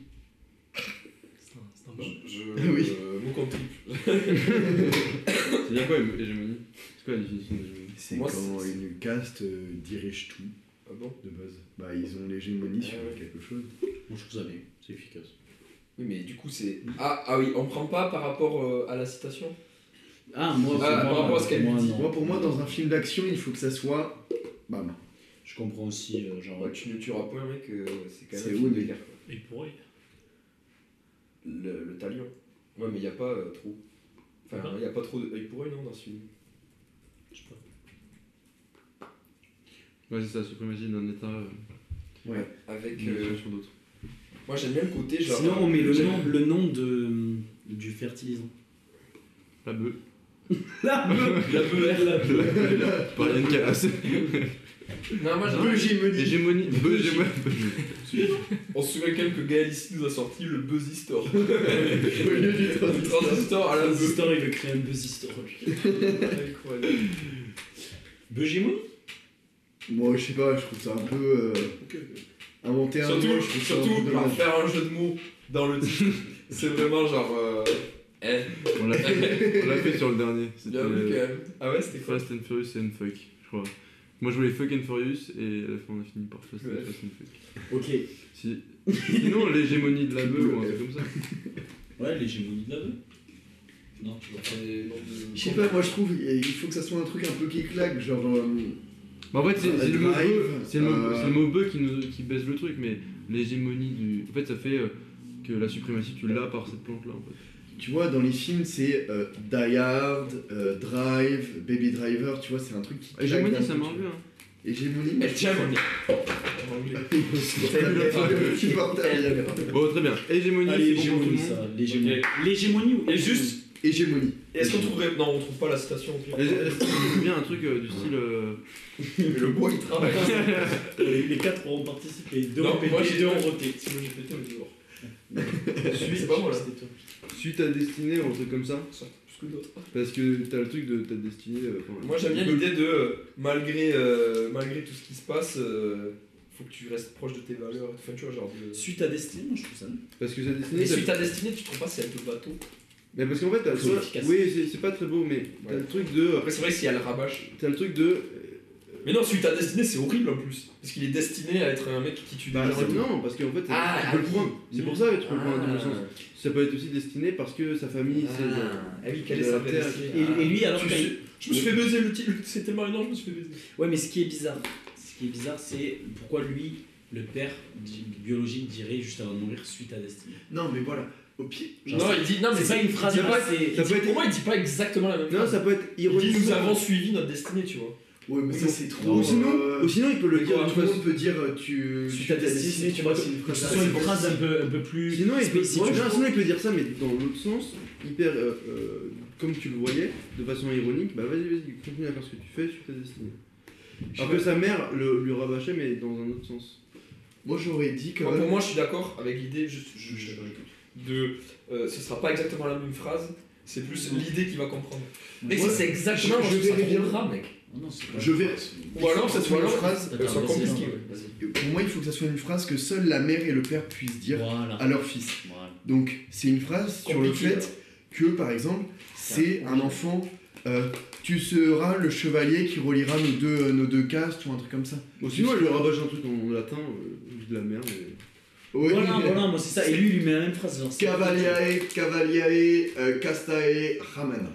S1: C'est un, c'est un bon.
S5: je, je,
S3: Oui.
S5: euh, mot contre triple.
S4: C'est bien quoi hégémonie C'est quoi la définition d'hégémonie
S3: C'est
S5: Moi,
S3: quand
S5: c'est-
S3: une caste euh, dirige tout,
S5: Ah bon
S3: de base. Bah, ils ont l'hégémonie sur
S5: Ah ouais.
S3: quelque chose.
S7: Moi je trouve ça bien, c'est efficace.
S5: Oui, mais du coup, c'est. Ah, ah oui, on prend pas par rapport euh, à la citation
S7: Ah, moi,
S5: Ah,
S7: c'est
S5: par
S7: moi,
S5: rapport à ce qu'elle
S7: moi,
S5: dit.
S7: non.
S3: Moi, pour moi, dans un film d'action, il faut que ça soit. Bam.
S7: Je comprends aussi, euh, genre.
S5: Bah, Tu ne tueras point, mec, euh, c'est quand même
S3: C'est
S5: un film
S3: où,
S5: de
S3: mais-
S5: guerre, quoi.
S1: Et pour elle,
S5: Le, le talion. Ouais, mais il n'y a pas euh, trop. Enfin,
S1: Ah.
S5: il n'y a pas trop de. œil pour œil, non, dans ce film
S1: je sais pas.
S4: Ouais, c'est ça, la suprématie d'un état euh,
S5: Avec.
S4: d'une
S5: euh,
S4: nation sur d'autres.
S5: Moi, j'aime bien le côté, genre.
S7: Sinon, on met le
S5: j'aime-
S7: nom, le nom de, du fertilisant.
S4: La bœuf.
S7: La meuf La meuf La
S4: Pas rien de calasse.
S5: Non, moi, j'aime-
S4: Hégémonie. Bœuf, hégémonie.
S5: On se souvient quand même que Gaël ici nous a sorti le Buzzistor.
S3: Au lieu du
S5: Le
S3: transistor.
S5: transistor à la buzz.
S7: Buzzistor, il veut créer un Buzzistor. lui.
S5: Incroyable.
S7: Beugémon
S3: Moi, je sais pas, je trouve ça un peu. euh, Inventer un
S7: Surtout,
S3: nom, je trouve ça un peu
S7: surtout par
S3: dommage.
S7: faire un jeu de mots dans le titre. c'est vraiment genre. euh, Eh,
S4: On l'a fait, on l'a fait sur le dernier. C'était
S7: bien vu quand
S4: euh,
S7: même. Ah ouais, c'était quoi
S4: Fast and Furious and Fuck, je crois. Moi je voulais Fuck and Furious et à la fin on a fini par Fast and,
S7: Ouais.
S4: Fast and Fuck.
S6: Ok.
S4: Si... Sinon, l'hégémonie de la beuh ou un truc comme ça.
S6: Ouais, l'hégémonie de la beuh. Non, tu vois.
S3: Je sais pas, moi je trouve il faut que ça soit un truc un peu qui claque, genre. euh,
S4: Bah, en fait, c'est
S3: Ah,
S4: c'est le mot
S3: drive,
S4: beuh- c'est le mot-
S3: euh,
S4: c'est le mot beuh qui, nous- qui baisse le truc, mais l'hégémonie du. En fait, ça fait euh, que la suprématie tu l'as par cette plante là en fait.
S3: Tu vois, dans les films, c'est euh, Die Hard, euh, Drive, Baby Driver, tu vois, c'est un truc qui. claque
S4: Hégémonie,
S3: d'un
S4: ça
S3: coup,
S4: m'a
S3: tu
S4: enlevé.
S3: vois.
S4: Hein.
S3: Hégémonie,
S7: Elle
S3: mais
S7: tient mon
S3: C'est un supportable.
S4: Bon, très bien. Hégémonie,
S6: Ah,
S4: c'est bon pour tout le
S6: l'hégémonie, ça.
S4: monde.
S6: L'hégémonie.
S5: L'hégémonie ou
S7: Et juste,
S3: Hégémonie.
S7: est-ce qu'on trouverait. Non, on trouve pas la citation au pire.
S4: Et- et- c'est bien un truc euh, du style. euh,
S7: Mais le bois il travaille.
S11: Les, les quatre auront participé. Deux
S7: Non,
S11: ont pété,
S7: moi, j'ai-
S11: deux ont roté.
S7: Si moi j'ai pété, on est dehors.
S4: Suite,
S7: C'est pas moi là.
S4: suite à destinée ou un truc comme ça.
S7: Plus que d'autres.
S4: Parce que t'as le truc de ta destinée. euh, enfin,
S7: Moi j'aime bien
S4: tu peux-
S7: l'idée de euh, malgré, euh, malgré tout ce qui se passe, euh, faut que tu restes proche de tes valeurs. Enfin, tu vois, genre de.
S6: Suite à Destinée, moi je trouve ça.
S4: Parce que sa destinée.
S7: Et
S4: ça-
S7: suite à destinée, tu trouves pas c'est avec le bateau
S4: Mais parce qu'en fait, t'as le
S6: C'est
S4: soit-
S6: efficace.
S4: Oui, c'est- c'est pas très beau, mais t'as
S7: Ouais.
S4: le truc de.
S7: Après, c'est vrai s'il y a le rabâche.
S4: T'as le truc de. euh,
S7: Mais non, suite à destinée, c'est horrible en plus. Parce qu'il est destiné à être un mec qui tue des
S4: Bah,
S7: gens et tout.
S4: non, parce qu'en fait, ça-
S7: Ah,
S4: tu peux le
S7: oui.
S4: prendre. C'est pour ça que tu peux le prendre dans le sens.
S7: Ah,
S4: Ça peut être aussi destiné parce que sa famille, c'est.
S7: Ah oui, quelle est sa vraie
S4: Terre.
S7: destinée Ah.
S6: Et, et lui, alors.
S7: Je me
S6: quand il-
S7: suis- je me suis fait baiser le titre, c'était Marinor, je me suis fait baiser.
S6: Ouais, mais ce qui est bizarre, ce qui est bizarre, c'est pourquoi lui, le père di- biologique, dirait juste avant de mourir suite à Destinée.
S3: Non, mais voilà, au pied.
S6: Genre,
S7: Non, il dit. Non, mais
S6: C'est pas une phrase,
S7: il dit pas-
S6: c'est.
S4: Ça peut
S7: Pour
S4: être.
S7: moi, il dit pas exactement la même
S4: Non,
S7: chose.
S4: ça peut être
S7: Il dit
S4: ironique.
S7: nous avons suivi notre destinée, tu vois.
S3: Ouais, mais
S7: Oui,
S3: ça
S7: non.
S3: c'est trop.
S4: Ou sinon,
S3: euh,
S4: ou sinon, il peut le
S3: mais
S4: dire
S3: quoi,
S4: de
S3: tout le
S4: façon-
S3: monde peut dire euh, tu.
S6: Suite à
S3: t'as
S6: Destinée,
S3: dessiné,
S6: tu vois,
S3: c'est
S6: que ce
S3: phrase
S6: soit
S3: assez
S6: une phrase un peu, un peu plus.
S4: Sinon il, peut,
S6: spécifique.
S4: ouais, non, sinon, il peut dire ça, mais dans l'autre sens, hyper. euh, euh, comme tu le voyais, de façon ironique, bah vas-y, vas-y, continue à faire ce que tu fais sur ta destinée.
S3: Je
S4: Alors
S3: sais
S4: que sa mère le, lui rabâchait, mais dans un autre sens.
S3: Moi j'aurais dit quand
S7: Moi, pour
S3: même.
S7: moi, je suis d'accord avec l'idée, juste, je- je- de. euh, ce sera pas exactement la même phrase, c'est plus l'idée qui va comprendre. Mais
S3: Ouais.
S7: si c'est exactement
S3: Je-
S7: moi,
S3: je
S7: trouve ça
S3: verrai
S7: trop
S3: bien.
S7: grave, mec.
S6: Non, non, c'est pas-
S3: Je vais.
S7: Ou alors, ça
S3: Faut
S7: soit
S3: une
S7: une
S3: phrase.
S7: phrase, soit
S6: Attends,
S7: compliquée.
S6: vas-y,
S7: ouais.
S3: Pour moi, il faut que ça soit une phrase que seule la mère et le père puissent dire
S6: Voilà.
S3: à leur fils.
S6: Voilà.
S3: Donc, c'est une phrase sur le
S7: Compliqué,
S3: fait que, par exemple, c'est un enfant. euh, tu seras le chevalier qui reliera nos deux, euh, nos deux castes ou un truc comme ça.
S4: Bon, sinon, elle lui rabâche un truc en latin, euh, de la merde. mais-
S3: Oui,
S6: Voilà, voilà, moi c'est ça. Et lui, il lui met la même phrase. genre, c'est-
S3: Cavaliae, Cavaliae, euh, Castae, Ramana.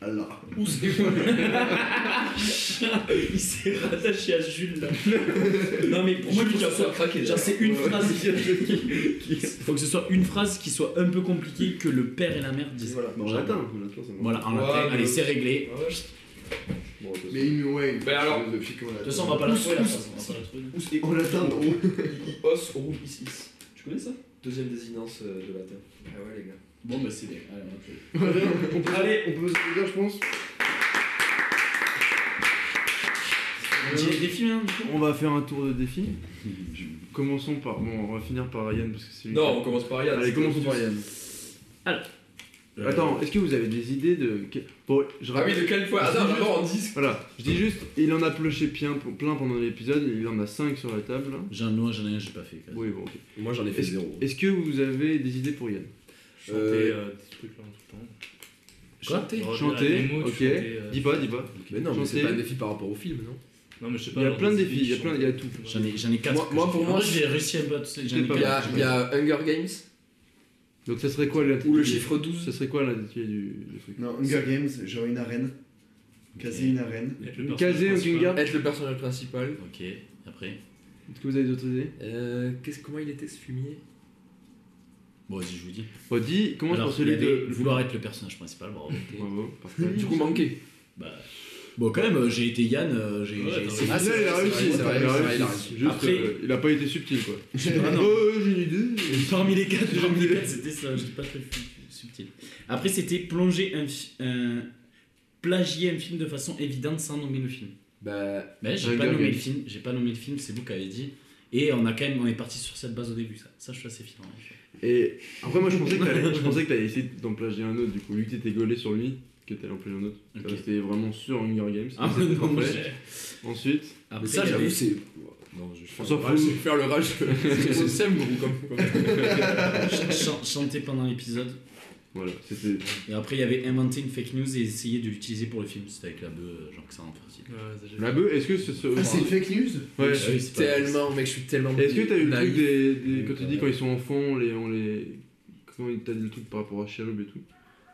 S3: Allah.
S7: Ou c'est quoi
S6: Il s'est rattaché à Jules là. non, mais pour moi, il
S7: Moi, je
S6: faut
S7: trouve
S6: que
S7: ça
S6: ce soit-
S7: craqué.
S6: Genre, c'est une
S3: Ouais.
S6: phrase. Faut que ce soit une phrase qui soit un peu compliquée que le père et la mère disent.
S7: Voilà.
S4: Bon, en latin, en latin, ça marche.
S5: Voilà, en
S7: Ouais,
S5: latin.
S7: mais-
S5: Allez, c'est réglé.
S7: Ouais.
S4: Bon, de toute façon.
S3: Mais une ouais,
S7: Ben alors-
S3: philosophie qu'on a.
S6: De toute façon, on va pas la
S7: Pousse,
S6: trouver la
S7: pousse.
S6: phrase. on va pas la trouver.
S7: Ou c'est
S3: En latin, non.
S7: I- Ios rub is is. Tu connais ça Deuxième désinence euh, de latin. Ah ouais, les gars.
S6: Bon, bah c'est bien. Allez, on va trouver.
S4: on peut, Allez, on peut se dire, je pense.
S5: J'ai des défis, hein.
S4: On va faire un tour de défi. Commençons par. Bon, on va finir par Yann parce que c'est lui.
S7: Non, on commence par Yann.
S4: Allez, commençons par Yann.
S5: Euh,
S4: Attends, est-ce que vous avez des idées de. que- Bon, je
S7: Ah
S4: rappelle.
S7: oui, de quelle fois Attends, d'abord on dit.
S4: Voilà, je dis juste, il en a pioché plein, plein pendant l'épisode, il en a 5 sur la table. là.
S5: J'en ai un, j'en ai un, j'ai pas fait.
S4: Oui, bon, ok.
S7: Moi j'en ai
S4: Est-ce est-ce que vous avez des idées pour Yann
S1: Chanter
S7: Euh,
S1: euh, des trucs là en tout le
S5: Chanter.
S7: Oh,
S1: temps.
S4: Chanter,
S1: Des mots, tu
S4: ok.
S1: chantais, euh,
S4: Dis pas, dis pas.
S7: Mais non,
S4: mais c'est pas un
S7: défi par rapport au film, non
S1: Non, mais je sais pas.
S4: Il y a
S1: alors,
S4: plein de
S1: des
S4: défis, il y a
S1: qui
S4: plein-
S1: chantent.
S4: il y a tout.
S5: J'en ai, j'en ai quatre.
S7: Moi-
S5: que
S7: moi,
S5: j'ai
S7: pour
S5: fait.
S7: moi,
S5: En vrai, j'ai réussi à me battre. J'en ai
S4: pas
S7: Il y, a,
S5: quatre.
S7: il y a Hunger Games
S4: Donc ça serait quoi
S7: ou
S4: l'intitulé
S7: le chiffre 12.
S4: Ça serait quoi l'intitulé du, du truc
S3: Non, Hunger Games, genre une arène. Caser une arène.
S1: Avec le
S4: Casé
S1: personnage
S4: ou
S1: principal.
S4: Gunga
S7: Être le personnage principal.
S5: Ok, après.
S4: Est-ce que vous avez d'autres idées
S7: Euh, qu'est-ce- comment il était ce fumier
S5: Bon, vas-y, je vous dis.
S4: Bon, dis, commence
S5: Alors,
S4: par
S5: il
S4: celui
S5: y avait
S4: de.
S5: vouloir être le personnage principal, bravo.
S4: Bravo, parfait.
S7: Du coup, manqué.
S5: Bah, bon, quand même, euh, j'ai été Yann, euh, j'ai
S1: Ouais, t'as
S5: j'ai essayé.
S4: Ah,
S7: c'est
S4: là, il a
S7: vrai,
S4: réussi,
S7: c'est
S4: il
S7: vrai,
S4: a
S7: c'est vrai,
S4: réussi.
S7: il a réussi. Euh,
S4: Juste,
S5: Après-
S4: euh, il a pas été subtil quoi.
S5: Ah non.
S4: Oh, j'ai une idée.
S5: Parmi les quatre, parmi les quatre, c'était ça, j'étais pas très fu- subtil. Après, c'était plonger un, fi- un- plagier un film de façon évidente sans nommer le film.
S7: Bah,
S5: Mais j'ai
S4: Hunger
S5: pas nommé
S4: Games.
S5: le film, j'ai pas nommé le film, c'est vous qui avez dit.
S6: Et on, a quand même, on est parti sur cette base au début, ça, ça je suis assez
S5: hein,
S6: fier.
S4: Et après, moi, je pensais que t'allais, je pensais que t'allais essayer d'en plagier un autre. Du coup, vu que t'étais gaulé sur lui, que t'allais en plagier un autre.
S6: Ok.
S4: Parce que T'étais vraiment sûr en Hunger Games.
S6: Ah,
S4: C'était
S6: non,
S4: parfait.
S6: j'ai-
S4: Ensuite,
S6: Après,
S5: ça,
S6: il y
S5: j'avoue,
S6: avait-
S5: c'est. Non, je
S4: On
S5: vais
S4: s'en
S5: faire le rage,
S4: fout.
S5: je vais faire le rage. C'est Sam, gros, comme quoi.
S6: ch- ch- chanter pendant l'épisode.
S4: voilà, c'était.
S6: Et après, il y avait inventer une fake news et essayer de l'utiliser pour le film. C'était avec la beuh, genre que ça en facile.
S4: La bœuf, est-ce que ce. ce-
S3: Ah, c'est fake news
S4: Ouais.
S6: Ah oui, c'est pas-
S5: Tellement, mec, je suis tellement.
S4: Est-ce que t'as eu le truc
S5: naïf.
S4: des. des- Quand tu dis quand ils sont enfants, on les, on les. Comment il- t'as dit le truc par rapport à Cherub et tout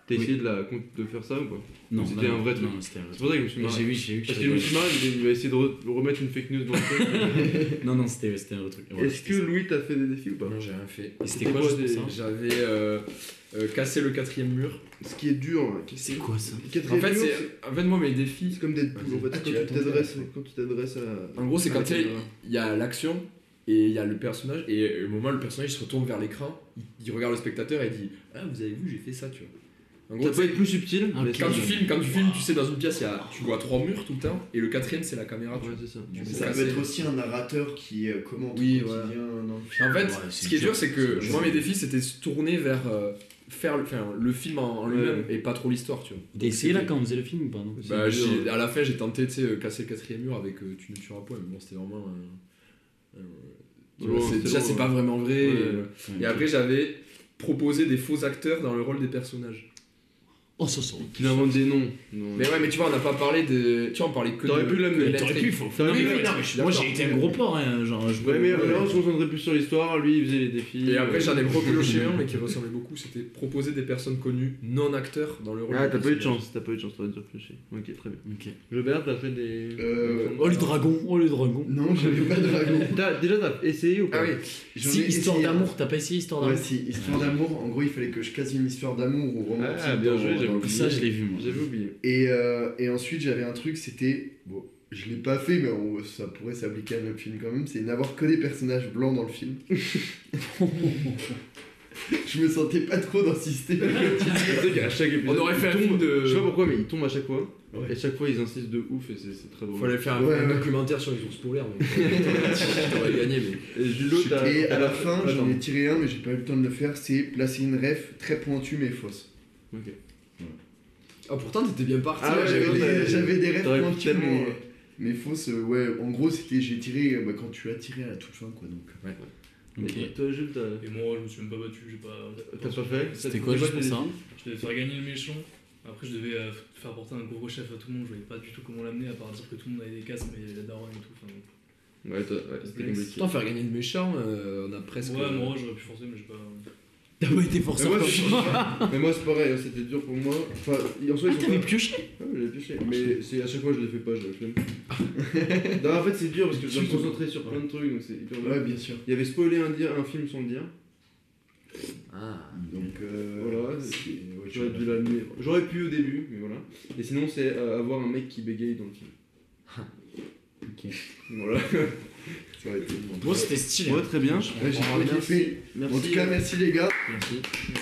S4: T'as
S6: Oui.
S4: essayé de, la, de faire ça ou pas
S6: Non,
S4: C'était un
S6: non,
S4: vrai
S6: non,
S4: truc.
S6: non, c'était un vrai
S4: C'est
S6: truc.
S4: pour ça que je me suis
S6: Mais J'ai
S4: marré.
S6: vu, j'ai vu que
S4: Parce que je
S6: je
S4: me
S6: rigolais.
S4: suis marré, je me suis dit, il va essayer de re- remettre une fake news dans le truc.
S6: Non, non, c'était c'était un vrai truc. Ouais,
S4: Est-ce
S6: c'était
S4: que
S6: ça.
S4: Louis t'a fait des défis ou pas
S5: Non, j'ai rien fait.
S6: Et c'était quoi, juste
S4: des-
S6: pour ça
S5: J'avais euh, euh, cassé le quatrième mur.
S3: Ce qui est dur. hein.
S6: C'est quoi ça
S5: En
S3: Quatrième
S5: fait,
S3: mur,
S5: c'est. En fait, moi, mes défis.
S3: c'est comme Deadpool. En fait,
S5: Ah,
S3: quand
S5: tu l'as
S3: tu
S5: tenté,
S3: t'adresses-
S5: ouais.
S3: quand tu t'adresses à.
S5: En gros, c'est
S3: à
S5: quand
S3: la
S5: tu sais,
S4: hein.
S3: caméra.
S5: il y a l'action et il y a le personnage. Et au moment où le personnage il se retourne vers l'écran, il, il regarde le spectateur et il dit Ah, vous avez vu, j'ai fait ça, tu vois. En gros,
S4: Ça peut
S5: tu sais,
S4: être plus subtil, mais
S5: quand
S4: c'est-
S5: tu filmes, quand tu filmes, tu sais, dans une pièce, il y a, tu vois trois murs tout le temps, et le quatrième, c'est la caméra. tu
S4: Ouais, c'est ça.
S3: Ça
S5: vois.
S3: peut être aussi un narrateur qui euh, commente au
S5: Oui,
S3: quotidien. euh, non.
S4: euh,
S5: En fait,
S6: Ouais,
S5: ce
S6: c'est
S5: qui est dur,
S6: dur.
S5: c'est que
S6: C'est
S5: moi, mes
S6: dur.
S5: défis, c'était se tourner vers euh, faire le, enfin, le film en, en lui-même et pas trop l'histoire, tu vois.
S6: T'as essayé là quand on faisait le film ou pas non
S4: Bah, C'est
S5: Bah,
S4: dur.
S5: j'ai- à la fin, j'ai tenté de casser le quatrième mur avec euh, Tu ne tueras pas, mais bon, c'était vraiment. un- un- tu vois,
S4: Ouais,
S5: c'est-
S4: c'est hein.
S5: déjà,
S4: long,
S5: c'est
S4: ouais.
S5: pas vraiment vrai.
S4: Ouais,
S5: et,
S4: ouais.
S5: euh, Et après, j'avais proposé des faux acteurs dans le rôle des personnages.
S6: Oh, ça sent.
S4: Qu'il invente des noms. Non.
S5: Mais ouais, mais tu vois, on n'a pas parlé de. Tu vois, on parlait que
S4: T'aurais
S5: de.
S4: pu l'amener,
S5: que de
S6: T'aurais
S5: l'intrigue.
S6: pu, il faut.
S4: T'aurais
S6: Non,
S4: pu,
S6: mais
S4: ouais,
S6: non,
S4: non,
S6: mais
S4: je suis
S6: Moi,
S4: d'accord.
S6: j'ai été un gros porc, hein, genre. Je...
S4: Ouais, mais là, on se concentrait plus sur l'histoire, lui, il faisait les défis.
S5: Et après, j'en ai repioché un, mais qui ressemblait beaucoup. C'était proposer des personnes connues, non acteurs, dans le rôle.
S4: Ah,
S5: des
S4: t'as pas eu de
S5: personnages.
S4: chance, t'as pas eu de chance, t'aurais dû repiocher. Ok, très bien.
S6: Ok.
S4: Robert, t'as fait des.
S3: Euh,
S6: Oh, les dragons, oh, les dragons.
S3: Non, j'avais pas de dragon.
S4: T'as- déjà, t'as essayé ou
S5: Ah
S4: pas
S5: oui,
S3: J'en
S6: Si,
S3: ai
S6: histoire
S3: essayé un.
S6: d'amour, t'as pas essayé histoire
S3: Ouais,
S6: d'amour
S3: si, histoire d'amour. En gros, il fallait que je casse une histoire d'amour ou romantique.
S4: Ah, bien
S3: dans-
S4: joué, j'avais
S3: dans le
S4: oublié.
S6: Ça, je l'ai vu, moi.
S4: J'avais oublié.
S3: Et, euh, et ensuite, j'avais un truc, c'était. Bon, je l'ai pas fait, mais on- ça pourrait s'appliquer à notre film quand même. C'est n'avoir que des personnages blancs dans le film. je me sentais pas trop d'insister.
S4: Tu sais qu'à chaque
S5: on
S4: épisode.
S5: aurait fait un
S4: ils tombent-
S5: film de.
S4: Je sais pas pourquoi, mais ils tombent à chaque fois.
S3: Ouais.
S4: Et chaque fois, ils insistent de ouf et c'est c'est très drôle.
S5: Fallait faire un,
S3: Ouais,
S5: un
S3: ouais.
S5: documentaire sur les ours polaires, mais t'aurais gagné, mais.
S4: Et Julo, t'as.
S3: Et
S4: t'as-
S3: à la fin, j'en ai
S4: Attends.
S3: tiré un, mais j'ai pas eu le temps de le faire. C'est placer une ref très pointue mais fausse.
S5: Ah, pourtant, t'étais bien parti.
S4: Ah
S3: Ouais,
S4: ouais,
S5: j'avais-
S3: j'avais
S4: non,
S3: des-
S4: t'avais-
S3: j'avais des refs
S4: t'aurais pu
S3: pointues,
S4: tellement,
S3: mais,
S4: ouais.
S3: mais fausses. euh, Ouais, en gros, c'était j'ai tiré euh, bah, quand tu as tiré à la toute fin, quoi. Donc.
S6: Ok.
S3: euh,
S4: Et Toi, Jules, t'as.
S1: Et moi, je me suis même pas battu, j'ai pas.
S4: T'as pas fait
S6: C'était quoi
S4: T'as
S6: juste
S4: pas
S6: pour
S4: fait
S6: ça hein
S1: Je devais faire gagner le méchant. Après, je devais euh, faire porter un gros chef à tout le monde. Je voyais pas du tout comment l'amener, à part dire que tout le monde avait des casques, mais la daronne et tout. Enfin,
S4: Ouais, t'as- ouais, c'était compliqué.
S5: Pourtant, faire gagner le méchant, euh, on a presque.
S1: ouais, moi, j'aurais pu forcer, mais j'ai pas.
S6: T'as pas été forcé
S4: Mais moi,
S6: comme
S4: c'est-
S6: moi.
S4: mais moi, c'est pareil, hein, c'était dur pour moi. Enfin, en soi,
S6: Ah,
S4: ils sont
S6: t'avais
S4: pas-
S6: pioché
S4: Ah, je l'ai pioché, mais c'est à chaque fois je le fais pas, je le flemme. non, en fait c'est dur parce que je dois me concentrer sur plein de trucs, donc c'est hyper dur.
S3: Ouais, bien sûr.
S4: Il y avait spoilé un, dire, un film sans le dire.
S5: Ah.
S3: Donc euh,
S4: Voilà,
S3: c'est-
S4: c'est-
S3: ouais, tu
S4: J'aurais
S3: vois.
S4: dû l'amener. J'aurais pu au début, mais voilà. Et sinon c'est euh, avoir un mec qui bégaye dans le film. Voilà.
S3: Ça aurait été bon.
S6: Moi, c'était stylé.
S4: très bien.
S3: Ouais, j'ai trop kiffé. En tout cas, merci les gars.
S4: Merci.